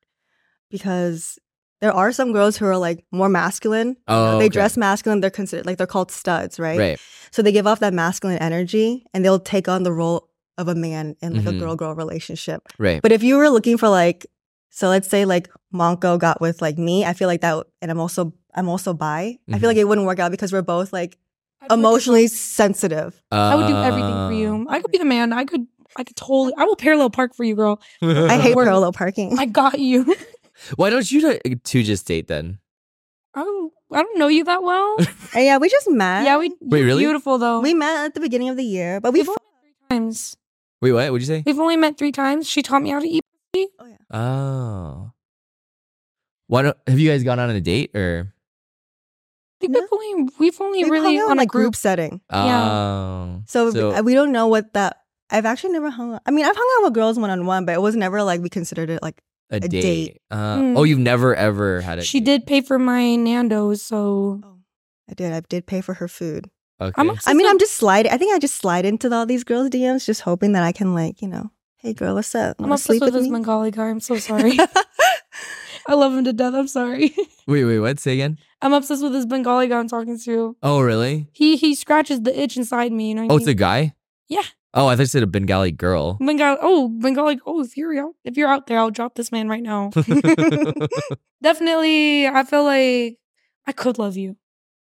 [SPEAKER 3] because there are some girls who are like more masculine. You know,
[SPEAKER 2] Oh,
[SPEAKER 3] they
[SPEAKER 2] okay.
[SPEAKER 3] dress masculine. They're considered like they're called studs, right?
[SPEAKER 2] right.
[SPEAKER 3] So they give off that masculine energy and they'll take on the role of a man in like
[SPEAKER 2] Mhm.
[SPEAKER 3] a girl girl relationship.
[SPEAKER 2] Right.
[SPEAKER 3] But if you were looking for like, so let's say like Monko got with like me, I feel like that, and I'm also I'm also bi. I
[SPEAKER 2] Mhm.
[SPEAKER 3] feel like it wouldn't work out because we're both like
[SPEAKER 1] I'd work with
[SPEAKER 3] emotionally
[SPEAKER 1] that.
[SPEAKER 3] sensitive.
[SPEAKER 1] I would do everything
[SPEAKER 2] Um,
[SPEAKER 1] for you. I could be the man. I could. I could totally. I will parallel park for you, girl.
[SPEAKER 2] [laughs]
[SPEAKER 3] I hate
[SPEAKER 1] Work.
[SPEAKER 3] parallel parking.
[SPEAKER 1] I got you. [laughs]
[SPEAKER 2] Why don't you do- two just date then?
[SPEAKER 1] I don't. I don't know you that
[SPEAKER 3] [laughs]
[SPEAKER 1] well.
[SPEAKER 3] And yeah, we just met.
[SPEAKER 1] yeah, we.
[SPEAKER 2] Wait,
[SPEAKER 1] you're
[SPEAKER 2] really?
[SPEAKER 1] Beautiful though.
[SPEAKER 3] we met at the beginning of the year, but we've
[SPEAKER 1] We've times.
[SPEAKER 2] Wait, what? Would you say?
[SPEAKER 1] We've only met three times. She taught me how to eat.
[SPEAKER 2] Oh. Why don't have you guys gone on a date or
[SPEAKER 1] I think
[SPEAKER 3] No.
[SPEAKER 1] we've only. We've only
[SPEAKER 3] we've
[SPEAKER 1] really
[SPEAKER 3] hung out
[SPEAKER 1] on
[SPEAKER 3] in
[SPEAKER 1] a
[SPEAKER 3] like
[SPEAKER 1] group.
[SPEAKER 3] group setting.
[SPEAKER 2] Oh.
[SPEAKER 3] So, we- we don't know what that. I've actually never hung out. I mean, I've hung out with girls one on one, but it was never like we considered it like
[SPEAKER 2] a, date.
[SPEAKER 3] date. Hmm.
[SPEAKER 2] Uh,
[SPEAKER 1] Mm.
[SPEAKER 2] Oh, you've never ever had a
[SPEAKER 1] She
[SPEAKER 2] date.
[SPEAKER 1] did pay for my Nando's, so
[SPEAKER 3] oh, I did. I did pay for her food.
[SPEAKER 2] Okay.
[SPEAKER 1] I'm.
[SPEAKER 3] I mean, I'm just sliding. I think I just slide into all these girls' DMs, just hoping that I can, like, you know, hey, girl, what's up?
[SPEAKER 1] I'm
[SPEAKER 3] Wanna
[SPEAKER 1] obsessed with this
[SPEAKER 3] [laughs]
[SPEAKER 1] Macaulay car. I'm so sorry. I love him to death. I'm sorry. [laughs]
[SPEAKER 2] Wait, wait, what? Say again.
[SPEAKER 1] I'm obsessed with this Bengali guy I'm talking to.
[SPEAKER 2] Oh, really?
[SPEAKER 1] He he scratches the itch inside me. You know what I
[SPEAKER 2] Oh,
[SPEAKER 1] mean?
[SPEAKER 2] it's a guy.
[SPEAKER 1] Yeah.
[SPEAKER 2] Oh, I thought you said a Bengali girl.
[SPEAKER 1] Bengal, oh, Bengali, oh, if you're out, if you're out there, I'll drop this man right now. Definitely, I feel like I could love you.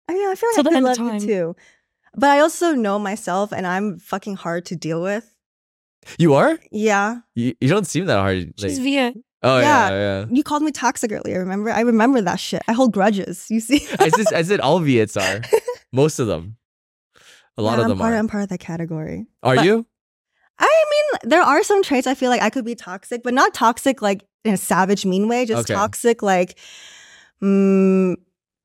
[SPEAKER 3] I mean, I feel
[SPEAKER 1] Till
[SPEAKER 3] like
[SPEAKER 1] the
[SPEAKER 3] I
[SPEAKER 1] end
[SPEAKER 3] could love
[SPEAKER 1] of
[SPEAKER 3] you
[SPEAKER 1] time.
[SPEAKER 3] too. But I also know myself and I'm fucking hard to deal with.
[SPEAKER 2] [laughs] you are?
[SPEAKER 3] Yeah.
[SPEAKER 2] You, you don't seem that hard.
[SPEAKER 1] She's
[SPEAKER 2] like-
[SPEAKER 1] Viet.
[SPEAKER 2] oh yeah,
[SPEAKER 3] Yeah.
[SPEAKER 2] yeah.
[SPEAKER 3] You called me toxic earlier, remember? I remember that shit. I hold grudges, you [laughs] see?
[SPEAKER 2] I said I said all Viets are. Most of them. A lot
[SPEAKER 3] Yeah,
[SPEAKER 2] of
[SPEAKER 3] I'm
[SPEAKER 2] them
[SPEAKER 3] part,
[SPEAKER 2] are.
[SPEAKER 3] I'm part of that category.
[SPEAKER 2] are
[SPEAKER 3] but-
[SPEAKER 2] you?
[SPEAKER 3] I mean, there are some traits I feel like I could be toxic, but not toxic like in a savage, mean way. Just
[SPEAKER 2] Okay.
[SPEAKER 3] toxic like mm,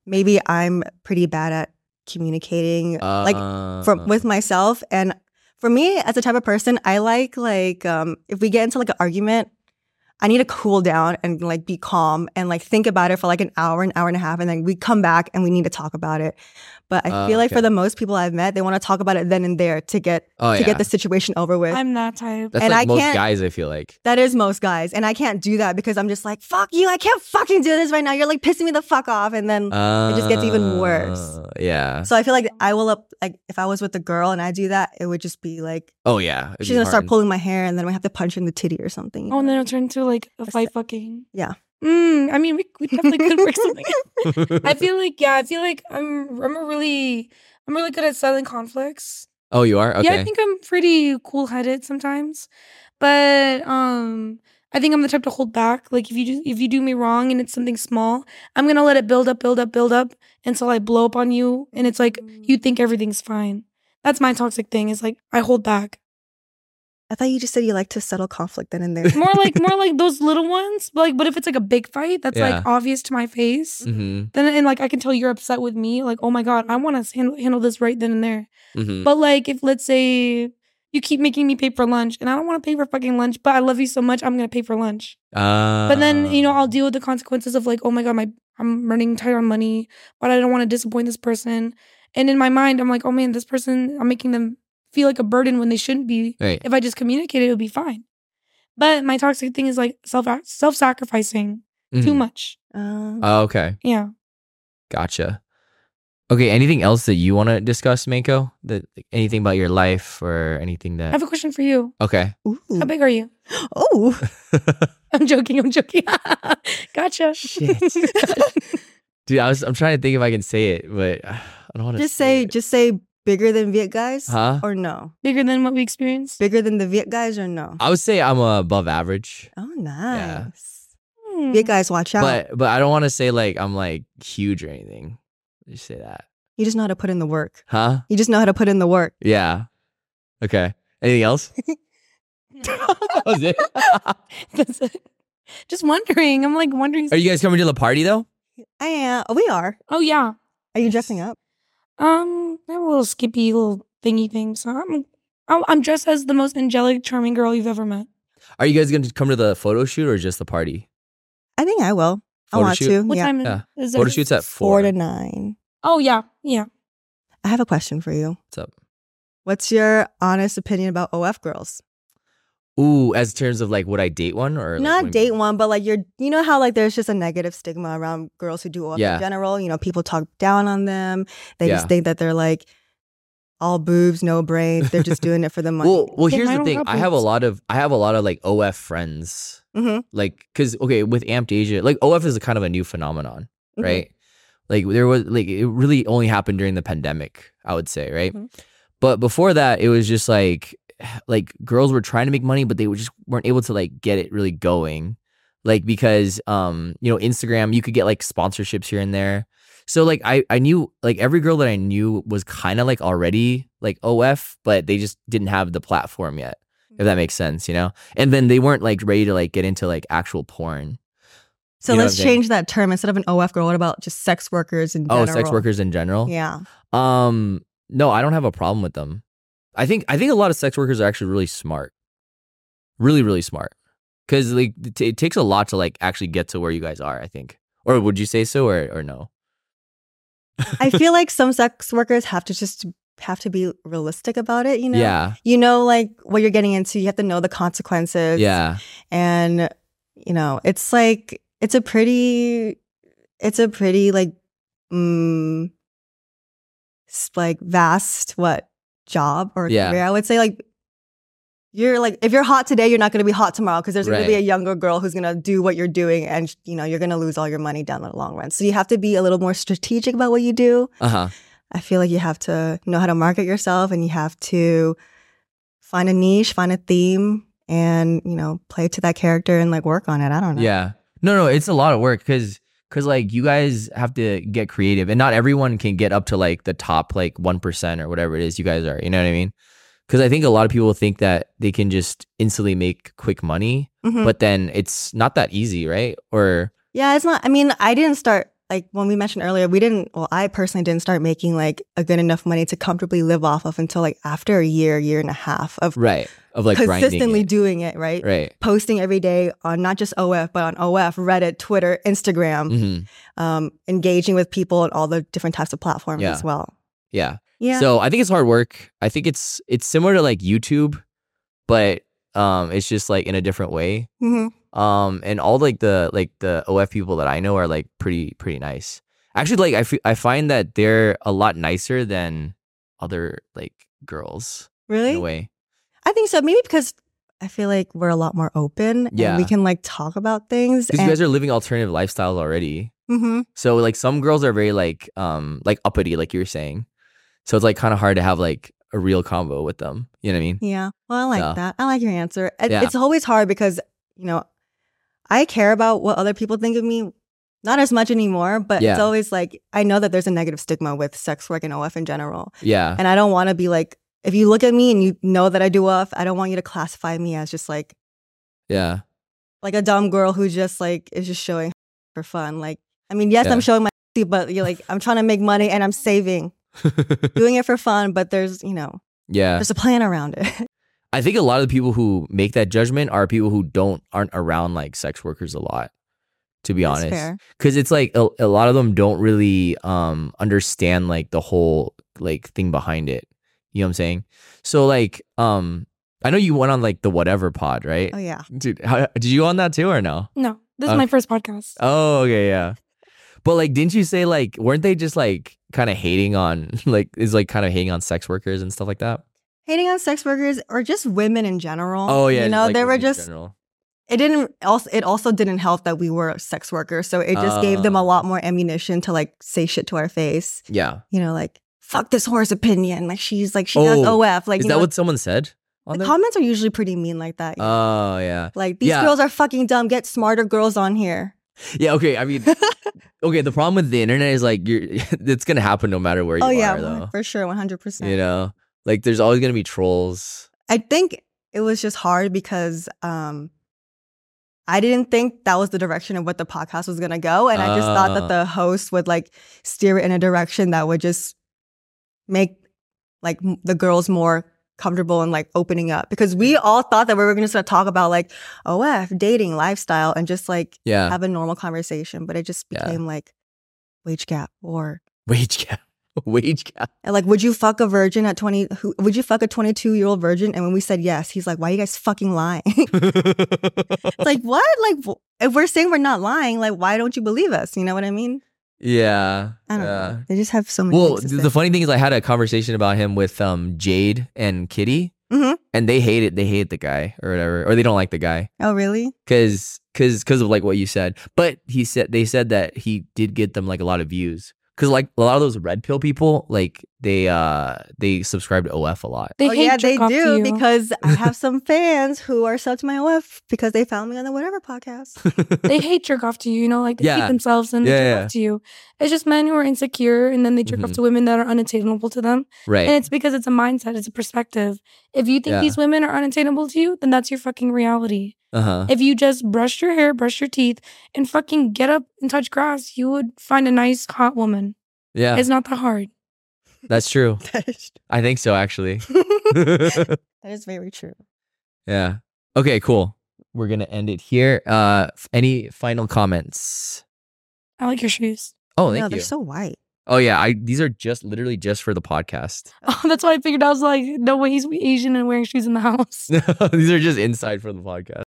[SPEAKER 3] maybe I'm pretty bad at communicating like
[SPEAKER 2] Uh, Uh-huh.
[SPEAKER 3] from with myself. And for me, as a type of person, I like like um, if we get into like an argument, I need to cool down and like be calm and like think about it for like an hour, an hour and a half, and then we come back and we need to talk about it. But I
[SPEAKER 2] Ah,
[SPEAKER 3] feel like
[SPEAKER 2] okay.
[SPEAKER 3] for the most people I've met, they want to talk about it then and there to get
[SPEAKER 2] oh,
[SPEAKER 3] to
[SPEAKER 2] yeah.
[SPEAKER 3] get the situation over with.
[SPEAKER 1] I'm that type.
[SPEAKER 2] That's
[SPEAKER 3] and
[SPEAKER 2] like
[SPEAKER 3] I
[SPEAKER 2] most
[SPEAKER 3] can't-
[SPEAKER 2] guys. I feel like.
[SPEAKER 3] That is most guys. And I can't do that because I'm just like, fuck you. I can't fucking do this right now. You're like pissing me the fuck off. And then,
[SPEAKER 2] Uh,
[SPEAKER 3] just gets even worse.
[SPEAKER 2] Ah, Yeah.
[SPEAKER 3] so I feel like I will up, like, if I was with a girl and I do that, it would just be like,
[SPEAKER 2] Oh yeah. It'd be
[SPEAKER 3] she's gonna start
[SPEAKER 2] hard.
[SPEAKER 3] pulling my hair and then we have to punch her in the titty or something. you
[SPEAKER 1] Oh, and
[SPEAKER 3] know?
[SPEAKER 1] then it'll turn into like a
[SPEAKER 3] That's
[SPEAKER 1] fight fucking.
[SPEAKER 3] Yeah.
[SPEAKER 1] Mm, I mean, we, we definitely could work something. out.
[SPEAKER 2] [laughs]
[SPEAKER 1] I feel like yeah, I feel like I'm I'm a really I'm really good at settling conflicts.
[SPEAKER 2] oh, you are. Okay.
[SPEAKER 1] Yeah, I think I'm pretty cool headed sometimes, but um, I think I'm the type to hold back. Like if you do, if you do me wrong and it's something small, I'm gonna let it build up, build up, build up until I blow up on you, and it's like you think everything's fine. That's my toxic thing. Is like I hold back
[SPEAKER 3] I thought you just said you like to settle conflict then and there.
[SPEAKER 2] [laughs]
[SPEAKER 1] more like more like those little ones. but, Like, but if it's like a big fight that's
[SPEAKER 2] Yeah.
[SPEAKER 1] like obvious to my face,
[SPEAKER 2] hmm
[SPEAKER 1] then and like I can tell you're upset with me. Like, oh my god, I want to handle handle this right then and there.
[SPEAKER 2] hmm
[SPEAKER 1] But like, if let's say you keep making me pay for lunch, and I don't want to pay for fucking lunch, but I love you so much, I'm gonna pay for lunch.
[SPEAKER 2] Uh,
[SPEAKER 1] But then you know I'll deal with the consequences of like, oh my god, my I'm running tight on money, but I don't want to disappoint this person. And in my mind, I'm like, oh man, this person, I'm making them feel like a burden when they shouldn't be.
[SPEAKER 2] Right.
[SPEAKER 1] If I just communicated, it would be fine. But my toxic thing is like self self sacrificing too
[SPEAKER 2] Mhm.
[SPEAKER 1] much.
[SPEAKER 3] Um,
[SPEAKER 2] Oh, okay.
[SPEAKER 1] Yeah.
[SPEAKER 2] Gotcha. Okay. Anything else that you want to discuss, Mako? That like, anything about your life or anything
[SPEAKER 1] I
[SPEAKER 2] that?
[SPEAKER 1] have a question for you.
[SPEAKER 2] okay.
[SPEAKER 3] ooh.
[SPEAKER 1] How big are you? [laughs]
[SPEAKER 2] [laughs]
[SPEAKER 3] Oh,
[SPEAKER 1] I'm joking. I'm joking. [laughs] gotcha. [laughs]
[SPEAKER 2] Shit. Dude, I was. I'm trying to think if I can say it, but [sighs] uh, I don't want to
[SPEAKER 3] just say, just say bigger than Viet guys
[SPEAKER 2] Huh?
[SPEAKER 3] or no?
[SPEAKER 1] Bigger than what we experienced?
[SPEAKER 3] Bigger than the Viet guys or no?
[SPEAKER 2] I would say I'm uh, above average,
[SPEAKER 3] Oh,
[SPEAKER 2] Yeah.
[SPEAKER 3] nice.
[SPEAKER 1] Hmm.
[SPEAKER 3] [laughs] Viet guys, watch out.
[SPEAKER 2] but but I don't want to say like I'm like huge or anything. Just say that,
[SPEAKER 3] you just know how to put in the work.
[SPEAKER 2] huh?
[SPEAKER 3] You just know how to put in the work.
[SPEAKER 2] Yeah. Okay. Anything
[SPEAKER 3] [laughs]
[SPEAKER 2] else? That was it?
[SPEAKER 1] [laughs] That's [laughs] it. Just wondering. I'm like wondering.
[SPEAKER 2] Are you guys coming to the party though?
[SPEAKER 3] I am. We are.
[SPEAKER 1] oh yeah.
[SPEAKER 3] Are you dressing up?
[SPEAKER 1] Um, I have a little skippy little thingy thing. So I'm, I'm, I'm dressed as the most angelic, charming girl you've ever met.
[SPEAKER 2] Are you guys going to come to the photo shoot or just the party?
[SPEAKER 3] I think I will. I
[SPEAKER 2] Photo
[SPEAKER 3] want
[SPEAKER 2] shoot?
[SPEAKER 3] to.
[SPEAKER 1] What
[SPEAKER 3] yeah.
[SPEAKER 1] time is,
[SPEAKER 2] Yeah.
[SPEAKER 1] is it?
[SPEAKER 2] Photo shoot's at
[SPEAKER 3] Four
[SPEAKER 2] four.
[SPEAKER 3] to nine.
[SPEAKER 1] Oh yeah, yeah.
[SPEAKER 3] I have a question for you.
[SPEAKER 2] What's up?
[SPEAKER 3] What's your honest opinion about OF girls?
[SPEAKER 2] Ooh, as terms of like, would I date one or like,
[SPEAKER 3] Not
[SPEAKER 2] when-
[SPEAKER 3] date one, but like you're, you know how like there's just a negative stigma around girls who do OF
[SPEAKER 2] Yeah.
[SPEAKER 3] in general. You know, people talk down on them. They
[SPEAKER 2] Yeah.
[SPEAKER 3] just think that they're like all boobs, no brains. They're just doing it for the money.
[SPEAKER 2] Well, well,
[SPEAKER 1] Then
[SPEAKER 2] here's
[SPEAKER 1] I
[SPEAKER 2] the
[SPEAKER 1] don't
[SPEAKER 2] thing.
[SPEAKER 1] have
[SPEAKER 2] I have a
[SPEAKER 1] boobs.
[SPEAKER 2] lot of I have a lot of like OF friends,
[SPEAKER 3] Mhm,
[SPEAKER 2] like because okay, with Amped Asia, like OF is a kind of a new phenomenon,
[SPEAKER 3] mhm.
[SPEAKER 2] right? Like there was like it really only happened during the pandemic, I would say, right?
[SPEAKER 1] Mhm.
[SPEAKER 2] But before that, it was just like [sighs] like girls were trying to make money, but they were just weren't able to like get it really going, like because um you know Instagram, you could get like sponsorships here and there. So like I I knew like every girl that I knew was kind of like already like OF, but they just didn't have the platform yet. If that makes sense, you know. And then they weren't like ready to like get into like actual porn.
[SPEAKER 3] So
[SPEAKER 2] You know
[SPEAKER 3] let's
[SPEAKER 2] what I'm saying?
[SPEAKER 3] change that term. Instead of an OF girl, what about just sex workers and
[SPEAKER 2] Oh, sex workers in general.
[SPEAKER 3] Yeah.
[SPEAKER 2] Um, no, I don't have a problem with them. I think I think a lot of sex workers are actually really smart, really really smart, because like it, t- it takes a lot to like actually get to where you guys are. I think, or would you say so, or or no?
[SPEAKER 3] I feel like some sex workers have to just have to be realistic
[SPEAKER 2] [laughs]
[SPEAKER 3] about it, you know?
[SPEAKER 2] Yeah,
[SPEAKER 3] You know, like what you're getting into, you have to know the consequences.
[SPEAKER 2] yeah,
[SPEAKER 3] And, you know, it's like, it's a pretty, it's a pretty like, mm, s- like vast, what, job or
[SPEAKER 2] Yeah.
[SPEAKER 3] career. I would say like, you're like, if you're hot today, you're not going to be hot tomorrow because there's going to be a
[SPEAKER 2] Right.
[SPEAKER 3] younger girl who's going to do what you're doing and, you know, you're going to lose all your money down the long run. So you have to be a little more strategic about what you do.
[SPEAKER 2] uh huh.
[SPEAKER 3] I feel like you have to know how to market yourself and you have to find a niche, find a theme, and you know, play to that character and like work on it. I don't know.
[SPEAKER 2] Yeah. No, no, it's a lot of work because because like you guys have to get creative, and not everyone can get up to like the top like one percent or whatever it is you guys are. You know what I mean? Because I think a lot of people think that they can just instantly make quick money,
[SPEAKER 3] Mhm.
[SPEAKER 2] but then it's not that easy, right? Or
[SPEAKER 3] yeah, it's not. I mean, I didn't start like when we mentioned earlier. We didn't. Well, I personally didn't start making like a good enough money to comfortably live off of until like after a year, year and a half of
[SPEAKER 2] right of like grinding
[SPEAKER 3] consistently
[SPEAKER 2] it.
[SPEAKER 3] doing it. Right.
[SPEAKER 2] right.
[SPEAKER 3] Posting every day on not just OF but on OF, Reddit, Twitter, Instagram,
[SPEAKER 2] hmm
[SPEAKER 3] um, engaging with people on all the different types of platforms
[SPEAKER 2] Yeah.
[SPEAKER 3] as well.
[SPEAKER 2] Yeah.
[SPEAKER 3] Yeah.
[SPEAKER 2] So I think it's hard work. I think it's it's similar to like YouTube, but um, it's just like in a different way.
[SPEAKER 3] Mhm.
[SPEAKER 2] Um, and all like the like the OF people that I know are like pretty pretty nice. Actually, like I fe- I find that they're a lot nicer than other like girls in
[SPEAKER 3] Really?
[SPEAKER 2] a way.
[SPEAKER 3] I think so. Maybe because I feel like we're a lot more open and we
[SPEAKER 2] Yeah.
[SPEAKER 3] can like talk about things.
[SPEAKER 2] Because you guys are living alternative lifestyles already.
[SPEAKER 3] hmm
[SPEAKER 2] So like some girls are very like um like uppity, like you were saying. So it's like kind of hard to have like a real combo with them. You know what I mean?
[SPEAKER 3] Yeah. Well, I like
[SPEAKER 2] Yeah.
[SPEAKER 3] that. I like your answer. It-
[SPEAKER 2] Yeah.
[SPEAKER 3] It's always hard because, you know, I care about what other people think of me. Not as much anymore, but it's
[SPEAKER 2] Yeah.
[SPEAKER 3] always like I know that there's a negative stigma with sex work and OF in general.
[SPEAKER 2] Yeah.
[SPEAKER 3] And I don't want to be like, if you look at me and you know that I do OF, I don't want you to classify me as just like
[SPEAKER 2] Yeah.
[SPEAKER 3] like a dumb girl who just like is just showing for fun. Like, I mean, yes,
[SPEAKER 2] Yeah.
[SPEAKER 3] I'm showing my but you're like, I'm trying to make money and I'm saving, doing it for fun. But there's, you know,
[SPEAKER 2] [laughs] yeah.
[SPEAKER 3] there's a plan around [laughs] it.
[SPEAKER 2] I think a lot of the people who make that judgment are people who don't aren't around like sex workers a lot, to be
[SPEAKER 3] That's
[SPEAKER 2] honest.
[SPEAKER 3] fair.
[SPEAKER 2] Cause it's like a, a lot of them don't really um understand like the whole like thing behind it. You know what I'm saying? So like um I know you went on like the whatever pod, right?
[SPEAKER 3] Oh yeah,
[SPEAKER 2] Dude, how, did you on that too or no?
[SPEAKER 1] No, this
[SPEAKER 2] Okay.
[SPEAKER 1] is my first podcast.
[SPEAKER 2] Oh, okay, yeah. But like, didn't you say like, weren't they just like kind of hating on [laughs] like is like kind of hating on sex workers and stuff like that?
[SPEAKER 3] hating on sex workers or just women in general.
[SPEAKER 2] Oh yeah,
[SPEAKER 3] you know,
[SPEAKER 2] like,
[SPEAKER 3] they were
[SPEAKER 2] in
[SPEAKER 3] just.
[SPEAKER 2] general.
[SPEAKER 3] It didn't also. It also didn't help that we were sex workers, so it just gave them a
[SPEAKER 2] Uh.
[SPEAKER 3] lot more ammunition to like say shit to our face.
[SPEAKER 2] yeah,
[SPEAKER 3] You know, like fuck this horse opinion. Like she's like she has
[SPEAKER 2] Oh,
[SPEAKER 3] OF. Like
[SPEAKER 2] Is
[SPEAKER 3] you
[SPEAKER 2] that
[SPEAKER 3] know,
[SPEAKER 2] what someone said? On [laughs]
[SPEAKER 3] the
[SPEAKER 2] there?
[SPEAKER 3] comments are usually pretty mean like that. you know?
[SPEAKER 2] Oh yeah,
[SPEAKER 3] like these
[SPEAKER 2] yeah.
[SPEAKER 3] girls are fucking dumb. Get smarter girls on
[SPEAKER 2] [laughs]
[SPEAKER 3] here.
[SPEAKER 2] yeah. Okay, I mean, okay. The problem with the internet is like you're. [laughs] It's gonna happen no matter where you
[SPEAKER 3] [laughs] oh yeah,
[SPEAKER 2] are,
[SPEAKER 3] one-
[SPEAKER 2] though.
[SPEAKER 3] for sure, one hundred percent.
[SPEAKER 2] You know, like there's always gonna be trolls.
[SPEAKER 3] I think it was just hard because um I didn't think that was the direction of what the podcast was gonna go. And I just thought
[SPEAKER 2] Ah.
[SPEAKER 3] that the host would like steer it in a direction that would just make like m- the girls more comfortable and like opening up because
[SPEAKER 2] Mm.
[SPEAKER 3] we all thought that we were just gonna talk about like OF, dating, lifestyle, and just like
[SPEAKER 2] Yeah,
[SPEAKER 3] have a normal conversation. But it just
[SPEAKER 2] Yeah.
[SPEAKER 3] became like wage gap or
[SPEAKER 2] [laughs] wage gap, [laughs] wage
[SPEAKER 3] [laughs]
[SPEAKER 2] gap.
[SPEAKER 3] and like, would you fuck a virgin at 20? Who, would you fuck a 22 year old virgin? And when we said yes, he's like, why are you guys fucking lying? [laughs] it's like, what? Like, w- if we're saying we're not lying, like, why don't you believe us? You know what I mean?
[SPEAKER 2] [laughs] yeah,
[SPEAKER 3] I don't
[SPEAKER 2] yeah.
[SPEAKER 3] know. They just have so many.
[SPEAKER 2] Well,
[SPEAKER 3] things to
[SPEAKER 2] th-
[SPEAKER 3] say.
[SPEAKER 2] the funny thing is, I had a conversation about him with um Jade and Kitty,
[SPEAKER 3] Mhm.
[SPEAKER 2] and they hate it. They hate the guy or whatever, or they don't like the guy
[SPEAKER 3] oh, really?
[SPEAKER 2] because because of like what you said. But he said they said that he did get them like a lot of views because like a lot of those red pill people like they uh they subscribe to OF a lot.
[SPEAKER 1] They
[SPEAKER 3] oh,
[SPEAKER 1] hate
[SPEAKER 3] yeah, they
[SPEAKER 1] jerk off to
[SPEAKER 3] do
[SPEAKER 1] you.
[SPEAKER 3] because
[SPEAKER 2] [laughs]
[SPEAKER 3] I have some fans who are sub to my OF because they found me on the Whatever
[SPEAKER 1] [laughs]
[SPEAKER 2] [laughs]
[SPEAKER 3] podcast.
[SPEAKER 1] they hate jerk off to you, you know, like they
[SPEAKER 2] Yeah.
[SPEAKER 1] hate themselves and they
[SPEAKER 2] Yeah,
[SPEAKER 1] jerk
[SPEAKER 2] yeah.
[SPEAKER 1] off to you. It's just men who are insecure and then they jerk
[SPEAKER 2] Mhm.
[SPEAKER 1] off to women that are unattainable to them.
[SPEAKER 2] right.
[SPEAKER 1] And it's because it's a mindset, it's a perspective. If you think
[SPEAKER 2] Yeah.
[SPEAKER 1] these women are unattainable to you, then that's your fucking reality.
[SPEAKER 2] Uh huh.
[SPEAKER 1] If you just brushed your hair, brushed your teeth, and fucking get up and touch grass, you would find a nice hot woman.
[SPEAKER 2] Yeah,
[SPEAKER 1] It's not that hard.
[SPEAKER 2] that's true.
[SPEAKER 3] that is-
[SPEAKER 2] I think so actually. [laughs]
[SPEAKER 3] [laughs] that is very true.
[SPEAKER 2] yeah. Okay. Cool. We're gonna end it here. Uh, f- any final comments?
[SPEAKER 1] I like your shoes. [laughs]
[SPEAKER 2] Oh, thank
[SPEAKER 3] no,
[SPEAKER 2] you.
[SPEAKER 3] they're so white.
[SPEAKER 2] Oh yeah, I these are just literally just for the podcast. [laughs]
[SPEAKER 1] Oh, that's why I figured I was like, no way he's Asian and wearing shoes in the [laughs] house.
[SPEAKER 2] these are just inside for the podcast.